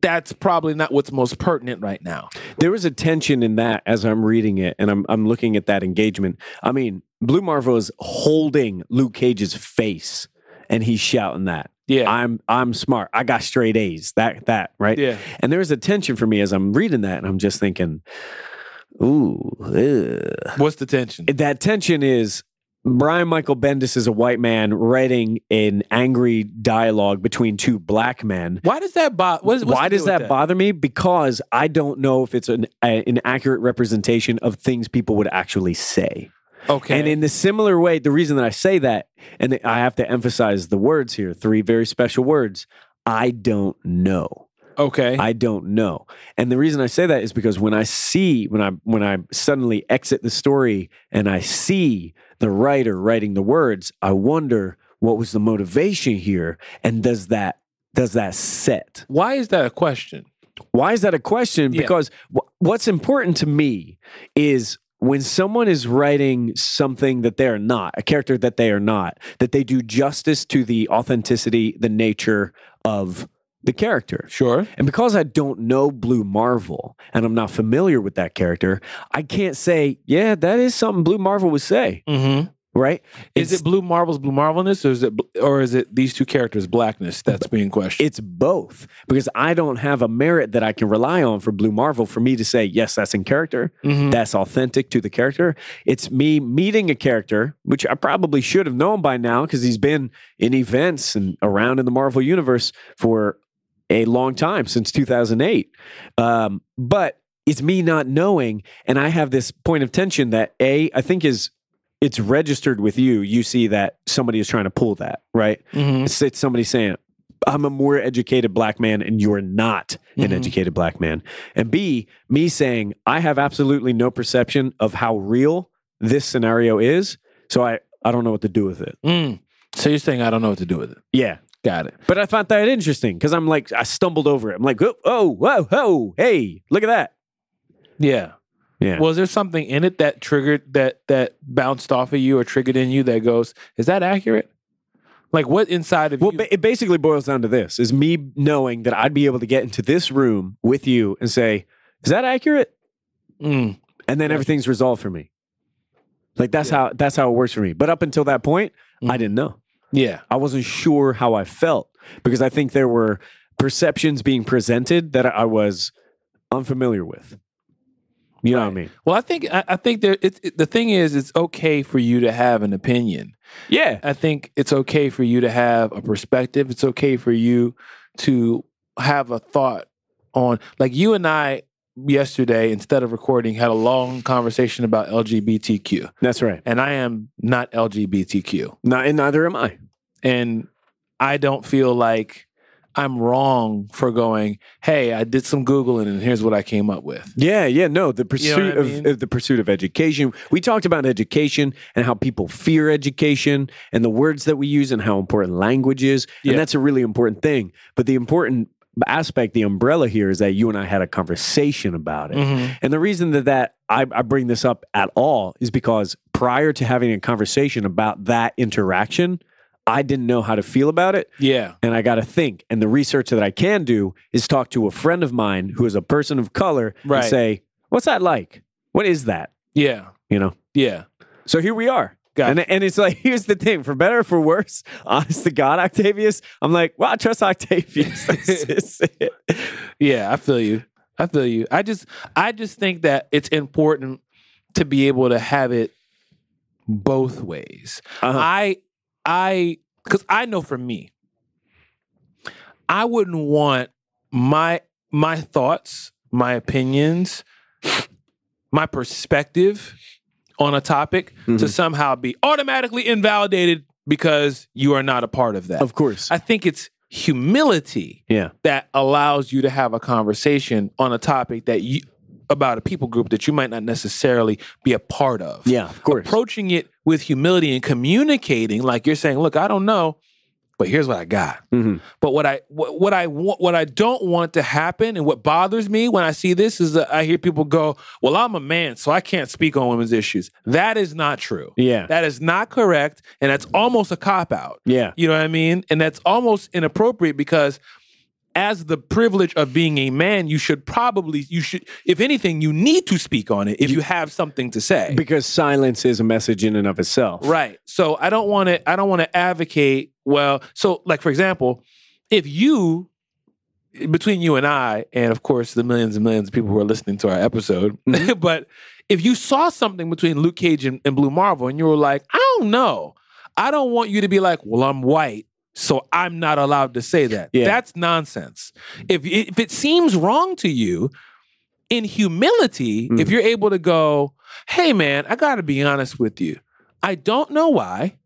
[SPEAKER 1] That's probably not what's most pertinent right now.
[SPEAKER 2] There was a tension in that as I'm reading it and I'm I'm looking at that engagement. I mean, Blue Marvel is holding Luke Cage's face and he's shouting that.
[SPEAKER 1] Yeah,
[SPEAKER 2] I'm I'm smart. I got straight A's. That that, right?
[SPEAKER 1] yeah.
[SPEAKER 2] And there was a tension for me as I'm reading that and I'm just thinking, ooh, ugh.
[SPEAKER 1] What's the tension?
[SPEAKER 2] that tension is Brian Michael Bendis is a white man writing an angry dialogue between two black men
[SPEAKER 1] Why does that bother? What is, what's
[SPEAKER 2] why
[SPEAKER 1] the deal
[SPEAKER 2] does
[SPEAKER 1] with
[SPEAKER 2] that, bother me? Because I don't know if it's an a, an accurate representation of things people would actually say.
[SPEAKER 1] Okay,
[SPEAKER 2] And in the similar way, the reason that I say that, and I have to emphasize the words here, three very special words. I don't know.
[SPEAKER 3] Okay.
[SPEAKER 2] I don't know. And the reason I say that is because when I see when I when I suddenly exit the story and I see the writer writing the words, I wonder what was the motivation here and does that does that set?
[SPEAKER 1] Why is that a question?
[SPEAKER 2] Why is that a question?
[SPEAKER 1] Yeah.
[SPEAKER 2] Because wh- what's important to me is when someone is writing something that they are not, a character that they are not, that they do justice to the authenticity, the nature of the character.
[SPEAKER 1] Sure.
[SPEAKER 2] And because I don't know Blue Marvel and I'm not familiar with that character, I can't say, yeah, that is something Blue Marvel would say,
[SPEAKER 1] Mm-hmm.
[SPEAKER 2] right?
[SPEAKER 1] Is
[SPEAKER 2] It's-
[SPEAKER 1] it Blue Marvel's Blue Marvelness, or is it bl- or is it these two characters' blackness that's being questioned?
[SPEAKER 2] It's both because I don't have a merit that I can rely on for Blue Marvel for me to say, yes, that's in character.
[SPEAKER 1] Mhm.
[SPEAKER 2] That's authentic to the character. It's me meeting a character, which I probably should have known by now because he's been in events and around in the Marvel Universe for a long time since 2008. Um, but it's me not knowing. And I have this point of tension that A, I think is. It's registered with you. You see that somebody is trying to pull that, right?
[SPEAKER 1] Mhm.
[SPEAKER 2] It's, it's somebody saying, I'm a more educated black man and you're not an
[SPEAKER 1] Mhm.
[SPEAKER 2] educated black man. And B, me saying, I have absolutely no perception of how real this scenario is. So I, I don't know what to do with it.
[SPEAKER 1] Mm. So you're saying I don't know what to do with it?
[SPEAKER 2] Yeah.
[SPEAKER 1] Got it.
[SPEAKER 2] But I thought that interesting because I'm like, I stumbled over it. I'm like, oh, oh, whoa, ho, hey, look at that.
[SPEAKER 1] Yeah.
[SPEAKER 2] Yeah.
[SPEAKER 1] Was there something in it that triggered that that bounced off of you or triggered in you that goes, is that accurate? Like what inside of
[SPEAKER 2] Well,
[SPEAKER 1] you?
[SPEAKER 2] ba- it basically boils down to this is me knowing that I'd be able to get into this room with you and say, is that accurate?
[SPEAKER 1] Mm.
[SPEAKER 2] and
[SPEAKER 1] Right.
[SPEAKER 2] then everything's resolved for me. Like that's
[SPEAKER 1] Yeah.
[SPEAKER 2] how that's how it works for me. But up until that point, I
[SPEAKER 1] Mhm.
[SPEAKER 2] didn't know.
[SPEAKER 1] Yeah.
[SPEAKER 2] I wasn't sure how I felt because I think there were perceptions being presented that I was unfamiliar with. You know what I
[SPEAKER 1] Right.
[SPEAKER 2] mean?
[SPEAKER 1] Well, I think I, I think there. It's it, the thing is, it's okay for you to have an opinion.
[SPEAKER 2] Yeah.
[SPEAKER 1] I think it's okay for you to have a perspective. It's okay for you to have a thought on, like you and I yesterday, instead of recording, had a long conversation about LGBTQ,
[SPEAKER 2] That's right.
[SPEAKER 1] and I am not LGBTQ,
[SPEAKER 2] Not and neither am I.
[SPEAKER 1] and I don't feel like I'm wrong for going, hey, I did some googling, and here's what I came up with.
[SPEAKER 2] Yeah, yeah, no. The pursuit
[SPEAKER 1] what I
[SPEAKER 2] of,
[SPEAKER 1] mean?
[SPEAKER 2] of the pursuit of education. We talked about education and how people fear education and the words that we use and how important language is.
[SPEAKER 1] Yeah.
[SPEAKER 2] And that's a really important thing. But the important aspect, the umbrella here, is that you and I had a conversation about it.
[SPEAKER 1] Mm.
[SPEAKER 2] And the reason that, that I, I bring this up at all is because prior to having a conversation about that interaction, I didn't know how to feel about it
[SPEAKER 1] Yeah.
[SPEAKER 2] and I got to think. And the research that I can do is talk to a friend of mine who is a person of color
[SPEAKER 1] Right.
[SPEAKER 2] and say, "What's that like? What is that?"
[SPEAKER 1] Yeah.
[SPEAKER 2] You know.
[SPEAKER 1] Yeah.
[SPEAKER 2] So here we are.
[SPEAKER 1] Gotcha.
[SPEAKER 2] And and it's like here's the thing, for better or for worse, honest to God, Octavius, I'm like, well, I trust Octavius. That's just it.
[SPEAKER 1] Yeah, I feel you. I feel you. I just I just think that it's important to be able to have it both ways.
[SPEAKER 2] Uh-huh.
[SPEAKER 1] I I cuz I know for me I wouldn't want my my thoughts, my opinions, my perspective on a topic to
[SPEAKER 2] Mhm.
[SPEAKER 1] somehow be automatically invalidated because you are not a part of that.
[SPEAKER 2] Of course.
[SPEAKER 1] I think it's humility
[SPEAKER 2] yeah.
[SPEAKER 1] that allows you to have a conversation on a topic that you about a people group that you might not necessarily be a part of.
[SPEAKER 2] Yeah, of course.
[SPEAKER 1] Approaching it with humility and communicating like you're saying, look, I don't know, but here's what I got.
[SPEAKER 2] Mhm.
[SPEAKER 1] But what I what, what I want what I don't want to happen and what bothers me when I see this is that I hear people go, "Well, I'm a man, so I can't speak on women's issues." That is not true.
[SPEAKER 2] Yeah.
[SPEAKER 1] That is not correct and that's almost a cop out.
[SPEAKER 2] yeah.
[SPEAKER 1] You know what I mean? And that's almost inappropriate because as the privilege of being a man, you should probably you should if anything, you need to speak on it if you have something to say.
[SPEAKER 2] Because silence is a message in and of itself.
[SPEAKER 1] Right. So I don't want to I don't want to advocate well, so like for example, if you between you and I and of course the millions and millions of people who are listening to our episode, but if you saw something between Luke Cage and, and Blue Marvel and you were like, I don't know. I don't want you to be like, well, I'm white, so I'm not allowed to say that.
[SPEAKER 2] Yeah.
[SPEAKER 1] That's nonsense. If if it seems wrong to you, in humility, if you're able to go, hey man, I gotta be honest with you. I don't know why,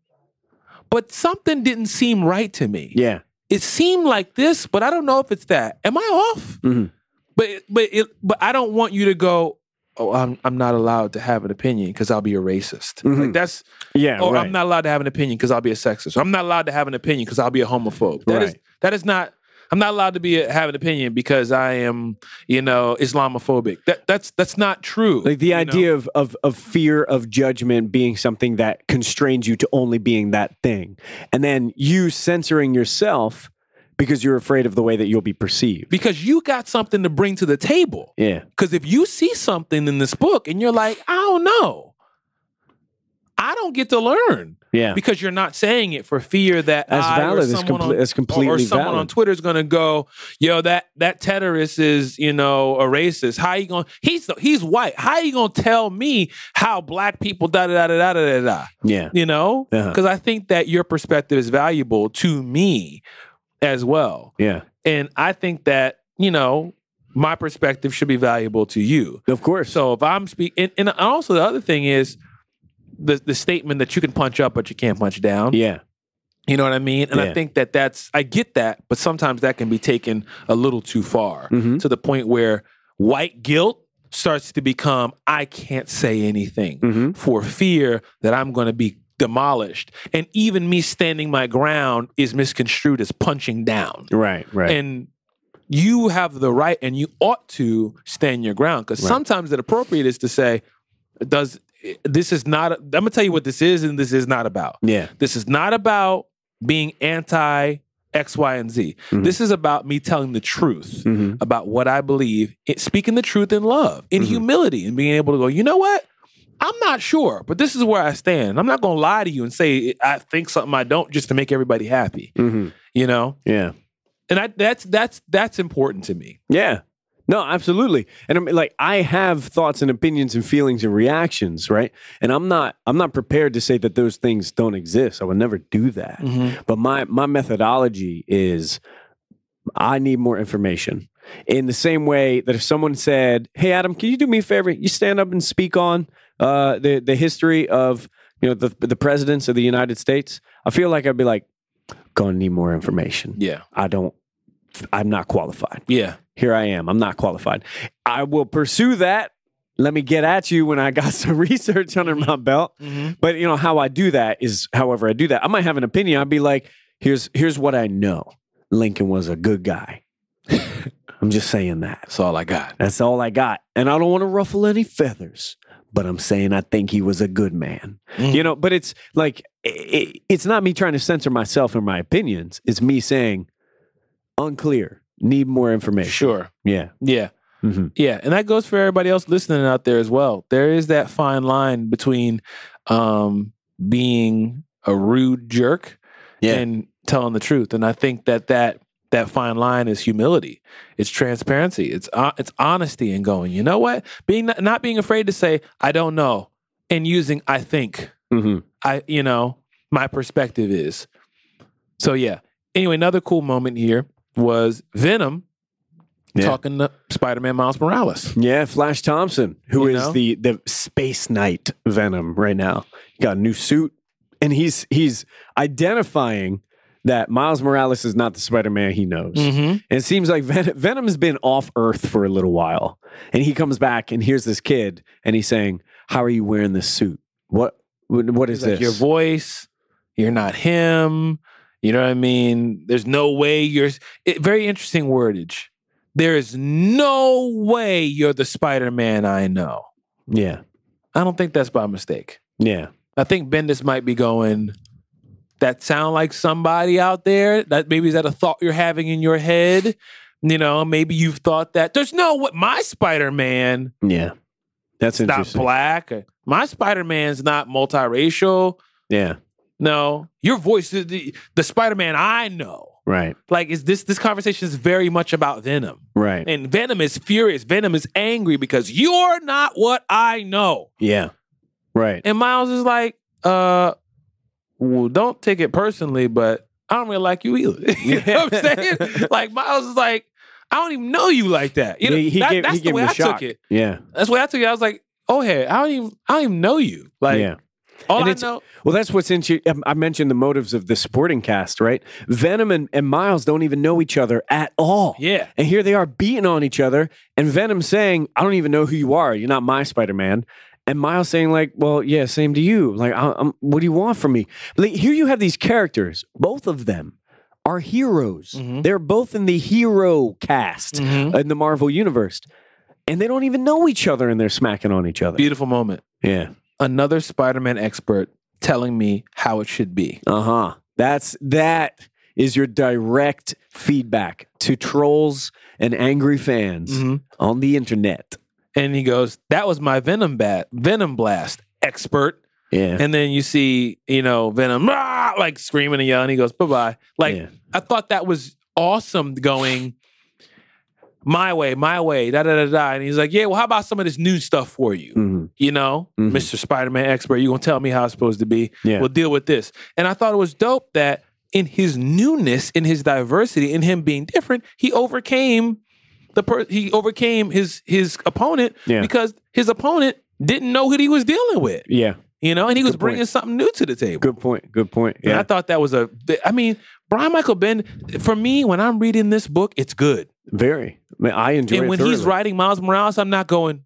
[SPEAKER 1] but something didn't seem right to me.
[SPEAKER 2] Yeah.
[SPEAKER 1] it seemed like this, but I don't know if it's that. Am I off?
[SPEAKER 2] Mhm.
[SPEAKER 1] But it- but it, but I don't want you to go. Oh, I'm I'm not allowed to have an opinion because I'll be a racist.
[SPEAKER 2] Mhm.
[SPEAKER 1] Like that's
[SPEAKER 2] Yeah,
[SPEAKER 1] or
[SPEAKER 2] right.
[SPEAKER 1] I'm not allowed to have an opinion because I'll be a sexist. Or I'm not allowed to have an opinion because I'll be a homophobe. That is
[SPEAKER 2] Right.
[SPEAKER 1] that is not. I'm not allowed to be a, have an opinion because I am, you know, Islamophobic. That that's that's not true.
[SPEAKER 2] like the
[SPEAKER 1] you know?
[SPEAKER 2] idea of, of of fear of judgment being something that constrains you to only being that thing, and then you censoring yourself because you're afraid of the way that you'll be perceived.
[SPEAKER 1] because you got something to bring to the table.
[SPEAKER 2] Yeah,
[SPEAKER 1] Because if you see something in this book and you're like, I don't know, I don't get to learn
[SPEAKER 2] yeah,
[SPEAKER 1] because you're not saying it for fear that
[SPEAKER 2] That's
[SPEAKER 1] I
[SPEAKER 2] valid.
[SPEAKER 1] or
[SPEAKER 2] It's
[SPEAKER 1] someone
[SPEAKER 2] comple-
[SPEAKER 1] on,
[SPEAKER 2] it's completely
[SPEAKER 1] or, or someone
[SPEAKER 2] valid.
[SPEAKER 1] on Twitter is going to go, yo, that that terrorist is you know a racist. How you going? to He's the- he's white. How you going to tell me how black people da da da da da da da?
[SPEAKER 2] yeah.
[SPEAKER 1] You know,
[SPEAKER 2] Uh-huh.
[SPEAKER 1] because I think that your perspective is valuable to me as well.
[SPEAKER 2] Yeah,
[SPEAKER 1] And I think that, you know, my perspective should be valuable to you.
[SPEAKER 2] of course.
[SPEAKER 1] So if I'm speaking, and, and also the other thing is the, the statement that you can punch up, but you can't punch down.
[SPEAKER 2] yeah,
[SPEAKER 1] You know what I mean? And
[SPEAKER 2] Yeah.
[SPEAKER 1] I think that that's, I get that, but sometimes that can be taken a little too far
[SPEAKER 2] Mhm.
[SPEAKER 1] to the point where white guilt starts to become, I can't say anything
[SPEAKER 2] hmm
[SPEAKER 1] for fear that I'm going to be demolished. And even me standing my ground is misconstrued as punching down
[SPEAKER 2] right, right.
[SPEAKER 1] and you have the right and you ought to stand your ground because
[SPEAKER 2] Right.
[SPEAKER 1] sometimes it appropriate is to say does this is not i'm gonna tell you what this is and this is not about
[SPEAKER 2] yeah,
[SPEAKER 1] this is not about being anti x y and z
[SPEAKER 2] Mhm.
[SPEAKER 1] this is about me telling the truth
[SPEAKER 2] hmm
[SPEAKER 1] about what i believe it, speaking the truth in love in
[SPEAKER 2] Mhm.
[SPEAKER 1] humility and being able to go you know what i'm not sure but this is where i stand i'm not gonna lie to you and say i think something i don't just to make everybody happy
[SPEAKER 2] hmm
[SPEAKER 1] you know
[SPEAKER 2] yeah.
[SPEAKER 1] and I, that's that's that's important to me.
[SPEAKER 2] Yeah. No, absolutely. And I'm like I have thoughts and opinions and feelings and reactions, right? And I'm not I'm not prepared to say that those things don't exist. I would never do that. But my my methodology is I need more information. In the same way that if someone said, "Hey Adam, can you do me a favor? You stand up and speak on uh, the the history of you know the the presidents of the United States," I feel like I'd be like, "Gonna need more information.
[SPEAKER 1] Yeah,
[SPEAKER 2] I don't. I'm not qualified."
[SPEAKER 1] yeah,
[SPEAKER 2] here I am. I'm not qualified. I will pursue that. Let me get at you when I got some research under my belt. But you know how I do that is however I do that. I might have an opinion. I'd be like, here's here's what I know. Lincoln was a good guy. I'm just saying that.
[SPEAKER 1] that's all I got.
[SPEAKER 2] That's all I got. And I don't want to ruffle any feathers, but I'm saying I think he was a good man.
[SPEAKER 1] Mm.
[SPEAKER 2] You know, but it's like, i i it's not me trying to censor myself or my opinions. It's me saying, unclear, need more information.
[SPEAKER 1] Sure.
[SPEAKER 2] Yeah.
[SPEAKER 1] Yeah,
[SPEAKER 2] Mm-hmm.
[SPEAKER 1] yeah, and that goes for everybody else listening out there as well. There is that fine line between um, being a rude jerk
[SPEAKER 2] Yeah.
[SPEAKER 1] and telling the truth, and I think that that that fine line is humility, it's transparency, it's hon- it's honesty, and going, you know what, being not, not being afraid to say I don't know, and using I think.
[SPEAKER 2] Mm-hmm.
[SPEAKER 1] I you know my perspective is. So yeah. Anyway, another cool moment here was Venom
[SPEAKER 2] Yeah.
[SPEAKER 1] talking to Spider-Man Miles Morales.
[SPEAKER 2] Yeah, Flash Thompson, who is
[SPEAKER 1] You know?
[SPEAKER 2] the the Space Knight Venom right now. He got a new suit, and he's he's identifying that Miles Morales is not the Spider Man he knows.
[SPEAKER 1] Mm-hmm.
[SPEAKER 2] And it seems like Ven- Venom's been off Earth for a little while, and he comes back and here's this kid, and he's saying, "How are you wearing this suit? What what, what is
[SPEAKER 1] It's like
[SPEAKER 2] this?
[SPEAKER 1] your voice, you're not him. You know what I mean? There's no way you're it, very interesting wordage. There is no way you're the Spider-Man I know.
[SPEAKER 2] yeah,
[SPEAKER 1] I don't think that's by mistake.
[SPEAKER 2] yeah,
[SPEAKER 1] I think Bendis might be going. That sound like somebody out there. That maybe is that a thought you're having in your head. You know, maybe you've thought that. There's no what my Spider Man
[SPEAKER 2] yeah." That's
[SPEAKER 1] not
[SPEAKER 2] interesting.
[SPEAKER 1] black. or My Spider Man's not multiracial.
[SPEAKER 2] Yeah,
[SPEAKER 1] No, your voice is the, the Spider Man I know.
[SPEAKER 2] right,
[SPEAKER 1] Like, is this this conversation is very much about Venom,
[SPEAKER 2] right.
[SPEAKER 1] and Venom is furious. Venom is angry because you're not what I know.
[SPEAKER 2] Yeah, right.
[SPEAKER 1] And Miles is like, uh, well, don't take it personally, but I don't really like you either. you know what I'm saying? like Miles is like, I don't even know you like that. You know,
[SPEAKER 2] He- he
[SPEAKER 1] that-
[SPEAKER 2] gave-
[SPEAKER 1] that's
[SPEAKER 2] he
[SPEAKER 1] the
[SPEAKER 2] gave
[SPEAKER 1] way
[SPEAKER 2] him
[SPEAKER 1] I
[SPEAKER 2] the shock.
[SPEAKER 1] took it.
[SPEAKER 2] Yeah,
[SPEAKER 1] That's the way I took it. I was like, oh hey, I don't even I don't even know you. Like
[SPEAKER 2] yeah,
[SPEAKER 1] All
[SPEAKER 2] And
[SPEAKER 1] I
[SPEAKER 2] it's-
[SPEAKER 1] know,
[SPEAKER 2] Well, that's what's into. I mentioned the motives of the supporting cast, right? Venom and, and Miles don't even know each other at all.
[SPEAKER 1] yeah,
[SPEAKER 2] And here they are beating on each other, and Venom saying, "I don't even know who you are. You're not my Spider-Man." And Miles saying, "Like, well, yeah, same to you. Like, I, i what do you want from me?" But like, here you have these characters. Both of them are heroes.
[SPEAKER 1] Mhm.
[SPEAKER 2] They're both in the hero cast
[SPEAKER 1] Mhm.
[SPEAKER 2] in the Marvel universe, and they don't even know each other, and they're smacking on each other.
[SPEAKER 1] beautiful moment.
[SPEAKER 2] Yeah.
[SPEAKER 1] Another Spider-Man expert telling me how it should be.
[SPEAKER 2] Uh huh. That's that is your direct feedback to trolls and angry fans
[SPEAKER 1] Mm-hmm.
[SPEAKER 2] on the internet.
[SPEAKER 1] And he goes, "That was my Venom bat, Venom blast expert."
[SPEAKER 2] Yeah.
[SPEAKER 1] And then you see, you know, Venom "Ah!" like screaming and yelling. He goes, "Bye bye." Like
[SPEAKER 2] Yeah.
[SPEAKER 1] I thought that was awesome. Going my way, my way, da da da da. And he's like, "Yeah, well, how about some of this new stuff for you?"
[SPEAKER 2] Mhm.
[SPEAKER 1] You know,
[SPEAKER 2] Mhm.
[SPEAKER 1] Mister Spider Man expert, you gonna tell me how it's supposed to be?
[SPEAKER 2] Yeah.
[SPEAKER 1] We'll deal with this. And I thought it was dope that in his newness, in his diversity, in him being different, he overcame the per- he overcame his his opponent
[SPEAKER 2] Yeah.
[SPEAKER 1] because his opponent didn't know what he was dealing with.
[SPEAKER 2] yeah.
[SPEAKER 1] You know, and he was
[SPEAKER 2] Good point.
[SPEAKER 1] bringing something new to the table.
[SPEAKER 2] Good point. Good point.
[SPEAKER 1] And
[SPEAKER 2] Yeah.
[SPEAKER 1] I thought that was a. I mean, Brian Michael Bendis. For me, when I'm reading this book, it's good.
[SPEAKER 2] Very. I, mean, I enjoy
[SPEAKER 1] and
[SPEAKER 2] it
[SPEAKER 1] when he's
[SPEAKER 2] thoroughly.
[SPEAKER 1] writing Miles Morales, I'm not going.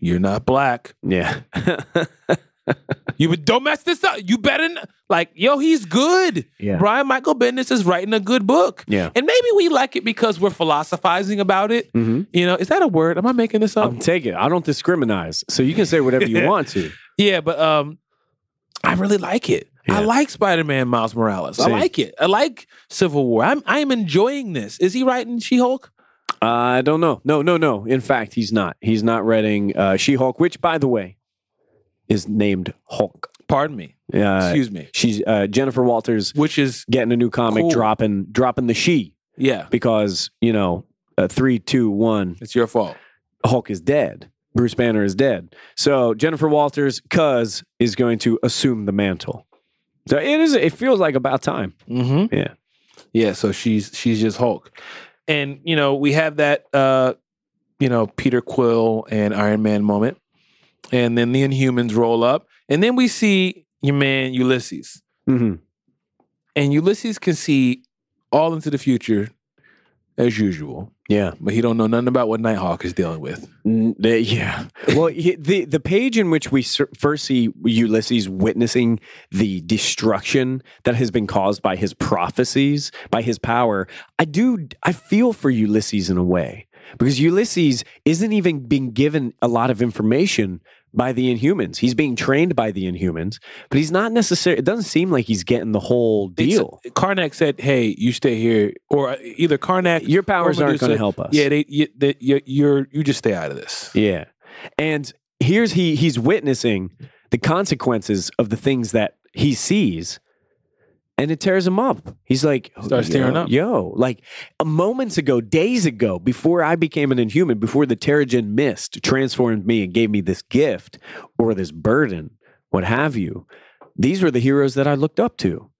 [SPEAKER 1] You're not black.
[SPEAKER 2] Yeah.
[SPEAKER 1] You would- don't mess this up. You better n-" like yo. He's good.
[SPEAKER 2] yeah.
[SPEAKER 1] Brian Michael Bendis is writing a good book,
[SPEAKER 2] Yeah.
[SPEAKER 1] and maybe we like it because we're philosophizing about it.
[SPEAKER 2] hmm
[SPEAKER 1] You know, is that a word? Am I making this up?
[SPEAKER 2] I'm taking it. I don't discriminate. So you can say whatever you want to.
[SPEAKER 1] yeah, but um, I really like it. I
[SPEAKER 2] Yeah.
[SPEAKER 1] like Spider-Man Miles Morales. I
[SPEAKER 2] Same.
[SPEAKER 1] like it. I like Civil War. I'm I'm enjoying this. Is he writing She-Hulk?
[SPEAKER 2] I don't know. No, no, no. In fact, he's not. He's not writing uh, She Hulk, which, by the way, is named Hulk.
[SPEAKER 1] Pardon me.
[SPEAKER 2] Uh,
[SPEAKER 1] Excuse me.
[SPEAKER 2] she's uh, Jennifer Walters
[SPEAKER 1] Which is
[SPEAKER 2] getting a new comic,
[SPEAKER 1] Cool.
[SPEAKER 2] dropping dropping the she
[SPEAKER 1] yeah,
[SPEAKER 2] because you know uh, three, two, one,
[SPEAKER 1] it's your fault.
[SPEAKER 2] Hulk is dead. Bruce Banner is dead. So Jennifer Walters, cuz, is going to assume the mantle. So it is. It feels like about time.
[SPEAKER 1] Mm-hmm.
[SPEAKER 2] Yeah.
[SPEAKER 1] yeah. So she's she's just Hulk, and you know we have that uh, you know Peter Quill and Iron Man moment, and then the Inhumans roll up, and then we see your man Ulysses,
[SPEAKER 2] Mhm.
[SPEAKER 1] and Ulysses can see all into the future, as usual,
[SPEAKER 2] Yeah.
[SPEAKER 1] but he don't know nothing about what Nighthawk is dealing with.
[SPEAKER 2] N- they- yeah. Well, he- the the page in which we ser- first see Ulysses witnessing the destruction that has been caused by his prophecies, by his power, I do I feel for Ulysses in a way because Ulysses isn't even being given a lot of information by the Inhumans. He's being trained by the Inhumans, but he's not necessarily. It doesn't seem like he's getting the whole deal.
[SPEAKER 1] It's- Karnak said, "Hey, you stay here," or uh, either Karnak.
[SPEAKER 2] Your powers aren't going
[SPEAKER 1] Medusa-
[SPEAKER 2] to help us.
[SPEAKER 1] Yeah, they, you, they, you, you're you just stay out of this.
[SPEAKER 2] Yeah. And here's he he's witnessing the consequences of the things that he sees and it tears him up. He's like
[SPEAKER 1] Starts tearing
[SPEAKER 2] yo,
[SPEAKER 1] up.
[SPEAKER 2] Yo, like uh, moments ago, days ago, before I became an inhuman, before the Terrigen mist transformed me and gave me this gift or this burden, what have you, these were the heroes that I looked up to.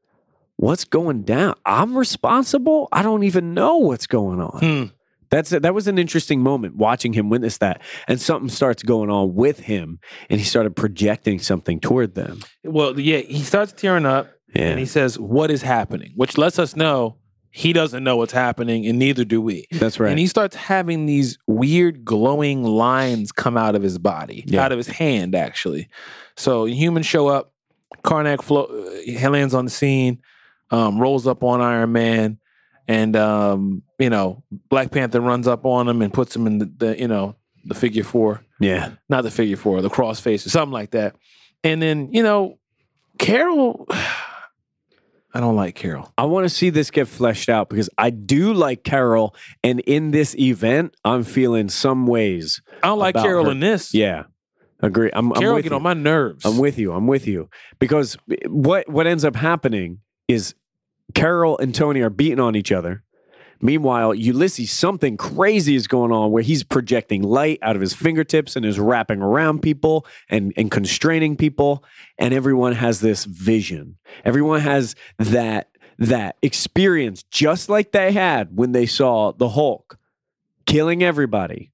[SPEAKER 2] What's going down? I'm responsible. I don't even know what's going on.
[SPEAKER 1] Hmm.
[SPEAKER 2] That's that was an interesting moment watching him witness that, and something starts going on with him, and he started projecting something toward them.
[SPEAKER 1] Well, yeah, he starts tearing up and he says, "What is happening?" Which lets us know he doesn't know what's happening, and neither do we.
[SPEAKER 2] that's right.
[SPEAKER 1] And he starts having these weird glowing lines come out of his body,
[SPEAKER 2] Yeah.
[SPEAKER 1] out of his hand, actually. So humans show up. Karnak flo- uh, he lands on the scene, um, rolls up on Iron Man, and um, you know Black Panther runs up on him and puts him in the, the you know the figure four.
[SPEAKER 2] yeah,
[SPEAKER 1] not the figure four, the cross face or something like that. And then, you know, Carol, I don't like Carol.
[SPEAKER 2] I want to see this get fleshed out because I do like Carol, and in this event, I'm feeling some ways.
[SPEAKER 1] I don't like
[SPEAKER 2] About
[SPEAKER 1] Carol
[SPEAKER 2] her.
[SPEAKER 1] in this.
[SPEAKER 2] Yeah, agree. I'm, I'm
[SPEAKER 1] Carol
[SPEAKER 2] with
[SPEAKER 1] get
[SPEAKER 2] you.
[SPEAKER 1] on my nerves.
[SPEAKER 2] I'm with you. I'm with you. Because eh, what what ends up happening is Carol and Tony are beating on each other. Meanwhile, Ulysses, something crazy is going on where he's projecting light out of his fingertips and is wrapping around people and, and constraining people. And everyone has this vision. Everyone has that that experience just like they had when they saw the Hulk killing everybody.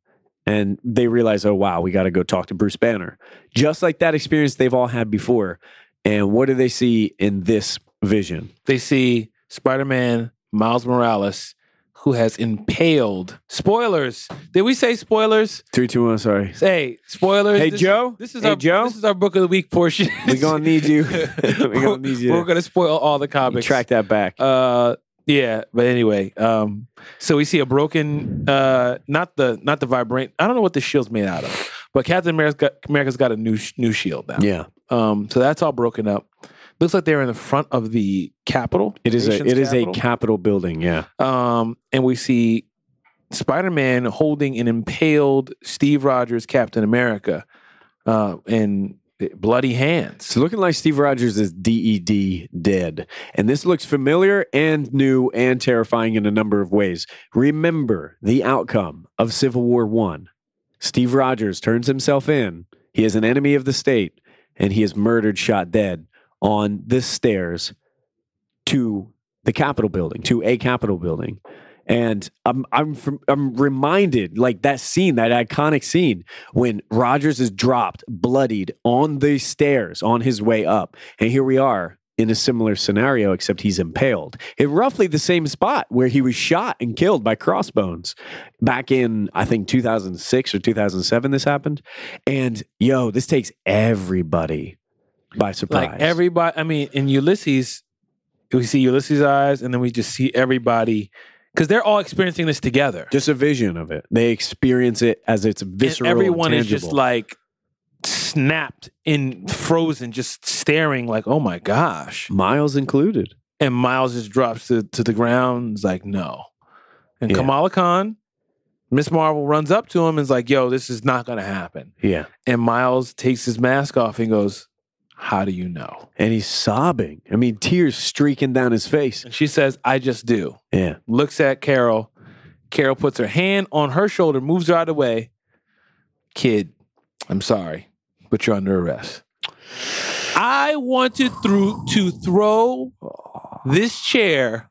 [SPEAKER 2] And they realize, oh wow, we gotta go talk to Bruce Banner just like that experience they've all had before. And what do they see in this vision?
[SPEAKER 1] They see Spider Man Miles Morales, who has impaled. Spoilers. Did we say spoilers?
[SPEAKER 2] Three, two, one. Sorry,
[SPEAKER 1] Say spoilers.
[SPEAKER 2] Hey,
[SPEAKER 1] This-
[SPEAKER 2] Joe?
[SPEAKER 1] This is
[SPEAKER 2] Hey,
[SPEAKER 1] our
[SPEAKER 2] Joe?
[SPEAKER 1] This is our book of the week portion.
[SPEAKER 2] we gonna need you. we gonna need you.
[SPEAKER 1] We're
[SPEAKER 2] to
[SPEAKER 1] gonna spoil all the comics.
[SPEAKER 2] track that back.
[SPEAKER 1] Uh, yeah, but anyway, um, so we see a broken, uh, not the not the vibrant. I don't know what the shield's made out of, but Captain America's got, America's got a new sh- new shield now.
[SPEAKER 2] yeah,
[SPEAKER 1] Um, so that's all broken up. Looks like they're in the front of the Capitol.
[SPEAKER 2] it is a
[SPEAKER 1] nation's
[SPEAKER 2] it is a
[SPEAKER 1] Capitol.
[SPEAKER 2] capital building. Yeah,
[SPEAKER 1] um, and we see Spider Man holding an impaled Steve Rogers Captain America, uh, in bloody hands.
[SPEAKER 2] it's looking like Steve Rogers is DED dead, and this looks familiar and new and terrifying in a number of ways. Remember the outcome of Civil War One. Steve Rogers turns himself in. He is an enemy of the state, and he is murdered, shot dead on the stairs to the Capitol building, to a Capitol building. And I'm I'm from- I'm reminded like that scene, that iconic scene when Rogers is dropped, bloodied on the stairs on his way up, and here we are in a similar scenario, except he's impaled in roughly the same spot where he was shot and killed by crossbones back in I think 2006 or 2007. This happened, and yo, this takes everybody by surprise.
[SPEAKER 1] Like everybody, I mean, in Ulysses, we see Ulysses' eyes, and then we just see everybody because they're all experiencing this together.
[SPEAKER 2] just a vision of it. They experience it as it's
[SPEAKER 1] And
[SPEAKER 2] visceral.
[SPEAKER 1] everyone
[SPEAKER 2] and
[SPEAKER 1] is just
[SPEAKER 2] tangible.
[SPEAKER 1] like snapped and frozen, just staring, like, "Oh my gosh!"
[SPEAKER 2] Miles included.
[SPEAKER 1] And Miles just drops to, to the ground. Is like, "No," and
[SPEAKER 2] Yeah.
[SPEAKER 1] Kamala Khan, Miss Marvel runs up to him and is like, "Yo, this is not gonna happen."
[SPEAKER 2] Yeah,
[SPEAKER 1] And Miles takes his mask off and goes, "How do you know?"
[SPEAKER 2] and he's sobbing. I mean, tears streaking down his face.
[SPEAKER 1] And she says, "I just do."
[SPEAKER 2] Yeah,
[SPEAKER 1] looks at Carol. Carol puts her hand on her shoulder, moves her out of the way. Kid, I'm sorry, but you're under arrest. I wanted through to throw this chair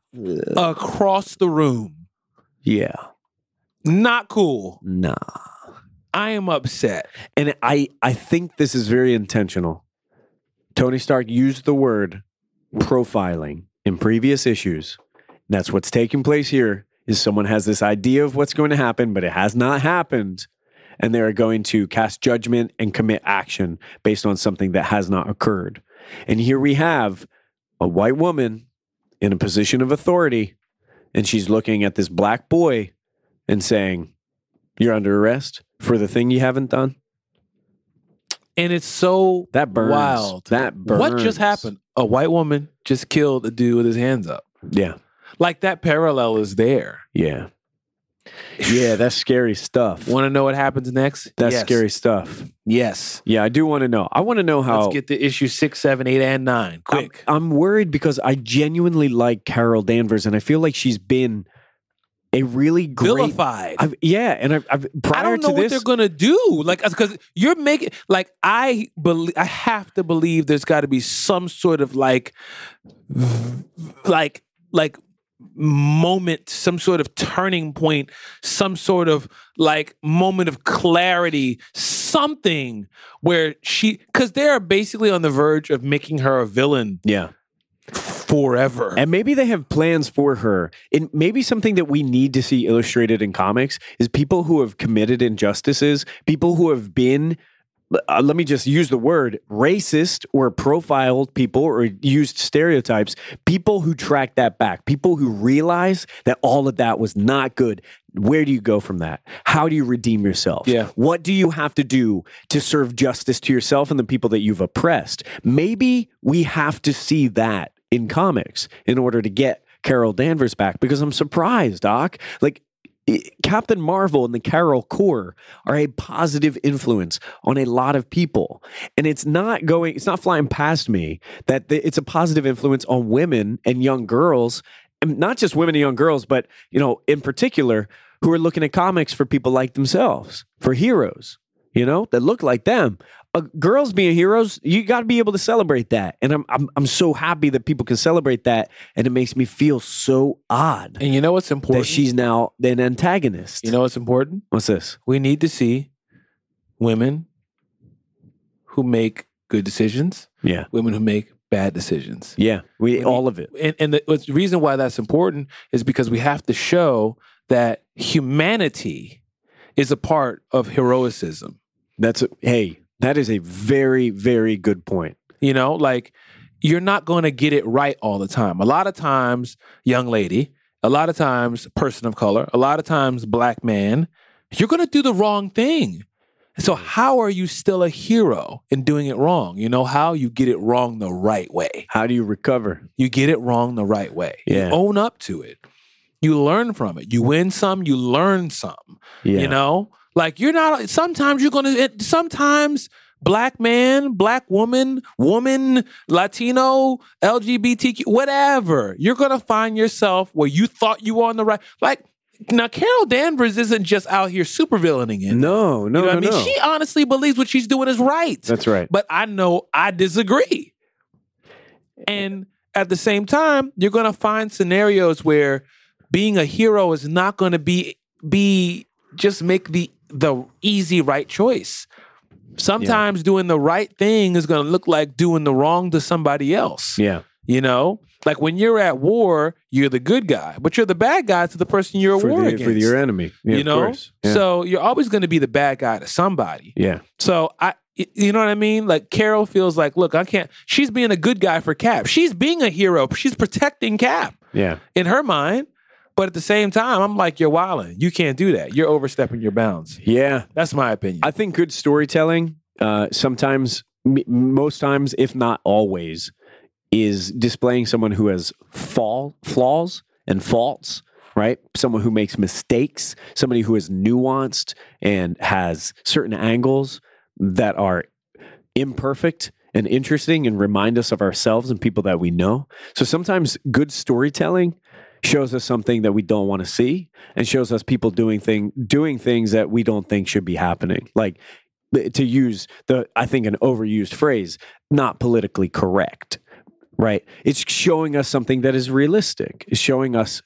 [SPEAKER 1] across the room.
[SPEAKER 2] yeah,
[SPEAKER 1] Not cool.
[SPEAKER 2] nah.
[SPEAKER 1] I am upset.
[SPEAKER 2] And I, I think this is very intentional. Tony Stark used the word profiling in previous issues. That's what's taking place here. Is someone has this idea of what's going to happen, but it has not happened, and they are going to cast judgment and commit action based on something that has not occurred. And here we have a white woman in a position of authority, and she's looking at this black boy and saying, "You're under arrest for the thing you haven't done."
[SPEAKER 1] And it's so
[SPEAKER 2] That burns.
[SPEAKER 1] wild.
[SPEAKER 2] That burns.
[SPEAKER 1] What just happened? A white woman just killed a dude with his hands up.
[SPEAKER 2] Yeah.
[SPEAKER 1] Like that parallel is there.
[SPEAKER 2] Yeah. Yeah, that's scary stuff.
[SPEAKER 1] Want to know what happens next?
[SPEAKER 2] that's
[SPEAKER 1] Yes.
[SPEAKER 2] scary stuff.
[SPEAKER 1] Yes.
[SPEAKER 2] Yeah, I do want to know. I want to know how
[SPEAKER 1] Let's get to issue six, seven, eight, and nine.
[SPEAKER 2] Oh. I'm-
[SPEAKER 1] Quick.
[SPEAKER 2] I'm, worried because I genuinely like Carol Danvers and I feel like she's been a really great
[SPEAKER 1] Vilified.
[SPEAKER 2] I've, yeah, and I've, I've prior
[SPEAKER 1] I don't know
[SPEAKER 2] to
[SPEAKER 1] what
[SPEAKER 2] this
[SPEAKER 1] they're gonna do. Like, because you're making like I believe I have to believe there's got to be some sort of like, like, like moment, some sort of turning point, some sort of like moment of clarity, something where she because they are basically on the verge of making her a villain
[SPEAKER 2] Yeah.
[SPEAKER 1] forever.
[SPEAKER 2] And maybe they have plans for her. And maybe something that we need to see illustrated in comics is people who have committed injustices, people who have been, uh, let me just use the word, racist or profiled people or used stereotypes, people who track that back, people who realize that all of that was not good. Where do you go from that? How do you redeem yourself?
[SPEAKER 1] Yeah.
[SPEAKER 2] What do you have to do to serve justice to yourself and the people that you've oppressed? Maybe we have to see that in comics in order to get Carol Danvers back because I'm surprised, Doc. Like, i- Captain Marvel and the Carol Corps are a positive influence on a lot of people. And it's not going, it's not flying past me that the, it's a positive influence on women and young girls, and not just women and young girls, but, you know, in particular, who are looking at comics for people like themselves, for heroes, you know, that look like them. Uh, girls being heroes, you got to be able to celebrate that. And I'm, I'm, I'm so happy that people can celebrate that. And it makes me feel so odd
[SPEAKER 1] And you know what's
[SPEAKER 2] that
[SPEAKER 1] important?
[SPEAKER 2] she's now an antagonist.
[SPEAKER 1] you know what's important?
[SPEAKER 2] what's this?
[SPEAKER 1] We need to see women who make good decisions,
[SPEAKER 2] Yeah.
[SPEAKER 1] women who make bad decisions.
[SPEAKER 2] Yeah. We
[SPEAKER 1] We-
[SPEAKER 2] all of it.
[SPEAKER 1] And, and the, what's- the reason why that's important is because we have to show that humanity is a part of heroicism.
[SPEAKER 2] That's a, hey, that is a very very good point.
[SPEAKER 1] You know, like you're not going to get it right all the time. A lot of times, young lady, a lot of times, person of color, a lot of times, black man, you're going to do the wrong thing. So, how are you still a hero in doing it wrong? You know how? You get it wrong the right way.
[SPEAKER 2] How do you recover?
[SPEAKER 1] You get it wrong the right way.
[SPEAKER 2] Yeah.
[SPEAKER 1] You own up to it. You learn from it. You win some, you learn some. You know, like you're not. Sometimes you're gonna. It, sometimes black man, black woman, woman, Latino, LGBTQ, whatever. You're gonna find yourself where you thought you were on the right. Like now, Carol Danvers isn't just out here supervillaining it.
[SPEAKER 2] No, no,
[SPEAKER 1] you know what
[SPEAKER 2] no,
[SPEAKER 1] I mean?
[SPEAKER 2] no.
[SPEAKER 1] She honestly believes what she's doing is right.
[SPEAKER 2] That's right.
[SPEAKER 1] But I know I disagree. And at the same time, you're going to find scenarios where being a hero is not going to be be just make the the easy right choice. Sometimes doing the right thing is going to look like doing the wrong to somebody else.
[SPEAKER 2] Yeah.
[SPEAKER 1] You know, like when you're at war, you're the good guy, but you're the bad guy to the person you're at
[SPEAKER 2] For,
[SPEAKER 1] war
[SPEAKER 2] the,
[SPEAKER 1] against.
[SPEAKER 2] for your enemy. Yeah,
[SPEAKER 1] you
[SPEAKER 2] of
[SPEAKER 1] know,
[SPEAKER 2] course. Yeah.
[SPEAKER 1] so you're always going to be the bad guy to somebody.
[SPEAKER 2] yeah.
[SPEAKER 1] So I, y- you know what I mean? Like Carol feels like, look, I can't. She's being a good guy for Cap. She's being a hero. She's protecting Cap
[SPEAKER 2] Yeah.
[SPEAKER 1] in her mind. But at the same time, I'm like, you're wilding. You can't do that. You're overstepping your bounds.
[SPEAKER 2] Yeah.
[SPEAKER 1] That's my opinion.
[SPEAKER 2] I think good storytelling, uh, sometimes, m- most times, if not always, is displaying someone who has fall flaws and faults. Right, someone who makes mistakes, somebody who is nuanced and has certain angles that are imperfect and interesting, and remind us of ourselves and people that we know. So sometimes good storytelling shows us something that we don't want to see and shows us people doing thing doing things that we don't think should be happening. Like th- to use the I think an overused phrase, not politically correct. Right? It's showing us something that is realistic. It's showing us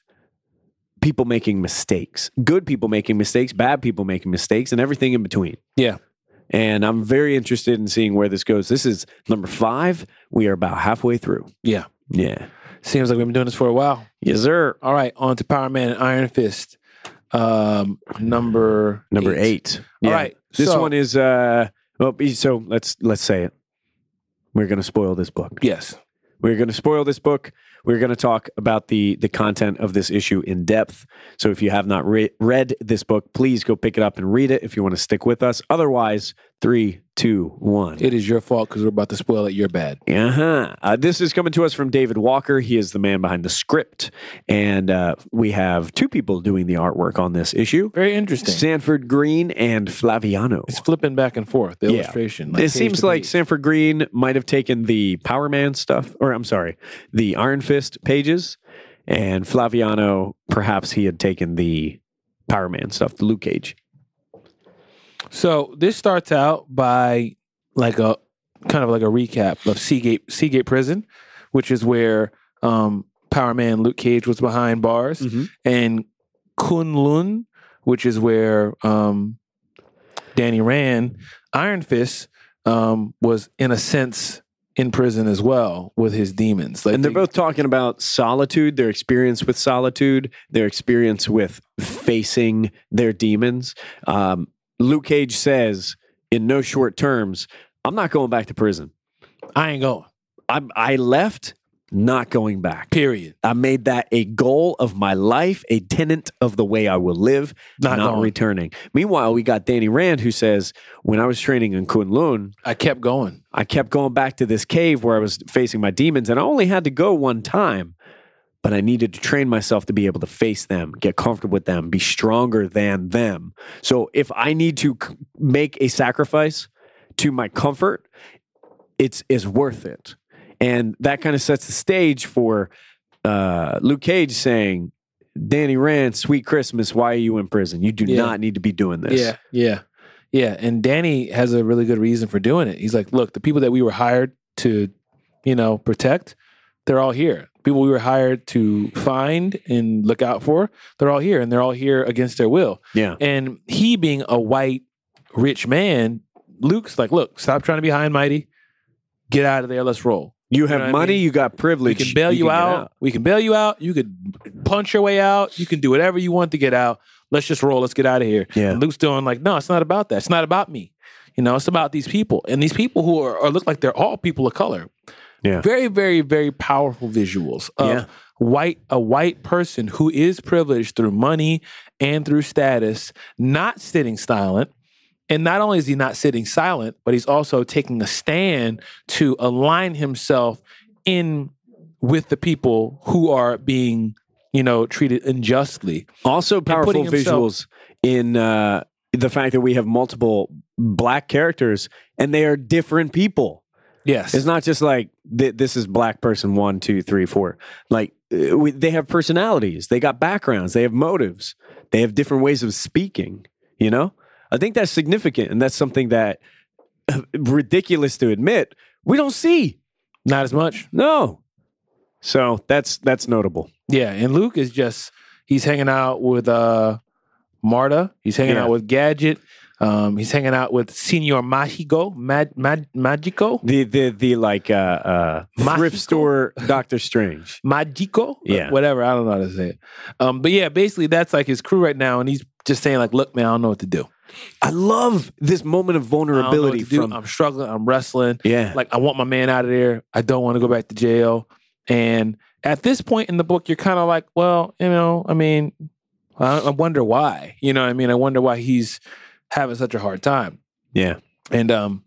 [SPEAKER 2] people making mistakes. Good people making mistakes, bad people making mistakes and everything in between.
[SPEAKER 1] Yeah.
[SPEAKER 2] And I'm very interested in seeing where this goes. This is number 5. We are about halfway through.
[SPEAKER 1] yeah.
[SPEAKER 2] Yeah.
[SPEAKER 1] Seems like we've been doing this for a while.
[SPEAKER 2] Yes, sir.
[SPEAKER 1] All right. On to Power Man and Iron Fist. Um, number
[SPEAKER 2] Number eight.
[SPEAKER 1] All right,
[SPEAKER 2] This
[SPEAKER 1] so-
[SPEAKER 2] one is uh well so let's let's say it. We're gonna spoil this book.
[SPEAKER 1] Yes.
[SPEAKER 2] We're gonna spoil this book. We're gonna talk about the the content of this issue in depth. So if you have not re- read this book, please go pick it up and read it if you want to stick with us. Otherwise, three, two, one.
[SPEAKER 1] It is your fault because we're about to spoil it. You're bad.
[SPEAKER 2] Uh-huh. Uh, this is coming to us from David Walker. He is the man behind the script. And uh, we have two people doing the artwork on this issue
[SPEAKER 1] Very interesting.
[SPEAKER 2] Sanford Green and Flaviano.
[SPEAKER 1] It's flipping back and forth. The
[SPEAKER 2] Yeah.
[SPEAKER 1] illustration.
[SPEAKER 2] it
[SPEAKER 1] page
[SPEAKER 2] seems
[SPEAKER 1] to
[SPEAKER 2] like
[SPEAKER 1] page.
[SPEAKER 2] Sanford Green might have taken the Power Man stuff, or I'm sorry, the Iron Fist pages, and Flaviano, perhaps he had taken the Power Man stuff, the Luke Cage.
[SPEAKER 1] So this starts out by like a kind of like a recap of Seagate Seagate Prison, which is where um, Power Man Luke Cage was behind bars,
[SPEAKER 2] Mhm.
[SPEAKER 1] and Kunlun, which is where um, Danny Rand Iron Fist um, was in a sense in prison as well with his demons. Like
[SPEAKER 2] And they're
[SPEAKER 1] they-
[SPEAKER 2] both talking about solitude, their experience with solitude, their experience with facing their demons. Um, Luke Cage says, in no short terms, I'm not going back to prison.
[SPEAKER 1] I ain't going.
[SPEAKER 2] I'm, I left, not going back.
[SPEAKER 1] Period.
[SPEAKER 2] I made that a goal of my life, a tenant of the way I will live,
[SPEAKER 1] Not
[SPEAKER 2] not,
[SPEAKER 1] going.
[SPEAKER 2] returning. Meanwhile, we got Danny Rand who says, When I was training in Kunlun,
[SPEAKER 1] I kept going.
[SPEAKER 2] I kept going back to this cave where I was facing my demons, and I only had to go one time, but I needed to train myself to be able to face them, get comfortable with them, be stronger than them. So if I need to c- make a sacrifice to my comfort, it's is worth it. And that kind of sets the stage for uh, Luke Cage saying, Danny Rand, sweet Christmas, why are you in prison? You do
[SPEAKER 1] Yeah.
[SPEAKER 2] not need to be doing this.
[SPEAKER 1] Yeah, yeah, yeah. And Danny has a really good reason for doing it. He's like, look, the people that we were hired to, you know, protect, they're all here. People we were hired to find and look out for, they're all here, and they're all here against their will.
[SPEAKER 2] Yeah.
[SPEAKER 1] And he, being a white rich man, Luke's like, look, stop trying to be high and mighty. get out of there. Let's roll.
[SPEAKER 2] You have
[SPEAKER 1] know what I
[SPEAKER 2] money,
[SPEAKER 1] mean?
[SPEAKER 2] you got
[SPEAKER 1] We
[SPEAKER 2] privilege.
[SPEAKER 1] can bail you,
[SPEAKER 2] get
[SPEAKER 1] out. We can bail you out. You could punch your way out. You can do whatever you want to get out. Let's just roll. Let's get out of here.
[SPEAKER 2] Yeah.
[SPEAKER 1] And Luke's doing like, no, it's not about that. It's not about me. You know, it's about these people and these people who are, are look like they're all people of color.
[SPEAKER 2] Yeah.
[SPEAKER 1] Very, very, very powerful visuals of
[SPEAKER 2] Yeah.
[SPEAKER 1] white a white person who is privileged through money and through status, not sitting silent. And not only is he not sitting silent, but he's also taking a stand to align himself in with the people who are being, you know, treated unjustly.
[SPEAKER 2] Also, powerful
[SPEAKER 1] putting himself-
[SPEAKER 2] visuals in uh, the fact that we have multiple black characters and they are different people.
[SPEAKER 1] Yes.
[SPEAKER 2] It's not just like th- this is black person one, two, three, four. Like uh, we, they have personalities, they got backgrounds, they have motives, they have different ways of speaking. You know, I think that's significant, and that's something that uh, ridiculous to admit we don't see.
[SPEAKER 1] not as much.
[SPEAKER 2] No, so that's that's notable.
[SPEAKER 1] Yeah, and Luke is just he's hanging out with uh Marta. He's hanging
[SPEAKER 2] Yeah.
[SPEAKER 1] out with Gadget. Um, he's hanging out with Senor Magico, Mag, Mag, Magico,
[SPEAKER 2] The the the like uh, uh, thrift
[SPEAKER 1] Mahiko?
[SPEAKER 2] store Doctor Strange.
[SPEAKER 1] Magico.
[SPEAKER 2] Yeah.
[SPEAKER 1] whatever. I don't know how to say it. Um, but yeah, basically that's like his crew right now, and he's just saying like, "Look, man, I don't know what to do.
[SPEAKER 2] I love this moment of
[SPEAKER 1] I don't know what
[SPEAKER 2] vulnerability
[SPEAKER 1] to do.
[SPEAKER 2] from
[SPEAKER 1] I'm struggling. I'm wrestling.
[SPEAKER 2] yeah
[SPEAKER 1] Like, I want my man out of there. I don't want to go back to jail. And at this point in the book, you're kind of like, well, you know, I mean, I, I wonder why. You know, what I mean, I wonder why he's having such a hard time.
[SPEAKER 2] yeah
[SPEAKER 1] And um,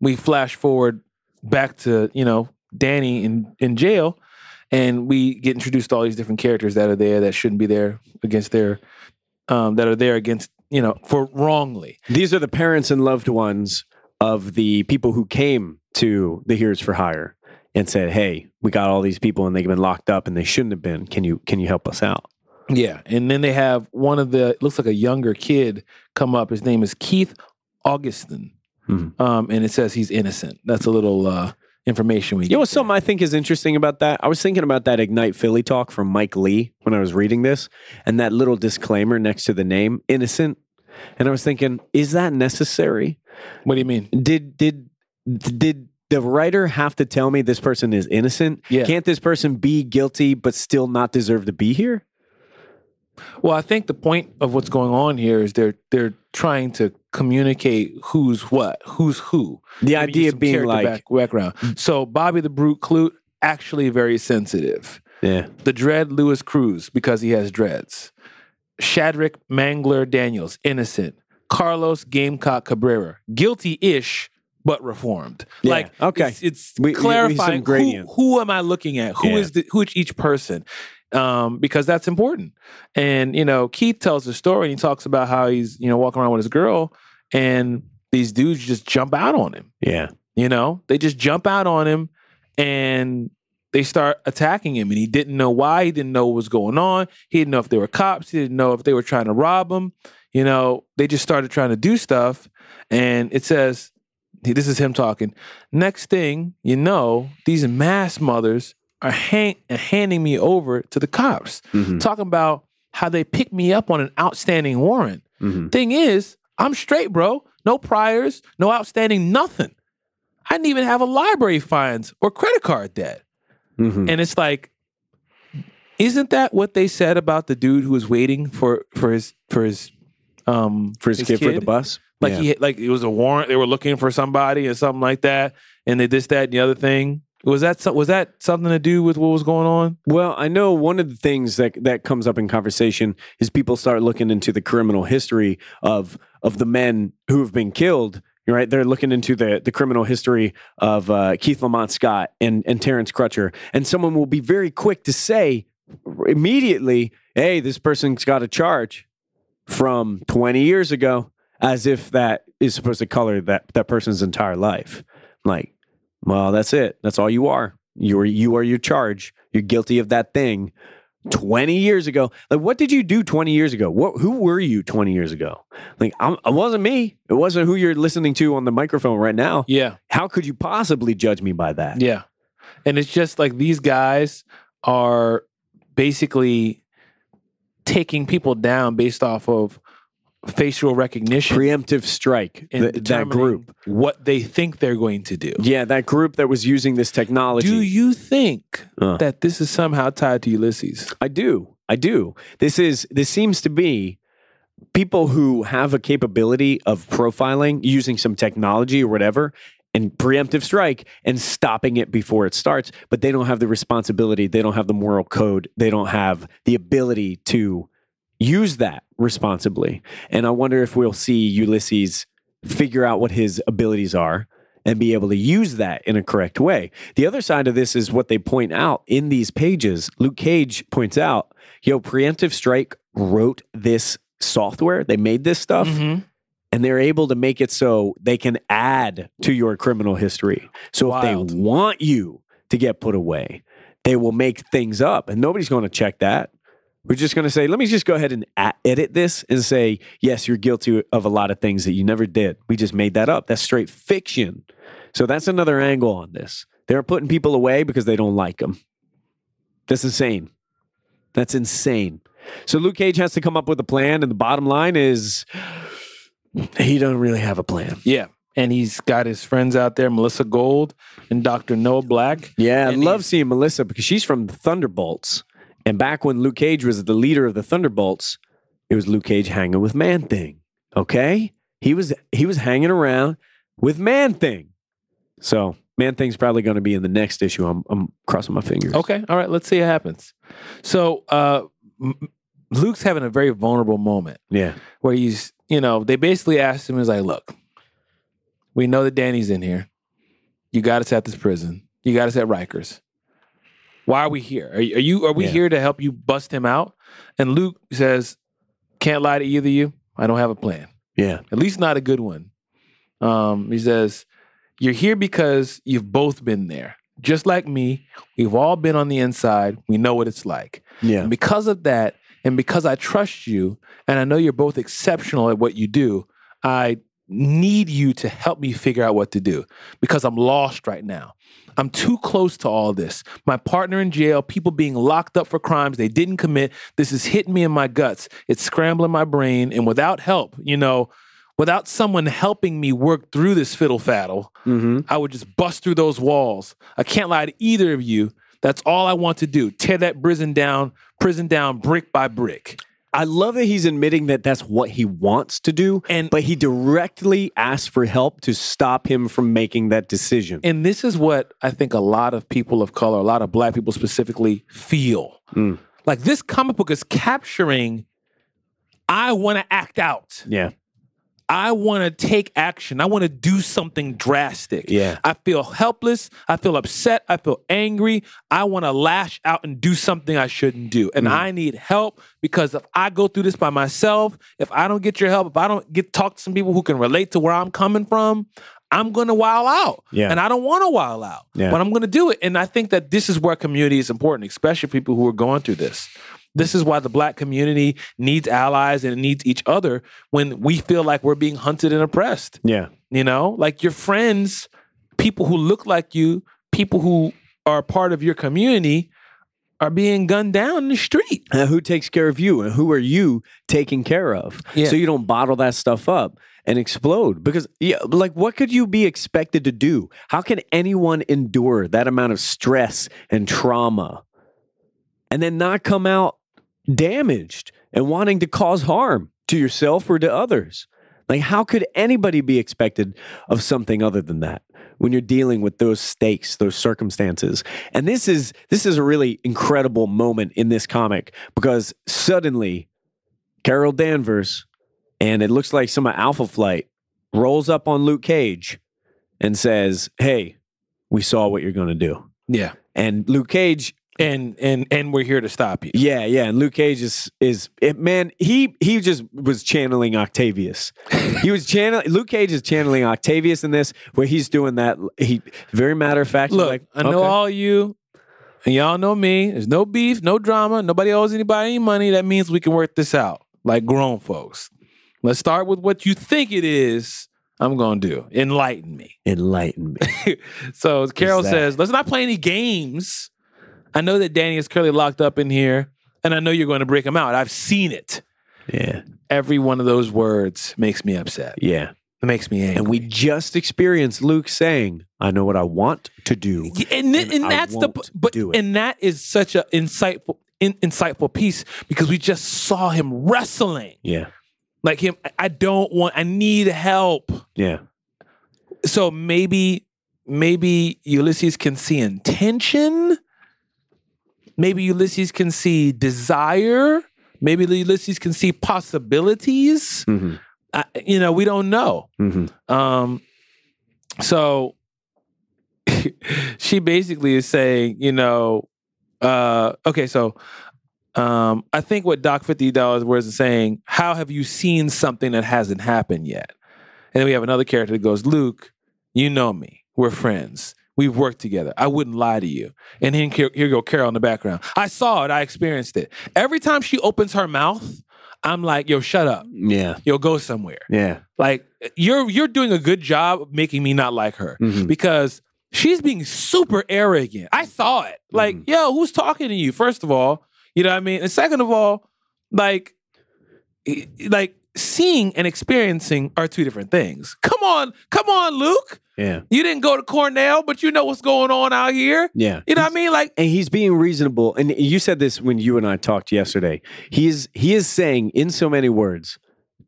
[SPEAKER 1] we flash forward back to you know Danny in in jail, and we get introduced to all these different characters that are there that shouldn't be there against their um, that are there against you know for wrongly.
[SPEAKER 2] These are the parents and loved ones of the people who came to the Heroes for Hire and said, "Hey, we got all these people and they've been locked up and they shouldn't have been. Can you can you help us out?"
[SPEAKER 1] Yeah, and then they have one of the it looks like a younger kid come up. His name is Keith Augustin,
[SPEAKER 2] Mhm.
[SPEAKER 1] um, and it says he's innocent. That's a little uh, information we.
[SPEAKER 2] You know
[SPEAKER 1] get
[SPEAKER 2] what
[SPEAKER 1] there.
[SPEAKER 2] something I think is interesting about that? I was thinking about that Ignite Philly talk from Mike Lee when I was reading this and that little disclaimer next to the name, innocent. And I was thinking, is that necessary?
[SPEAKER 1] What do you mean?
[SPEAKER 2] Did did did the writer have to tell me this person is innocent?
[SPEAKER 1] Yeah.
[SPEAKER 2] Can't this person be guilty but still not deserve to be here?
[SPEAKER 1] Well, I think the point of what's going on here is they're they're trying to communicate who's what, who's who.
[SPEAKER 2] The
[SPEAKER 1] Give you
[SPEAKER 2] idea
[SPEAKER 1] some
[SPEAKER 2] being
[SPEAKER 1] character
[SPEAKER 2] like, Hmm.
[SPEAKER 1] back- background. So Bobby the Brute Clute actually very sensitive.
[SPEAKER 2] yeah,
[SPEAKER 1] The Dread Lewis Cruz because he has dreads. Shadrick Mangler Daniels innocent. Carlos Gamecock Cabrera guilty ish but reformed.
[SPEAKER 2] Yeah,
[SPEAKER 1] Like
[SPEAKER 2] okay.
[SPEAKER 1] it's, it's
[SPEAKER 2] We- we- we some
[SPEAKER 1] clarifying who,
[SPEAKER 2] gradient.
[SPEAKER 1] who am I looking at? Who is
[SPEAKER 2] Yeah.
[SPEAKER 1] the who is each person? Um, because that's important. And you know, Keith tells the story and he talks about how he's you know walking around with his girl and these dudes just jump out on him.
[SPEAKER 2] yeah,
[SPEAKER 1] You know, they just jump out on him and they start attacking him. And he didn't know why. He didn't know what was going on. He didn't know if they were cops. He didn't know if they were trying to rob him. You know, they just started trying to do stuff. And it says, this is him talking. Next thing you know, these mass mothers are hang- handing me over to the cops,
[SPEAKER 2] Mhm.
[SPEAKER 1] talking about how they picked me up on an outstanding warrant.
[SPEAKER 2] Mhm.
[SPEAKER 1] Thing is, I'm straight, bro. No priors, no outstanding nothing. I didn't even have a library fines or credit card debt.
[SPEAKER 2] Mhm.
[SPEAKER 1] And it's like, isn't that what they said about the dude who was waiting for for his for his um
[SPEAKER 2] for his, kid, for the bus.
[SPEAKER 1] Like
[SPEAKER 2] Yeah.
[SPEAKER 1] he like it was a warrant. They were looking for somebody or something like that, and they this that and the other thing. Was that so, was that something to do with what was going on?
[SPEAKER 2] Well, I know one of the things that that comes up in conversation is people start looking into the criminal history of of the men who have been killed. Right, they're looking into the the criminal history of uh, Keith Lamont Scott and and Terrence Crutcher, and someone will be very quick to say immediately, "Hey, this person's got a charge from 20 years ago," as if that is supposed to color that that person's entire life. Like, Well, that's it. That's all you are. You're you are your charge. You're guilty of that thing. Twenty years ago, like what did you do twenty years ago? What who were you twenty years ago? Like I'm, it wasn't me. It wasn't who you're listening to on the microphone right now.
[SPEAKER 1] Yeah.
[SPEAKER 2] How could you possibly judge me by that?
[SPEAKER 1] Yeah. And it's just like these guys are basically taking people down based off of facial recognition
[SPEAKER 2] Preemptive strike.
[SPEAKER 1] in
[SPEAKER 2] th- that
[SPEAKER 1] determining
[SPEAKER 2] group.
[SPEAKER 1] what they think they're going to do.
[SPEAKER 2] Yeah, that group that was using this technology.
[SPEAKER 1] Do you think
[SPEAKER 2] Uh.
[SPEAKER 1] that this is somehow tied to Ulysses?
[SPEAKER 2] I do. I do. This is this seems to be people who have a capability of profiling using some technology or whatever and preemptive strike and stopping it before it starts, but they don't have the responsibility, they don't have the moral code, they don't have the ability to use that responsibly. And I wonder if we'll see Ulysses figure out what his abilities are and be able to use that in a correct way. The other side of this is what they point out in these pages. Luke Cage points out, yo, Preemptive Strike wrote this software, they made this stuff,
[SPEAKER 1] Mm-hmm.
[SPEAKER 2] and they're able to make it so they can add to your criminal history. So if
[SPEAKER 1] Wild.
[SPEAKER 2] they want you to get put away, they will make things up, and nobody's going to check that. We're just going to say, let me just go ahead and a- edit this and say, yes, you're guilty of a lot of things that you never did. We just made that up. That's straight fiction. So that's another angle on this. They're putting people away because they don't like them. That's insane. That's insane. So Luke Cage has to come up with a plan, and the bottom line is he don't really have a plan.
[SPEAKER 1] Yeah. And he's got his friends out there, Melissa Gold and Dr. Noah Black.
[SPEAKER 2] Yeah, I
[SPEAKER 1] And
[SPEAKER 2] love
[SPEAKER 1] he's-
[SPEAKER 2] seeing Melissa because she's from the Thunderbolts. And back when Luke Cage was the leader of the Thunderbolts, it was Luke Cage hanging with Man Thing. Okay? He was he was hanging around with Man Thing. So Man Thing's probably going to be in the next issue. I'm, I'm crossing my fingers.
[SPEAKER 1] Okay. All right. Let's see what happens. So uh, M- Luke's having a very vulnerable moment
[SPEAKER 2] Yeah.
[SPEAKER 1] where he's, you know, they basically asked him, he's like, look, we know that Danny's in here. You got us at this prison. You got us at Rikers. Why are we here? Are, you- are you? Are we
[SPEAKER 2] Yeah.
[SPEAKER 1] here to help you bust him out? And Luke says, "Can't lie to either of you. I don't have a plan.
[SPEAKER 2] Yeah.
[SPEAKER 1] At least not a good one." Um, he says, "You're here because you've both been there. Just like me, we've all been on the inside. We know what it's like.
[SPEAKER 2] Yeah.
[SPEAKER 1] And because of that, and because I trust you, and I know you're both exceptional at what you do, I need you to help me figure out what to do because I'm lost right now. I'm too close to all this. My partner in jail, people being locked up for crimes they didn't commit. This is hitting me in my guts. It's scrambling my brain. And without help, you know, without someone helping me work through this fiddle faddle,
[SPEAKER 2] Mm-hmm.
[SPEAKER 1] I would just bust through those walls. I can't lie to either of you. That's all I want to do. Tear that prison down, prison down brick by brick.
[SPEAKER 2] I love that he's admitting that that's what he wants to do,
[SPEAKER 1] And-
[SPEAKER 2] but he directly asks for help to stop him from making that decision.
[SPEAKER 1] And this is what I think a lot of people of color, a lot of black people specifically feel.
[SPEAKER 2] Mm.
[SPEAKER 1] Like this comic book is capturing I want to act out.
[SPEAKER 2] yeah.
[SPEAKER 1] I want to take action. I want to do something drastic.
[SPEAKER 2] Yeah.
[SPEAKER 1] I feel helpless. I feel upset. I feel angry. I want to lash out and do something I shouldn't do.
[SPEAKER 2] Mm.
[SPEAKER 1] And I need help because if I go through this by myself, if I don't get your help, if I don't get talk to some people who can relate to where I'm coming from, I'm going to wild out.
[SPEAKER 2] Yeah.
[SPEAKER 1] And I don't want to wild out,
[SPEAKER 2] Yeah.
[SPEAKER 1] but I'm going to do it. And I think that this is where community is important, especially people who are going through this. This is why the black community needs allies and it needs each other when we feel like we're being hunted and oppressed.
[SPEAKER 2] Yeah.
[SPEAKER 1] You know, like your friends, people who look like you, people who are part of your community are being gunned down in the street.
[SPEAKER 2] Uh, who takes care of you and who are you taking care of
[SPEAKER 1] Yeah.
[SPEAKER 2] so you don't bottle that stuff up and explode because yeah like what could you be expected to do how can anyone endure that amount of stress and trauma and then not come out damaged and wanting to cause harm to yourself or to others like how could anybody be expected of something other than that when you're dealing with those stakes those circumstances and this is this is a really incredible moment in this comic because suddenly Carol Danvers and it looks like some of Alpha Flight rolls up on Luke Cage and says, "Hey, we saw what you're going to do."
[SPEAKER 1] Yeah.
[SPEAKER 2] And Luke Cage
[SPEAKER 1] And and and we're here to stop you.
[SPEAKER 2] yeah, yeah, and Luke Cage is is it, man. He he just was channeling Octavius. he was channel Luke Cage is channeling Octavius in this, where he's doing that. He very matter of fact. he's
[SPEAKER 1] Look,
[SPEAKER 2] like,
[SPEAKER 1] I know
[SPEAKER 2] "Okay."
[SPEAKER 1] all you, and y'all know me. There's no beef, no drama. Nobody owes anybody any money. That means we can work this out like grown folks. Let's start with what you think it is I'm going to do. Enlighten me.
[SPEAKER 2] Enlighten me.
[SPEAKER 1] So Carol
[SPEAKER 2] that?
[SPEAKER 1] says, let's not play any games. I know that Danny is currently locked up in here, and I know you're going to break him out. I've seen it.
[SPEAKER 2] Yeah,
[SPEAKER 1] every one of those words makes me upset.
[SPEAKER 2] Yeah.
[SPEAKER 1] It makes me angry.
[SPEAKER 2] And we just experienced Luke saying, I know what I want to do.
[SPEAKER 1] Yeah, and, th-
[SPEAKER 2] and
[SPEAKER 1] and
[SPEAKER 2] I
[SPEAKER 1] that's the
[SPEAKER 2] won't
[SPEAKER 1] but
[SPEAKER 2] do it.
[SPEAKER 1] and that is such a insightful in, insightful piece because we just saw him wrestling
[SPEAKER 2] Yeah.
[SPEAKER 1] like him I- i don't want i need help
[SPEAKER 2] Yeah.
[SPEAKER 1] so maybe maybe ulysses can see intention maybe ulysses can see desire maybe ulysses can see possibilities
[SPEAKER 2] hmm
[SPEAKER 1] I, you know we don't know
[SPEAKER 2] hmm
[SPEAKER 1] um, so she basically is saying, you know, uh, okay, so um, I think what Doc Fifty Dollars words is saying, how have you seen something that hasn't happened yet? And then we have another character that goes, Luke, you know me, we're friends. We've worked together. I wouldn't lie to you. And then here here go Carol in the background. I saw it. I experienced it. Every time she opens her mouth, I'm like, yo, shut up.
[SPEAKER 2] Yeah.
[SPEAKER 1] Yo, go somewhere.
[SPEAKER 2] Yeah.
[SPEAKER 1] Like you're you're doing a good job of making me not like her
[SPEAKER 2] Mhm.
[SPEAKER 1] because she's being super arrogant. I saw it. Like,
[SPEAKER 2] Mhm.
[SPEAKER 1] yo, who's talking to you? First of all, you know what I mean? And second of all, like i- like seeing and experiencing are two different things. Come on, come on, Luke.
[SPEAKER 2] Yeah.
[SPEAKER 1] You didn't go to Cornell, but you know what's going on out here.
[SPEAKER 2] Yeah.
[SPEAKER 1] You know what I mean? Like
[SPEAKER 2] and he's being reasonable and you said this when you and i talked yesterday he is he is saying in so many words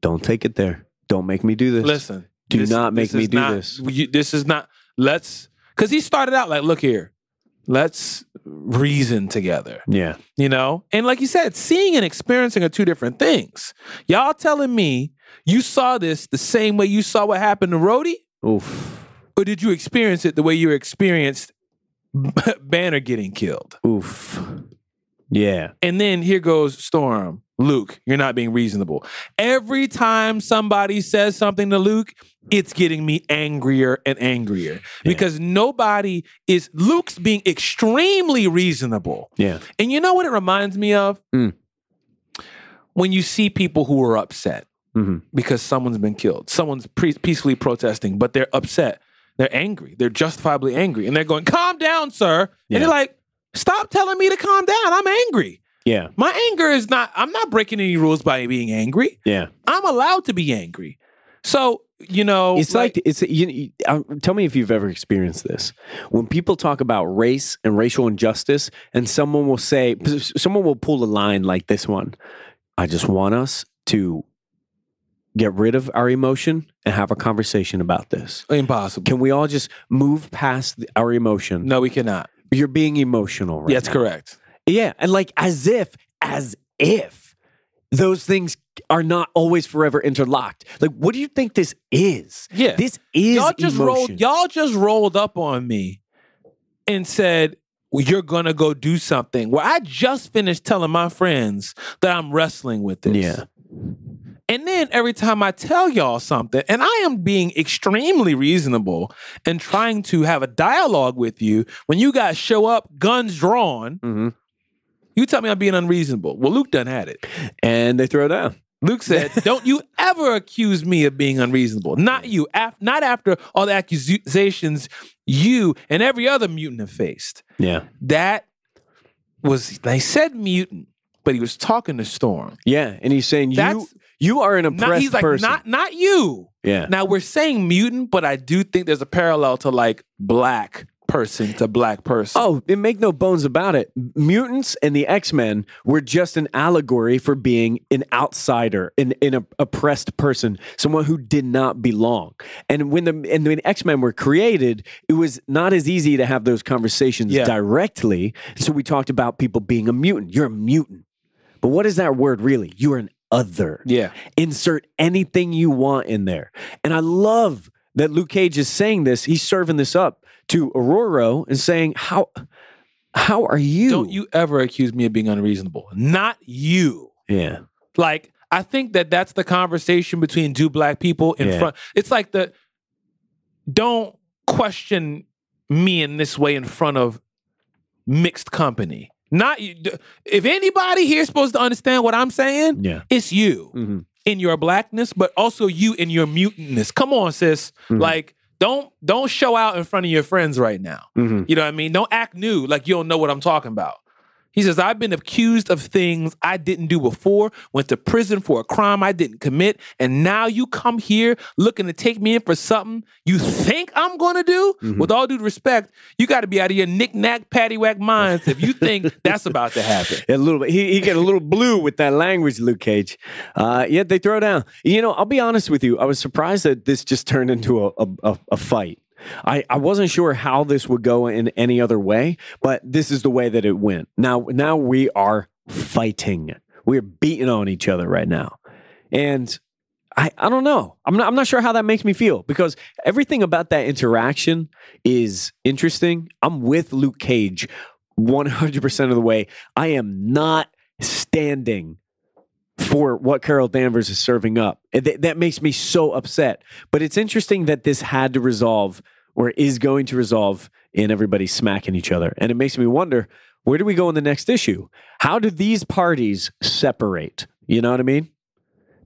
[SPEAKER 2] don't take it there don't make me do this
[SPEAKER 1] Listen,
[SPEAKER 2] Do not make me
[SPEAKER 1] is
[SPEAKER 2] do
[SPEAKER 1] not-
[SPEAKER 2] this.
[SPEAKER 1] you- this is not. Let's because he started out like, look here, let's reason together.
[SPEAKER 2] yeah
[SPEAKER 1] You know, and like you said, seeing and experiencing are two different things. Y'all telling me you saw this the same way you saw what happened to Rhodey,
[SPEAKER 2] oof
[SPEAKER 1] or did you experience it the way you experienced Banner getting killed?
[SPEAKER 2] oof yeah
[SPEAKER 1] And then here goes Storm. Luke, you're not being reasonable. Every time somebody says something to Luke, it's getting me angrier and angrier because nobody is. Luke's being extremely reasonable.
[SPEAKER 2] yeah
[SPEAKER 1] And you know what it reminds me of?
[SPEAKER 2] Mm.
[SPEAKER 1] When you see people who are upset
[SPEAKER 2] Mhm.
[SPEAKER 1] because someone's been killed, someone's pre- peacefully protesting, but they're upset. They're angry. They're justifiably angry. And they're going, calm down, sir.
[SPEAKER 2] Yeah.
[SPEAKER 1] And they're like, stop telling me to calm down. I'm angry.
[SPEAKER 2] yeah
[SPEAKER 1] My anger is not, I'm not breaking any rules by being angry.
[SPEAKER 2] yeah
[SPEAKER 1] I'm allowed to be angry. So, you know,
[SPEAKER 2] it's like, it's you, you, uh, tell me if you've ever experienced this when people talk about race and racial injustice and someone will say someone will pull a line like this one i just want us to get rid of our emotion and have a conversation about this
[SPEAKER 1] impossible.
[SPEAKER 2] Can we all just move past the- our emotion?
[SPEAKER 1] no, we cannot.
[SPEAKER 2] You're being emotional, right?
[SPEAKER 1] Yeah, that's
[SPEAKER 2] now.
[SPEAKER 1] correct.
[SPEAKER 2] Yeah, and like as if, as if those things are not always forever interlocked. Like, what do you think this is?
[SPEAKER 1] Yeah.
[SPEAKER 2] This is
[SPEAKER 1] y'all just
[SPEAKER 2] emotion.
[SPEAKER 1] rolled y'all just rolled up on me and said well, you're gonna go do something well i just finished telling my friends that i'm wrestling with this
[SPEAKER 2] Yeah.
[SPEAKER 1] and then every time i tell y'all something and i am being extremely reasonable and trying to have a dialogue with you when you guys show up guns drawn
[SPEAKER 2] Mhm.
[SPEAKER 1] you tell me i'm being unreasonable well luke done had it
[SPEAKER 2] And they throw down.
[SPEAKER 1] Luke said, "Don't you ever accuse me of being unreasonable. Not you. Af- not after all the accusations you and every other mutant have faced.
[SPEAKER 2] Yeah.
[SPEAKER 1] That was they said mutant, but he was talking to Storm.
[SPEAKER 2] Yeah. And he's saying you
[SPEAKER 1] That's-
[SPEAKER 2] you are an oppressed
[SPEAKER 1] Not, he's like,
[SPEAKER 2] person.
[SPEAKER 1] not not you.
[SPEAKER 2] yeah.
[SPEAKER 1] Now we're saying mutant, but I do think there's a parallel to like black person to black person.
[SPEAKER 2] Oh, and make no bones about it. Mutants and the X Men were just an allegory for being an outsider, an, an op- oppressed person, someone who did not belong. And when the and when X Men were created, it was not as easy to have those conversations
[SPEAKER 1] Yeah.
[SPEAKER 2] directly. So we talked about people being a mutant. You're a mutant, but what is that word really? You're an other
[SPEAKER 1] yeah,
[SPEAKER 2] insert anything you want in there. And I love that Luke Cage is saying this. He's serving this up to Aurora and saying, "How, how are you?"
[SPEAKER 1] don't you ever accuse me of being unreasonable. Not you."
[SPEAKER 2] Yeah,
[SPEAKER 1] Like, I think that that's the conversation between two black people in
[SPEAKER 2] Yeah.
[SPEAKER 1] front. It's like the don't question me in this way in front of mixed company. Not you. d- If anybody here is supposed to understand what I'm saying,
[SPEAKER 2] yeah,
[SPEAKER 1] it's you
[SPEAKER 2] hmm
[SPEAKER 1] in your blackness, but also you in your mutantness. Come on, sis.
[SPEAKER 2] Mhm.
[SPEAKER 1] Like, don't don't show out in front of your friends right now.
[SPEAKER 2] hmm
[SPEAKER 1] You know what I mean? Don't act new like you don't know what I'm talking about. He says, I've been accused of things I didn't do before, went to prison for a crime I didn't commit, and now you come here looking to take me in for something you think I'm gonna do? With all due respect, you gotta be out of your knick-knack paddywhack minds if you think that's about to happen.
[SPEAKER 2] A little bit. He, he get a little blue with that language, Luke Cage. Uh, yet they throw down. You know, I'll be honest with you. I was surprised that this just turned into a, a, a, a fight. I, I wasn't sure how this would go in any other way, but this is the way that it went. Now, now we are fighting. We're beating on each other right now. And I, I don't know. I'm not, I'm not sure how that makes me feel because everything about that interaction is interesting. I'm with Luke Cage 100% of the way. I am not standing for what Carol Danvers is serving up. And th- that makes me so upset. But it's interesting that this had to resolve or is going to resolve in everybody smacking each other. And it makes me wonder where do we go in the next issue? How do these parties separate? You know what I mean?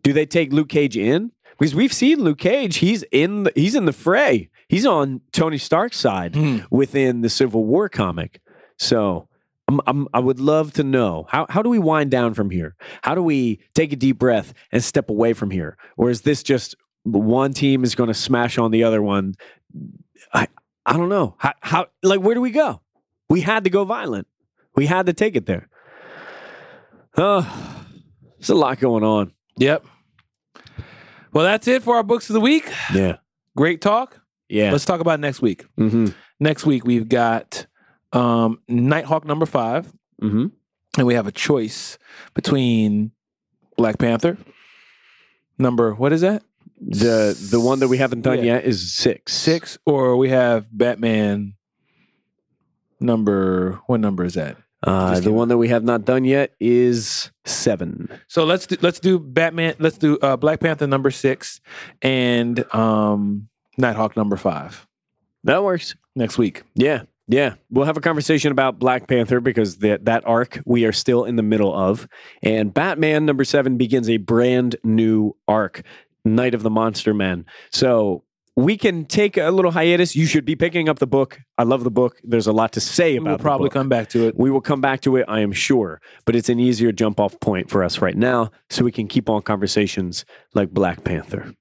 [SPEAKER 2] Do they take Luke Cage in? Because we've seen Luke Cage, he's in the, he's in the fray. He's on Tony Stark's side within the Civil War comic. So I'm, I'm, I would love to know how how do we wind down from here? How do we take a deep breath and step away from here? Or is this just one team is going to smash on the other one? I I don't know how how like where do we go? We had to go violent. We had to take it there. Oh, there's a lot going on.
[SPEAKER 1] Yep. Well, that's it for our books of the week.
[SPEAKER 2] Yeah,
[SPEAKER 1] Great talk.
[SPEAKER 2] yeah.
[SPEAKER 1] Let's talk about next week.
[SPEAKER 2] Mm-hmm.
[SPEAKER 1] Next week we've got um Nighthawk number five.
[SPEAKER 2] Mm-hmm.
[SPEAKER 1] and we have a choice between Black Panther number what is that
[SPEAKER 2] The the one that we haven't done
[SPEAKER 1] Yeah.
[SPEAKER 2] yet is six.
[SPEAKER 1] six or we have Batman number what number is that
[SPEAKER 2] Uh,
[SPEAKER 1] Just
[SPEAKER 2] the
[SPEAKER 1] came
[SPEAKER 2] one that we have not done yet is seven.
[SPEAKER 1] so let's do, let's do Batman let's do uh, Black Panther number six and um Nighthawk number five
[SPEAKER 2] That works.
[SPEAKER 1] next week
[SPEAKER 2] Yeah. Yeah. We'll have a conversation about Black Panther because that that arc we are still in the middle of. And Batman number seven begins a brand new arc, Night of the Monster Men. So we can take a little hiatus. You should be picking up the book. I love the book. There's a lot to say
[SPEAKER 1] we'll
[SPEAKER 2] about the
[SPEAKER 1] probably
[SPEAKER 2] book.
[SPEAKER 1] come back to it
[SPEAKER 2] We will come back to it, I am sure, but it's an easier jump off point for us right now so we can keep on conversations like Black Panther.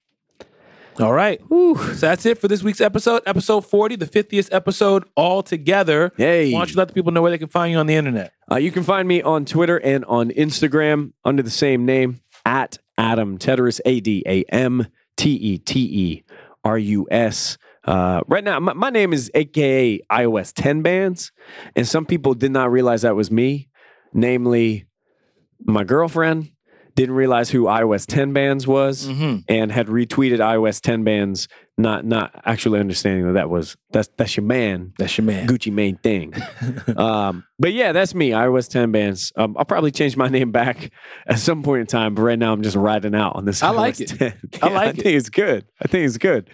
[SPEAKER 1] all right so that's it for this week's episode episode 40 the 50th episode all together
[SPEAKER 2] Yay.
[SPEAKER 1] why don't you let the people know where they can find you on the internet
[SPEAKER 2] Uh, you can find me on Twitter and on Instagram under the same name at Adam Teterus, A D A M T E T E R U S. Uh, right now, my, my name is AKA iOS 10 bands, and some people did not realize that was me, namely my girlfriend. Didn't realize who iOS 10 bands was and had retweeted iOS 10 bands, not not actually understanding that that was that's that's your man.
[SPEAKER 1] that's your man
[SPEAKER 2] Gucci main thing. um, but yeah, that's me. iOS 10 bands. Um, I'll probably change my name back at some point in time, but right now I'm just riding out on this.
[SPEAKER 1] I like
[SPEAKER 2] iOS
[SPEAKER 1] it.
[SPEAKER 2] 10.
[SPEAKER 1] I
[SPEAKER 2] Yeah,
[SPEAKER 1] like
[SPEAKER 2] I think it's good. I think it's good.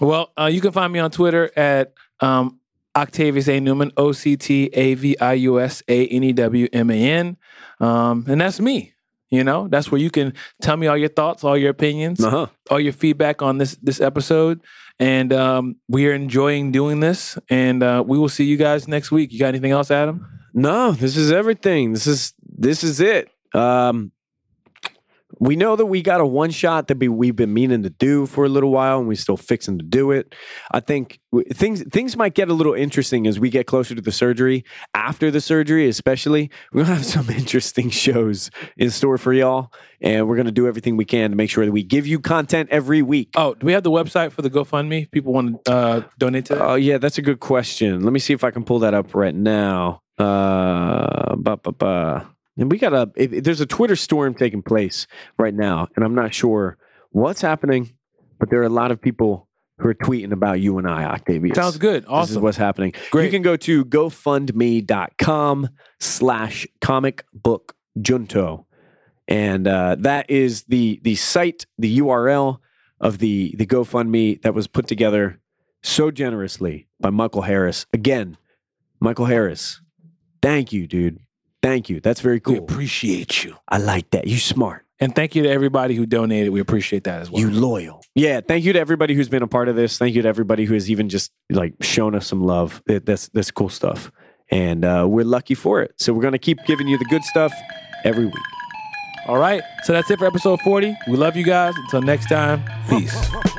[SPEAKER 1] Well, uh, you can find me on Twitter at um, Octavius A. Newman, O C T A V I U S A N E W M A N. Um, and that's me. You know, that's where you can tell me all your thoughts, all your opinions,
[SPEAKER 2] Uh huh.
[SPEAKER 1] all your feedback on this this episode. And um, we are enjoying doing this. And uh, we will see you guys next week. You got anything else, Adam?
[SPEAKER 2] No, this is everything. This is this is it. Um, we know that we got a one shot that we, we've been meaning to do for a little while, and we're still fixing to do it. I think w- things things might get a little interesting as we get closer to the surgery. After the surgery, especially, we're gonna have some interesting shows in store for y'all, and we're gonna do everything we can to make sure that we give you content every week.
[SPEAKER 1] Oh, do we have the website for the GoFundMe? People want to uh, donate to that?
[SPEAKER 2] Oh, yeah, that's a good question. Let me see if I can pull that up right now. Uh, ba, ba, ba. And we got a, if, if there's a Twitter storm taking place right now, and I'm not sure what's happening, but there are a lot of people who are tweeting about you and I, Octavius.
[SPEAKER 1] Sounds good.
[SPEAKER 2] This is
[SPEAKER 1] Awesome.
[SPEAKER 2] what's happening.
[SPEAKER 1] Great.
[SPEAKER 2] You can go to gofundme.com slash comic book junto. And uh, that is the the site, the URL of the the GoFundMe that was put together so generously by Michael Harris. Again, Michael Harris, thank you, dude. Thank you. That's very
[SPEAKER 1] We
[SPEAKER 2] cool.
[SPEAKER 1] appreciate you.
[SPEAKER 2] I like that. You smart.
[SPEAKER 1] And thank you to everybody who donated. We appreciate that as well.
[SPEAKER 2] You loyal. Yeah. Thank you to everybody who's been a part of this. Thank you to everybody who has even just like shown us some love. It- That's that's cool stuff. And uh, we're lucky for it. So we're going to keep giving you the good stuff every week.
[SPEAKER 1] All right. So that's it for episode 40. We love you guys. Until next time, peace.